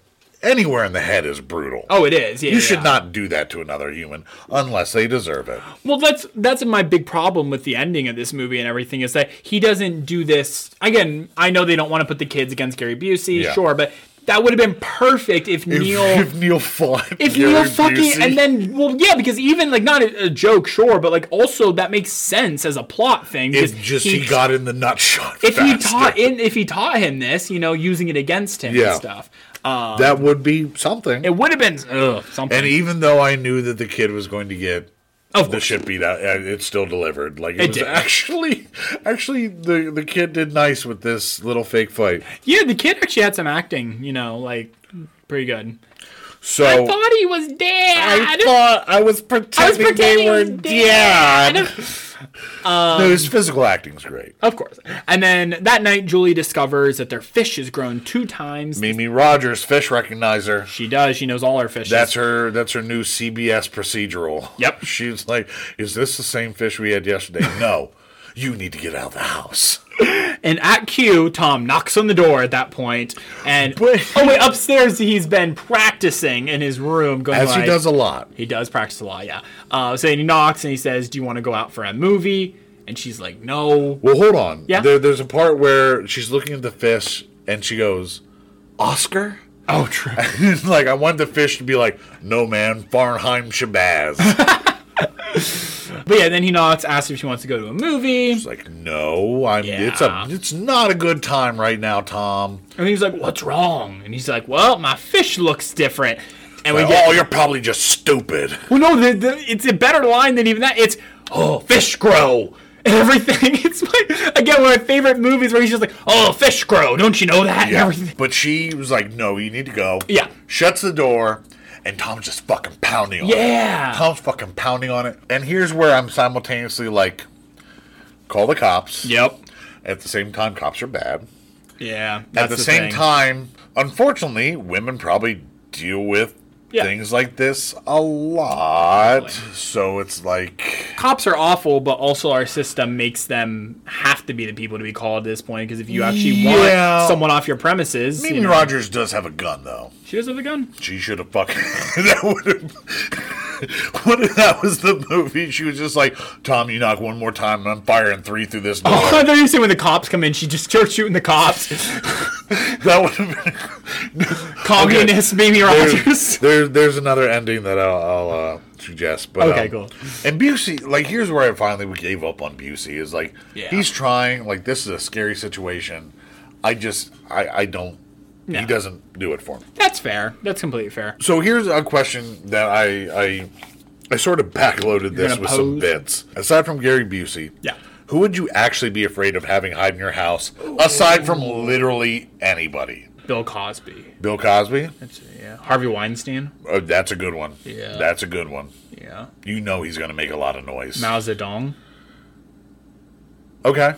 anywhere in the head is brutal. Oh, it is. Yeah, You yeah, should yeah. not do that to another human unless they deserve it. Well, that's that's my big problem with the ending of this movie and everything is that he doesn't do this. Again, I know they don't want to put the kids against Gary Busey, Yeah. sure, but that would have been perfect if If- Neil if Neil fought if Gary Neil fucking Busey- and then well yeah because even like not a, a joke sure but like also that makes sense as a plot thing because If just he, got in the nut shot. if he faster. taught in if he taught him this you know using it against him Yeah. and stuff uh, that would be something. it would have been ugh, something and even though I knew that the kid was going to get Of the course. shit beat out. and It still delivered. Like it, It was did. actually, actually, the the kid did nice with this little fake fight. Yeah, the kid actually had some acting, you know, like pretty good. So I thought he was dead. Oh. I thought I was pretending, pretending they were he was dead. dead. no, his physical acting's great. of course. And then that night, Julie discovers that their fish has grown two times. Mimi Rogers, fish recognizer. She does. She knows all her fishes. That's her. That's her new CBS procedural. Yep. She's like, "Is this the same fish we had yesterday?" no. You need to get out of the house. And at Q, Tom knocks on the door at that point, and But- oh wait, upstairs he's been practicing in his room. Going As like- he does a lot. He does practice a lot, yeah. Uh, so then he knocks and he says, "Do you want to go out for a movie?" And she's like, "No." Well, hold on. Yeah. There, there's a part where she's looking at the fish and she goes, Oscar? Oh, true. like, I want the fish to be like, no, man, Farnheim Shabazz. But yeah, then he knocks, asks if she wants to go to a movie, it's like, no, I'm, it's Yeah. a, it's not a good time right now, Tom. and he's like, "What's wrong?" And he's like, "Well, my fish looks different." And we Like, get, oh, you're probably just stupid. well, no, the, the, it's a better line than even that. It's, "Oh, fish grow." And everything. It's my, again one of my favorite movies where he's just like, "Oh, fish grow." Don't you know that? And Yeah. everything. But she was like, no, you need to go. Yeah. Shuts the door, and Tom's just fucking pounding on it. Yeah. Tom's fucking pounding on it. And here's where I'm simultaneously like, call the cops. Yep. At the same time, cops are bad. Yeah. at that's the, same thing. time, unfortunately, women probably deal with Yeah. things like this a lot. So it's like, cops are awful, but also our system makes them have to be the people to be called at this point. Because if you actually Yeah. want someone off your premises, you Mimi know- Rogers does have a gun though. she does have a gun. She should have fucking. that would have. What if that was the movie? She was just like, Tom, you knock one more time, and I'm firing three through this door. Oh, I thought you were saying when the cops come in, she just starts shooting the cops. that would have been. Communist Mimi There's, Rogers. there, there's another ending that I'll, I'll uh, suggest. But Okay, um, cool. And Busey, like, here's where I finally gave up on Busey. Is like Yeah. he's trying. Like this is a scary situation. I just I I don't. No. He doesn't do it for me. That's fair. That's completely fair. So here's a question that I I I sort of backloaded this gonna with some pose? bits. Aside from Gary Busey, Yeah. Who would you actually be afraid of having hide in your house? Aside from literally anybody, Bill Cosby. Bill Cosby. That's, yeah. Harvey Weinstein. Oh, that's a good one. Yeah. That's a good one. Yeah. You know he's going to make a lot of noise. Mao Zedong. Okay.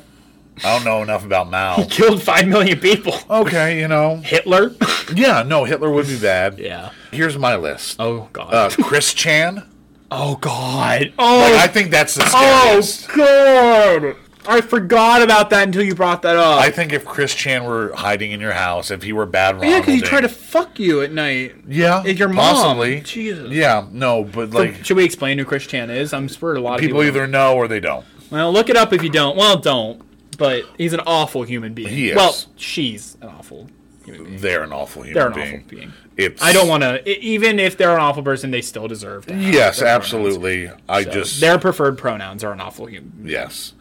I don't know enough about Mao. Killed 5 million people. Okay, you know. Hitler. Yeah, no, Hitler would be bad. yeah. Here's my list. Oh, God. Uh, Chris Chan. oh, God. Oh, I think that's the Oh scariest. god! I forgot about that until you brought that up. I think if Chris Chan were hiding in your house, if he were bad Ronald, yeah, because he tried to fuck you at night. yeah, at your mom. possibly. Jesus. Yeah, no, but like Should we explain who Chris Chan is? I'm sure a lot of people. people either know or they don't. Well, look it up if you don't. Well, don't. But he's an awful human being. He is. Well, she's an awful human being. They're an awful human They're an being. awful being. It's I don't want to. Even if they're an awful person, they still deserve to. have Yes, their pronouns. absolutely. I just Their preferred pronouns are an awful human. yes.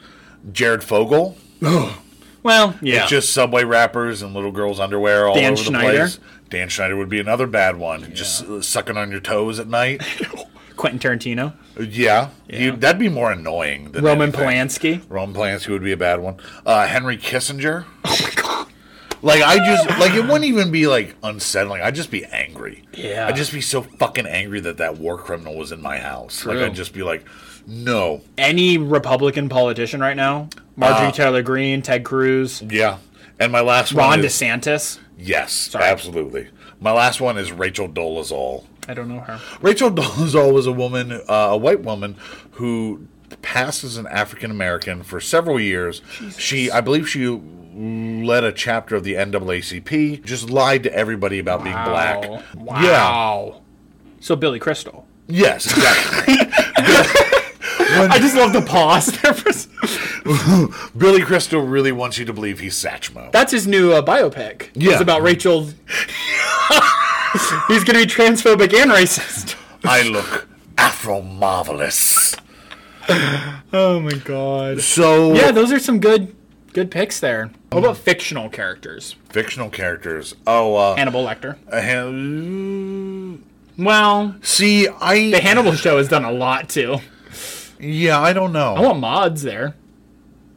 Jared Fogle. Well, yeah. It's just subway wrappers and little girls' underwear all Dan over the Schneider. place. Dan Schneider would be another bad one. Just uh, sucking on your toes at night. Quentin Tarantino, yeah, You, that'd be more annoying than Roman anything. Polanski. Roman Polanski would be a bad one. Uh, Henry Kissinger. Oh my god. Like I just like it wouldn't even be like unsettling. I'd just be angry. Yeah. I'd just be so fucking angry that that war criminal was in my house. Like True. I'd just be like, no, any Republican politician right now. Uh, Marjorie Taylor Greene, Ted Cruz, yeah. And my last Ron one is DeSantis. yes, absolutely. My last one is Rachel Dolezal. I don't know her. Rachel Dolezal was a woman, uh, a white woman, who passed as an African American for several years. She, I believe, she led a chapter of the NAACP. Just lied to everybody about being Wow. black. Oh, Wow. So Billy Crystal. Yes, exactly. I just love the pause there. For... s- Billy Crystal really wants you to believe he's Satchmo. That's his new uh, biopic. Yeah. It's about Rachel. He's going to be transphobic and racist. I look Afro marvelous. Oh my god. So Yeah, those are some good good picks there. What about fictional characters? fictional characters. Oh, uh, Hannibal Lecter. uh, Han- Well, see, I the Hannibal show has done a lot too. Yeah, I don't know. I want mods there.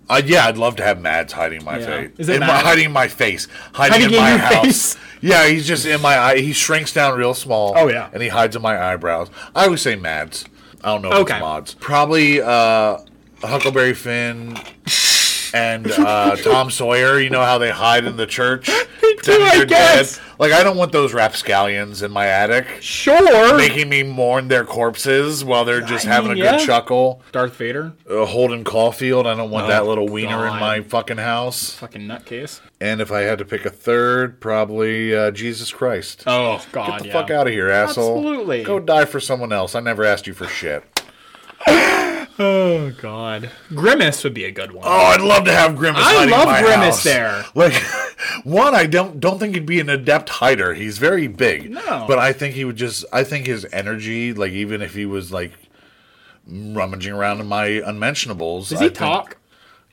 Uh, yeah, I'd love to have Mads hiding my Yeah. face. Is it in my, Mads? hiding my face, hiding, Hiding in in my your house. face? Yeah, he's just in my eye. He shrinks down real small. Oh, yeah. and he hides in my eyebrows. I always say Mads. I don't know. If Okay. it's mods. Probably uh, Huckleberry Finn and uh, Tom Sawyer. You know how they hide in the church. pretending I they're guess. Like I don't want those rapscallions in my attic. Sure. Making me mourn their corpses while they're just I having mean, a good yeah. chuckle. Darth Vader, Uh, Holden Caulfield. I don't want that little wiener in God. my fucking house. fucking nutcase. And if I had to pick a third, probably uh, Jesus Christ. Oh God, Get the yeah. fuck out of here, asshole. Absolutely. Go die for someone else. I never asked you for shit. Oh God, Grimace would be a good one. Oh, I'd love to have Grimace. I hiding love my Grimace house. there. Like, one, I don't don't think he'd be an adept hider. He's very big. No. but I think he would just. I think his energy, like even if he was like rummaging around in my unmentionables, Does I he think- talk?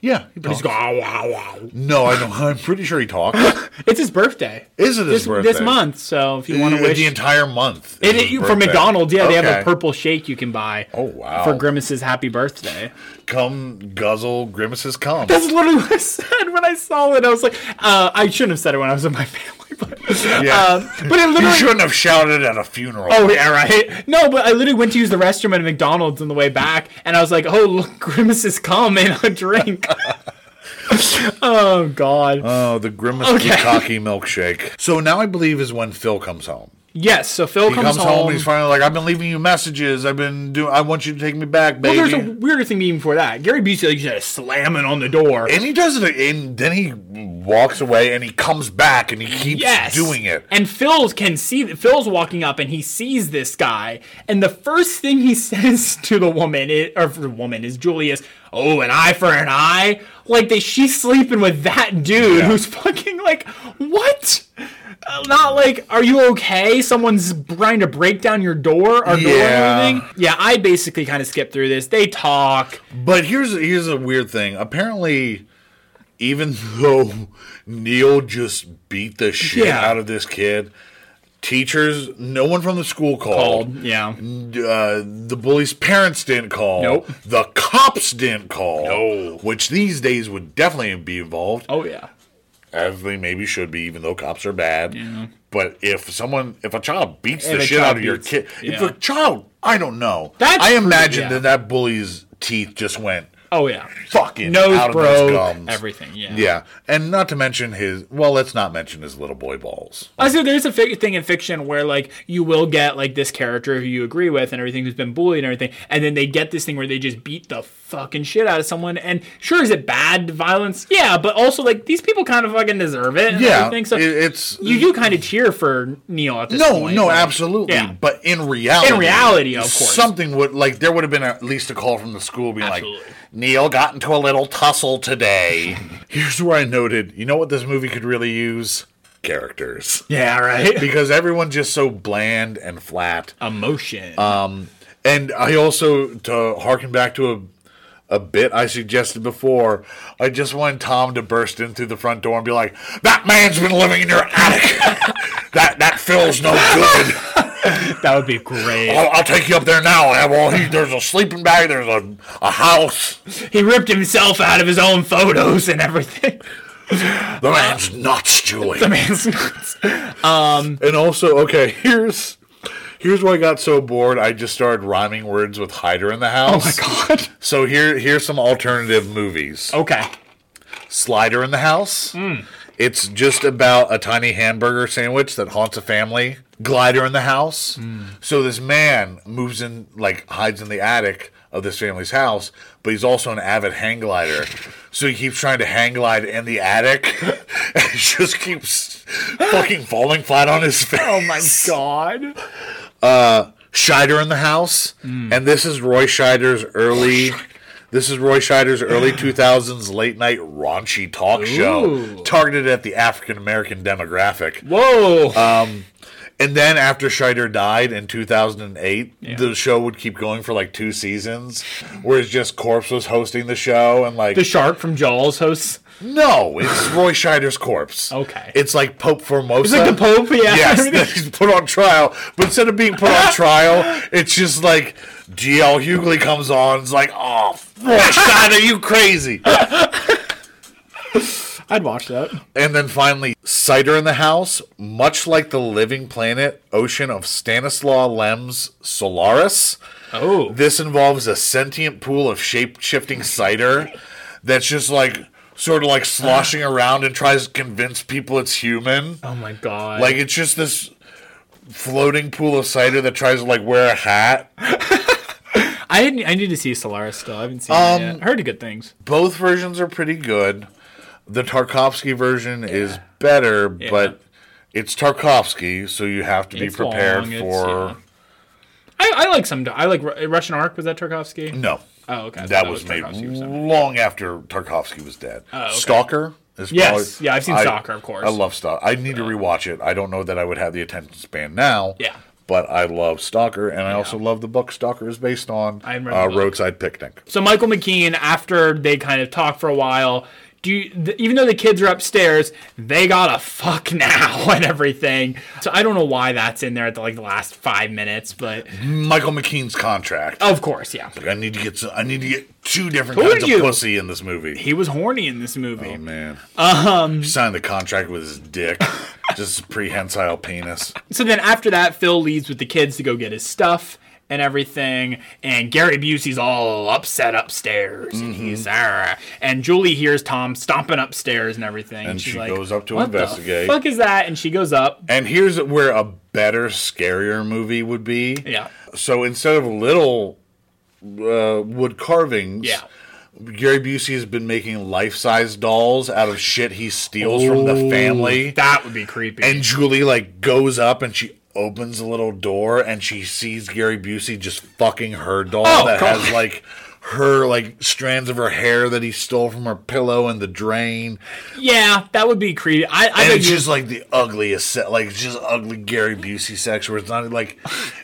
yeah, he talks. He's go, "Ow, ow, ow." no, I don't. I'm pretty sure he talks. It's his birthday. Is it his this, birthday? this month? So if you want to Uh, wish, the entire month. It- is his it- for birthday. McDonald's, yeah, they have Okay. a purple shake you can buy. Oh, wow. For Grimace's happy birthday. Come, guzzle, grimaces, come. That's literally what I said when I saw it. I was like, uh, I shouldn't have said it when I was with my family, but Yeah. um, but it you literally. shouldn't have shouted at a funeral. Oh yeah, right. No, but I literally went to use the restroom at a McDonald's on the way back, and I was like, "Oh, look, Grimace has come in a drink." oh God. Oh, the grimace Okay. bukkake milkshake. So now I believe is when Phil comes home. yes. So Phil He comes, comes, home. home. and he's finally like, "I've been leaving you messages. I've been doing. I want you to take me back, well, baby." there's a weirder thing even before that. Gary Busey like, just slamming on the door. and he does it, and then he walks away, and he comes back, and he keeps yes doing it. and phil's can see phil's walking up and he sees this guy and the first thing he says to the woman i- or for the woman is julius oh an eye for an eye like that she's sleeping with that dude who's fucking like what Uh, not like are you okay someone's trying to break down your door or Yeah. door moving yeah i basically kind of skipped through this they talk But here's here's a weird thing. Apparently, even though Neil just beat the shit Yeah. out of this kid, teachers, no one from the school called. called yeah Uh, the bully's parents didn't call. Nope. The cops didn't call. No. Which these days would definitely be involved, oh yeah as they maybe should be, even though cops are bad. But if someone, if a child beats If the a shit child out of your beats- kid, if yeah. a child, I don't know. That's I pretty- imagine yeah. that that bully's teeth just went oh yeah fucking out nose of those broke gums. everything yeah Yeah, and not to mention his. Well, let's not mention his little boy balls. Also, there's a fi- thing in fiction where like you will get like this character who you agree with and everything who's been bullied and everything, and then they get this thing where they just beat the fucking shit out of someone. And sure, is it bad violence? Yeah, but also like these people kind of fucking deserve it. And Yeah, everything. so it- it's you do kind of cheer for Neil at this no, point. no, like, absolutely. Yeah. But in reality, In reality, of course. something would like there would have been at least a call from the school being Absolutely. like, "Neil got into a little tussle today." Here's where I noted. You know what this movie could really use? Characters, Yeah, right. because everyone's just so bland and flat. Emotion. uh, And I also to harken back to a a bit I suggested before. I just want Tom to burst in through the front door and be like, "That man's been living in your attic. that that feels no good. that would be great. I'll, I'll take you up there now. I have all he, there's a sleeping bag. There's a a house. He ripped himself out of his own photos and everything. The man's nuts, Julie. the man's nuts. And also, okay, here's." Here's where I got so bored. I just started rhyming words with hider in the Oh house. my god. So here, here's some alternative movies. Okay. slider in the house. It's just about a tiny hamburger sandwich that haunts a family. Glider in the house. So this man moves in, like hides in the attic of this family's house, but he's also an avid hang glider. So he keeps trying to hang glide in the attic. and he just keeps fucking falling flat on his face. Oh my god. Scheider in the house, Mm. and this is Roy Scheider's early. This is Roy Scheider's early 2000s late night raunchy talk show Ooh. targeted at the African American demographic. Whoa. And then after Scheider died in 2008, the show would keep going for like two seasons, whereas just Corpse was hosting the show and like The shark from Jaws hosts. no, it's Roy Scheider's corpse. Okay. it's like Pope Formosa. It's like the Pope, yeah. Yes, Everything- that he's put on trial. But instead of being put on trial, it's just like GL Hughley comes on. It's like, oh, Roy Scheider, you crazy. I'd watch that. And then finally, Cider in the House, much like the living planet ocean of Stanislaw Lem's Solaris. Oh. This involves a sentient pool of shape shifting cider that's just like sort of like sloshing around and tries to convince people it's human. oh my god. Like it's just this floating pool of cider that tries to like wear a hat. I didn't, I need to see Solaris still. I haven't seen Um, it yet. Heard good things. Both versions are pretty good. The Tarkovsky version is better, but it's Tarkovsky, so you have to be It's prepared long, it's- for yeah. I, I like some. I like Ru- Russian Ark. Was that Tarkovsky? No. Oh, okay. I thought Mm. That was, made Tarkovsky or something. long after Tarkovsky was dead. okay. Stalker is Yes. probably- Yeah, I've seen I- Stalker, of course. I love Stalker. I need to rewatch it. I don't know that I would have the attention span now. Yeah. But I love Stalker, and I also love the book Stalker is based on I remember uh, the book. Roadside Picnic. So Michael McKean, after they kind of talk for a while, do you, th- even though the kids are upstairs, they gotta fuck now and everything. So I don't know why that's in there at the, like the last five minutes, but Michael McKean's contract. of course, yeah, I need to get some, I need to get two different Told kinds you. of pussy in this movie. he was horny in this movie. Oh man. Um signed the contract with his dick. Just prehensile penis. So then after that, Phil leaves with the kids to go get his stuff and everything, and Gary Busey's all upset upstairs, and he's Mm-hmm. "Arr." and Julie hears Tom stomping upstairs and everything, And she's she like, goes up to "What the investigate." fuck is that?" And she goes up. And here's where a better, scarier movie would be. Yeah. So instead of little uh, wood carvings, Yeah. Gary Busey has been making life-size dolls out of shit he steals from the family. Oh, That would be creepy. and Julie like goes up and she opens a little door and she sees Gary Busey just fucking her doll Oh, that God. has like her like strands of her hair that he stole from her pillow and the drain. yeah, that would be creepy. I, I And think it's you- just like the ugliest set, like it's just ugly Gary Busey sex, where it's not like,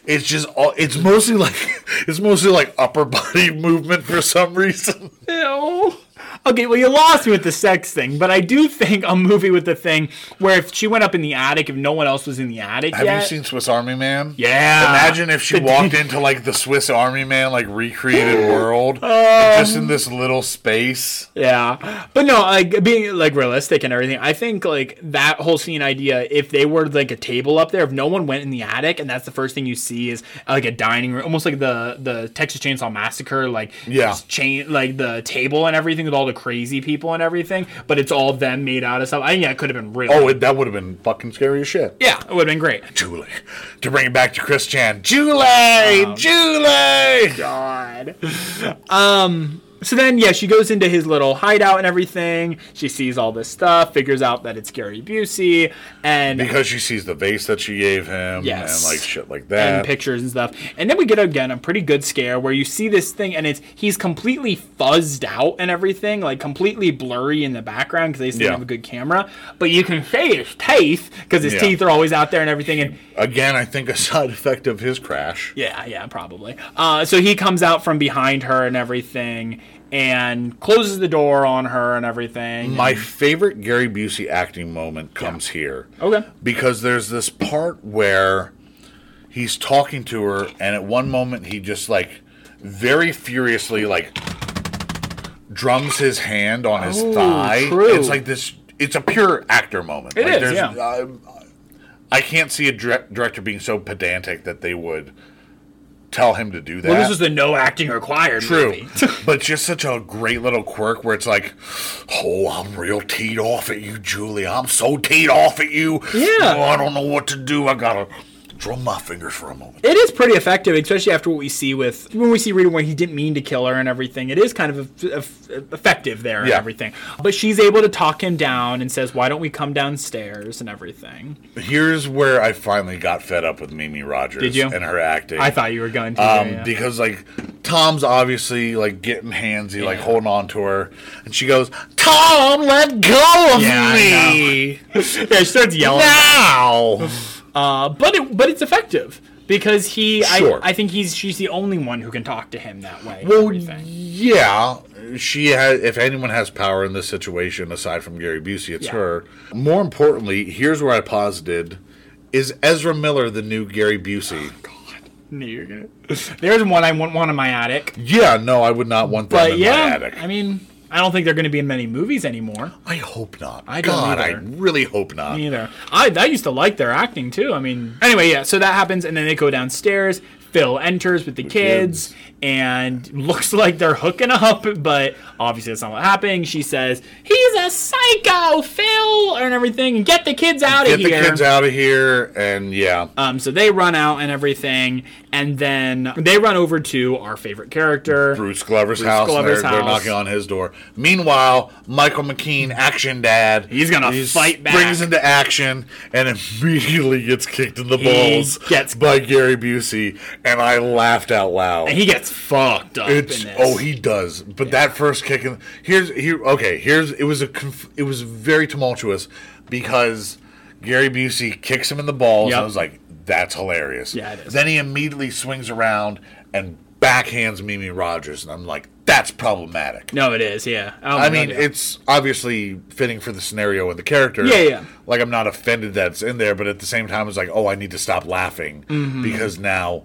it's just all, it's mostly like, it's mostly like upper body movement for some reason. Ew. Okay, well, you lost me with the sex thing, but I do think a movie with the thing where if she went up in the attic, if no one else was in the attic Have yet. you seen Swiss Army Man? Yeah. Imagine if she walked into like the Swiss Army Man, like recreated world, just in this little space. Yeah, but no, like being like realistic and everything. I think like that whole scene idea. If they were like a table up there, if no one went in the attic, and that's the first thing you see is uh, like a dining room, almost like the the Texas Chainsaw Massacre, like Yeah. just chain like the table and everything with all the crazy people and everything. But it's all them made out of stuff. I think that could have been real. Oh, it, that would have been fucking scary as shit. yeah, it would have been great. Julie, to bring it back to Chris Chan, Julie, Um, Julie. God. Um. So then, yeah, she goes into his little hideout and everything. She sees all this stuff, figures out that it's Gary Busey, and Because she sees the vase that she gave him, Yes. and like shit like and that. pictures and stuff. And then we get again a pretty good scare where you see this thing and it's he's completely fuzzed out and everything, like completely blurry in the background because they still Yeah. have a good camera. But you can say his teeth because his Yeah. teeth are always out there and everything. And Again, I think a side effect of his crash. yeah, yeah, probably. Uh, so he comes out from behind her and everything and closes the door on her and everything. My favorite Gary Busey acting moment comes here. Okay. Because there's this part where he's talking to her, and at one moment he just like very furiously like drums his hand on his thigh. Oh, true. It's like this. It's a pure actor moment. It It is, is. yeah. I can't see a dir- director being so pedantic that they would tell him to do that. well, this is the no acting required. True, movie. but just such a great little quirk where it's like, "Oh, I'm real teed off at you, Julie. I'm so teed off at you. Yeah. Oh, I don't know what to do. I gotta drum my fingers for a moment." It is pretty effective, especially after what we see with when we see Rita when he didn't mean to kill her and everything. It is kind of eff- eff- effective there and Yeah. everything. But she's able to talk him down and says, "Why don't we come downstairs and everything?" Here's where I finally got fed up with Mimi Rogers Did you? and her acting. I thought you were going to. Um, yeah, yeah. because like Tom's obviously like getting handsy, like holding on to her, and she goes, "Tom, let go of Yeah, I me know. yeah, she starts yelling. now." Uh, but it, but it's effective because he. Sure. I, I think he's she's the only one who can talk to him that way. and Well, everything. yeah, she has. If anyone has power in this situation aside from Gary Busey, it's Yeah. her. More importantly, here's where I posited: is Ezra Miller the new Gary Busey? Oh, No, you're gonna- There's one I want one in my attic. yeah, no, I would not want them But in yeah, my attic. I mean, I don't think they're going to be in many movies anymore. I hope not. I don't God, either. I really hope not. Neither. I I used to like their acting too. I mean, anyway, yeah. So that happens, and then they go downstairs. Phil enters with the kids, kids. and looks like they're hooking up, but obviously that's not what happened. She says he's a psycho, Phil, and everything, and get the kids out Get of the here. kids out of here, and yeah, Um, so they run out and everything, and then they run over to our favorite character. Bruce Glover's house. and Glover's they're, they're house. knocking on his door. Meanwhile, Michael McKean, action dad, He's gonna fight back. Brings into action and immediately gets kicked in the balls gets- by Gary Busey, and I laughed out loud. And he gets fucked up. it's in this. oh he does, but that first kick in here's here okay here's it was a conf, it was very tumultuous because Gary Busey kicks him in the balls. Yep. And I was like, that's hilarious. Yeah, it is. Then he immediately swings around and backhands Mimi Rogers, and I'm like, that's problematic. no, it is. Yeah. Oh my I God, mean, yeah. it's obviously fitting for the scenario and the character. Yeah, yeah. Like, I'm not offended that it's in there, but at the same time, it's like, oh, I need to stop laughing Mm-hmm. because now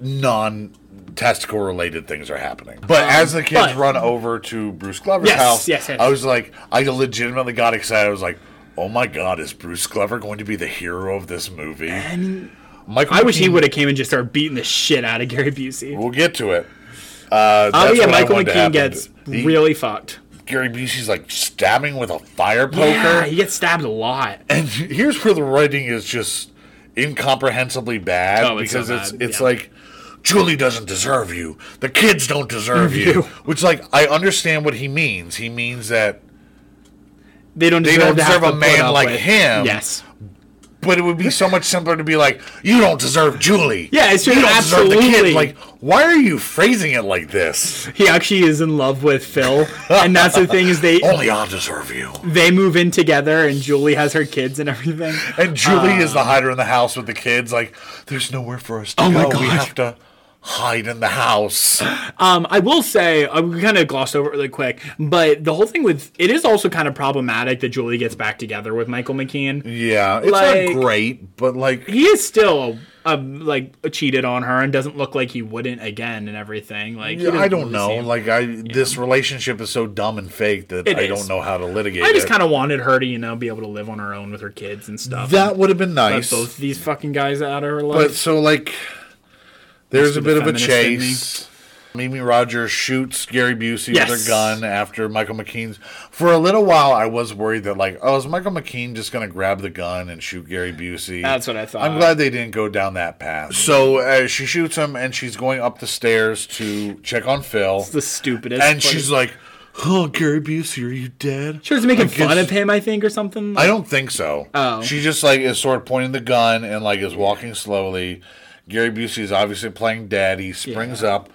non testicle related things are happening. But as the kids Um, but- run over to Bruce Glover's Yes, house, yes, yes. I was like, I legitimately got excited. I was like, oh my God, is Bruce Glover going to be the hero of this movie? Michael I wish he McKean- would have came and just started beating the shit out of Gary Busey. We'll get to it. Uh, Oh that's yeah, what I Michael wanted to McKean happen. gets He- really fucked. Gary Busey's like stabbing with a fire poker. Yeah, he gets stabbed a lot. and here's where the writing is just incomprehensibly bad Oh, it's so because it's bad, it's yeah. like Julie doesn't deserve you. The kids don't deserve Mm-hmm. you. Which like I understand what he means. He means that They don't They deserve, don't to have deserve to a put man up like with- him. Yes. but it would be so much simpler to be like, You don't deserve Julie. Yeah, it's you just don't deserve the absolutely- kid. Like, why are you phrasing it like this? He actually is in love with Phil, and that's the thing is they Only I deserve you. they move in together, and Julie has her kids and everything. And Julie is Uh. the hider in the house with the kids, like, there's nowhere for us to Oh go. my We God. have to hide in the house. Um, I will say I kind of glossed over it really quick, but the whole thing with it is also kind of problematic that Julie gets back together with Michael McKean. Yeah, it's Like- not great, but like He is still a, like cheated on her and doesn't look like he wouldn't again and everything. Like he I doesn't don't really know. seem- Like I, this relationship is so dumb and fake that It I is. don't know how to litigate. I just it. kind of wanted her to, you know, be able to live on her own with her kids and stuff. that would have been Let nice, both these fucking guys out of her but life. so like there's Must a be bit the of a feminist in me. chase. Mimi Rogers shoots Gary Busey with Yes. her gun after Michael McKean's. For a little while, I was worried that like, oh, is Michael McKean just gonna grab the gun and shoot Gary Busey? That's what I thought. I'm glad they didn't go down that path. So uh, she shoots him, and she's going up the stairs to check on Phil. It's the stupidest. and fucking- she's like, "Oh, Gary Busey, are you dead?" she was making I guess- fun of him, I think, or something. I don't think so. Oh. she just like is sort of pointing the gun and like is walking slowly. Gary Busey is obviously playing dead. He springs up,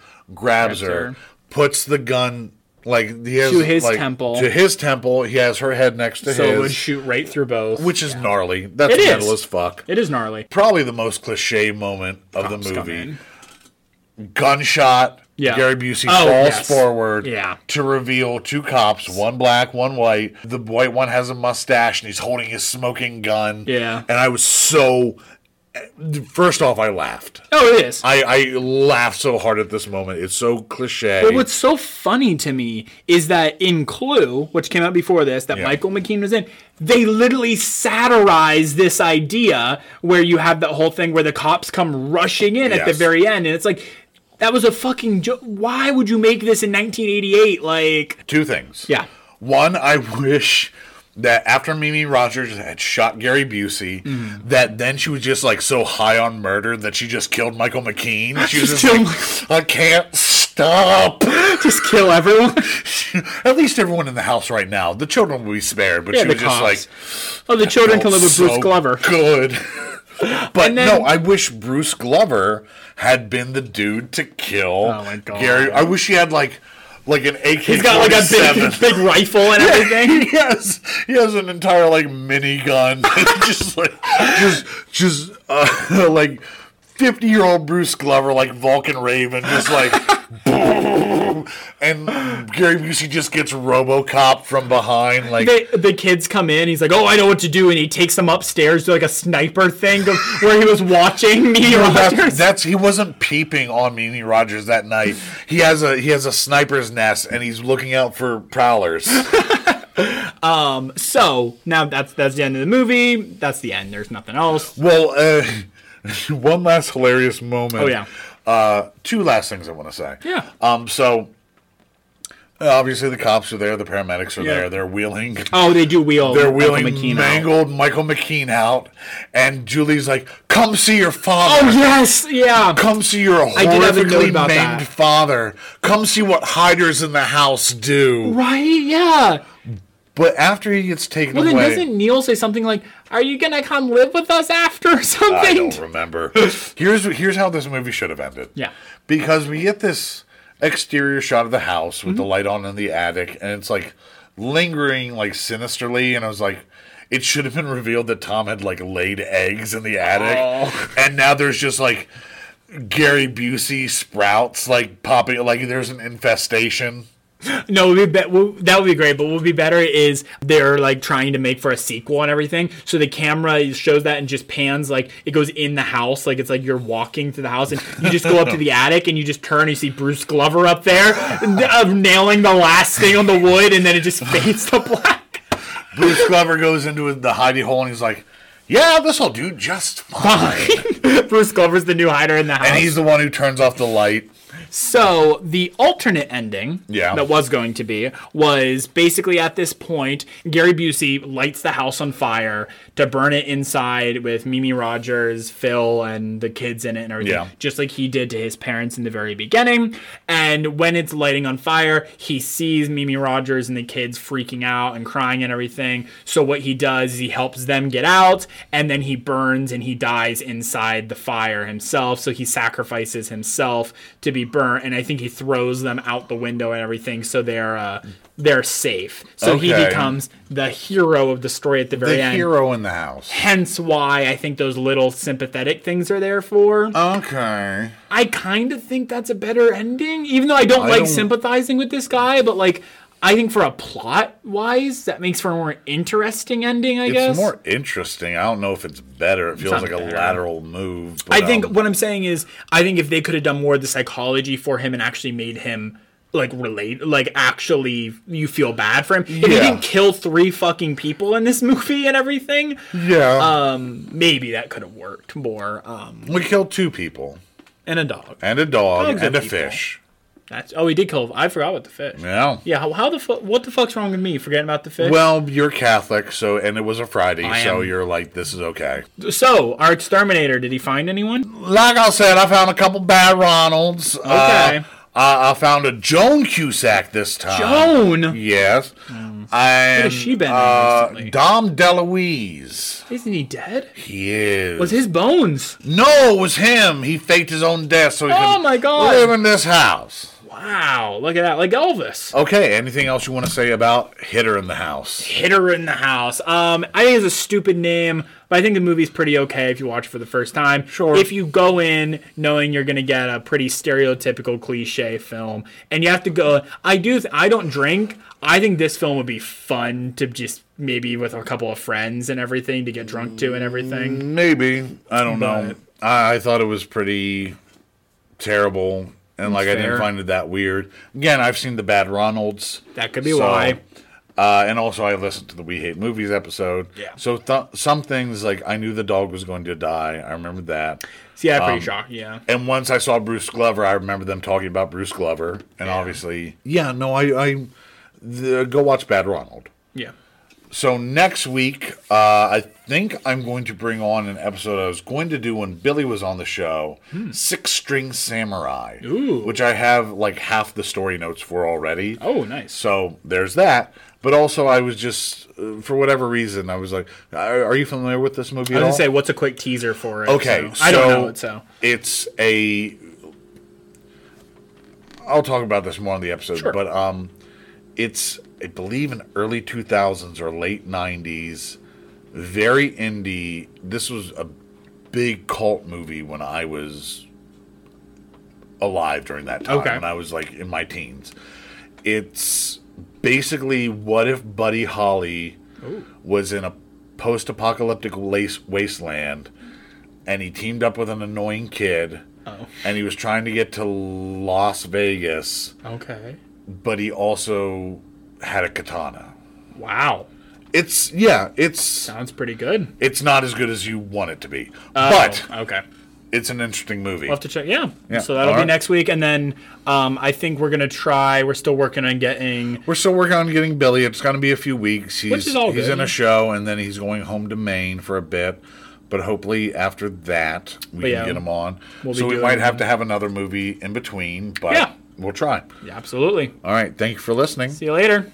Grabs grabs, her, her. puts the gun like he has, To his like, temple. To his temple, he has her head next to so it would his, shoot right through both. which is gnarly. That's It is. metal as fuck. it is gnarly. Probably the most cliche moment of Cops the come movie in. gunshot. Yeah. Gary Busey Oh, falls yes. forward Yeah. to reveal two cops, one black, one white. The white one has a mustache and he's holding his smoking gun. Yeah. And I was so. First off, I laughed. Oh, it is. I, I laughed so hard at this moment. It's so cliche. But what's so funny to me is that in Clue, which came out before this, that Yeah. Michael McKean was in, they literally satirize this idea where you have that whole thing where the cops come rushing in at the Yes. very end, and it's like. That was a fucking joke. Why would you make this in 1988? Like, two things. Yeah. One, I wish that after Mimi Rogers had shot Gary Busey, Mm. that then she was just like so high on murder that she just killed Michael McKean. She was just Killed- like, I can't stop. just kill everyone. At least everyone in the house right now. The children will be spared, but Yeah, she the was just cops. like Oh, the children can live with so Bruce Glover. Good. But And then- no, I wish Bruce Glover had been the dude to kill Oh my God. Gary. I wish he had like like an AK. He's got like a big, big rifle and everything. He has he has an entire like minigun, just like just just uh, like fifty year old Bruce Glover, like Vulcan Raven, just like boom, and Gary Busey just gets RoboCop from behind, like They, the kids come in. He's like, "Oh, I know what to do," and he takes them upstairs to like a sniper thing of- where he was watching Meteor No, that's- Rogers. That's he wasn't peeping on Mimi Rogers that night. He has a he has a sniper's nest and he's looking out for prowlers. So now that's that's the end of the movie. That's the end. There's nothing else. well, uh, one last hilarious moment. Oh, yeah. Uh, two last things I want to say. Yeah. Um. So uh, obviously the cops are there. The paramedics are Yeah. there. They're wheeling. Oh, they do wheel. They're Michael wheeling McKean out. mangled Michael McKean out, and Julie's like, "Come see your father." Oh yes, yeah. Come see your I did have a note horrifically about maimed that. father. Come see what hiders in the house do. Right, yeah. But after he gets taken Well, then away, doesn't Neil say something like, "Are you gonna come live with us after?" or I something? don't remember. here's here's how this movie should have ended. Yeah. because we get this exterior shot of the house with the light on in the attic, and it's like lingering, like sinisterly, and I was like. It should have been revealed that Tom had like laid eggs in the attic, and now there's just like Gary Busey sprouts like popping, like there's an infestation. No, we'd be, we that would be great. But what would be better is they're like trying to make for a sequel and everything. So the camera shows that and just pans like it goes in the house, like it's like you're walking through the house, and you just go up to the attic and you just turn, and you see Bruce Glover up there uh, nailing the last thing on the wood, and then it just fades to black. Bruce Glover goes into the hidey hole and he's like, "Yeah, this will do just fine." Bruce Glover's the new hider in the house. and he's the one who turns off the light. So the alternate ending Yeah. that was going to be was basically at this point, Gary Busey lights the house on fire to burn it inside with Mimi Rogers, Phil, and the kids in it and everything. Yeah. Just like he did to his parents in the very beginning. And when it's lighting on fire, he sees Mimi Rogers and the kids freaking out and crying and everything. So what he does is he helps them get out and then he burns and he dies inside the fire himself. So he sacrifices himself to be burnt and I think he throws them out the window and everything so they're uh, they're safe. So he Okay. becomes the hero of the story at the very The end. hero in the house. Hence why I think those little sympathetic things are there for. Okay. I kind of think that's a better ending, even though I don't I like don't- sympathizing with this guy. But like, I think for a plot wise, that makes for a more interesting ending. I It's guess. more interesting. I don't know if it's better. It feels not like a better. lateral move. I but, think um, what I'm saying is, I think if they could have done more of the psychology for him and actually made him like relate, like actually you feel bad for him. If he Yeah. didn't kill three fucking people in this movie and everything, Uh, yeah, maybe that could have worked more. Um, we killed two people and a dog. and a dog Dogs are and a people. fish. That's oh, he did kill. I forgot about the fish. Yeah. Yeah, how, how the fuck? What the fuck's wrong with me? Forgetting about the fish. Well, you're Catholic, so and it was a Friday, I so am. you're like, this is okay. So, our exterminator, did he find anyone? Like I said, I found a couple bad Ronalds. Uh, Okay. I, I found a Joan Cusack this time. Joan! Hmm. Yes. And, has she been in uh, recently? Dom DeLuise. Isn't he dead? He is. Was his bones. No, it was him. He faked his own death so he Oh could my God. live in this house. Wow, look at that. Like Elvis. Okay, anything else you want to say about Hitter in the House? Hitter in the house. Um, I think it's a stupid name, but I think the movie's pretty okay if you watch it for the first time. Sure. If you go in knowing you're gonna get a pretty stereotypical cliche film, and you have to go, I do. Th- I don't drink. I think this film would be fun to just maybe with a couple of friends and everything to get drunk to and everything. Maybe. I don't know. I, I thought it was pretty terrible, and like I fair. didn't find it that weird. Again, I've seen the Bad Ronalds. That could be why. Uh, and also, I listened to the We Hate Movies episode. Yeah. So th- some things like I knew the dog was going to die. I remembered that. See, I'm pretty shocked. Yeah. And once I saw Bruce Glover, I remember them talking about Bruce Glover, and obviously, yeah, no, I, I the, go watch Bad Ronald. Yeah. So next week, uh, I think I'm going to bring on an episode I was going to do when Billy was on the show, Hmm. Six String Samurai, which I have like half the story notes for already. Oh, nice. So there's that. But also, I was just uh, for whatever reason, I was like, "Are, are you familiar with this movie?" I was at gonna all? say, what's a quick teaser for it? Okay, so- I don't know so it, so it's a I'll talk about this more on the episode, Sure. but um, it's I believe an early two thousands or late nineties, very indie. This was a big cult movie when I was alive during that time. Okay. When I was like in my teens, it's basically what if Buddy Holly was in a post-apocalyptic lace- wasteland, and he teamed up with an annoying kid. Oh. And he was trying to get to Las Vegas, Okay. but he also had a katana. Wow. It's yeah, it's Sounds pretty good. it's not as good as you want it to be, Oh, but okay. it's an interesting movie. We'll have to check. Yeah. Yeah. So that'll All be right. next week. And then um, I think we're going to try, we're still working on getting. We're still working on getting Billy. It's going to be a few weeks. He's is all he's good. in a show, and then he's going home to Maine for a bit. But hopefully after that, But we can yeah, get him on. we'll be so we doing- might have to have another movie in between, but Yeah. we'll try. Yeah, absolutely. All right. Thank you for listening. See you later.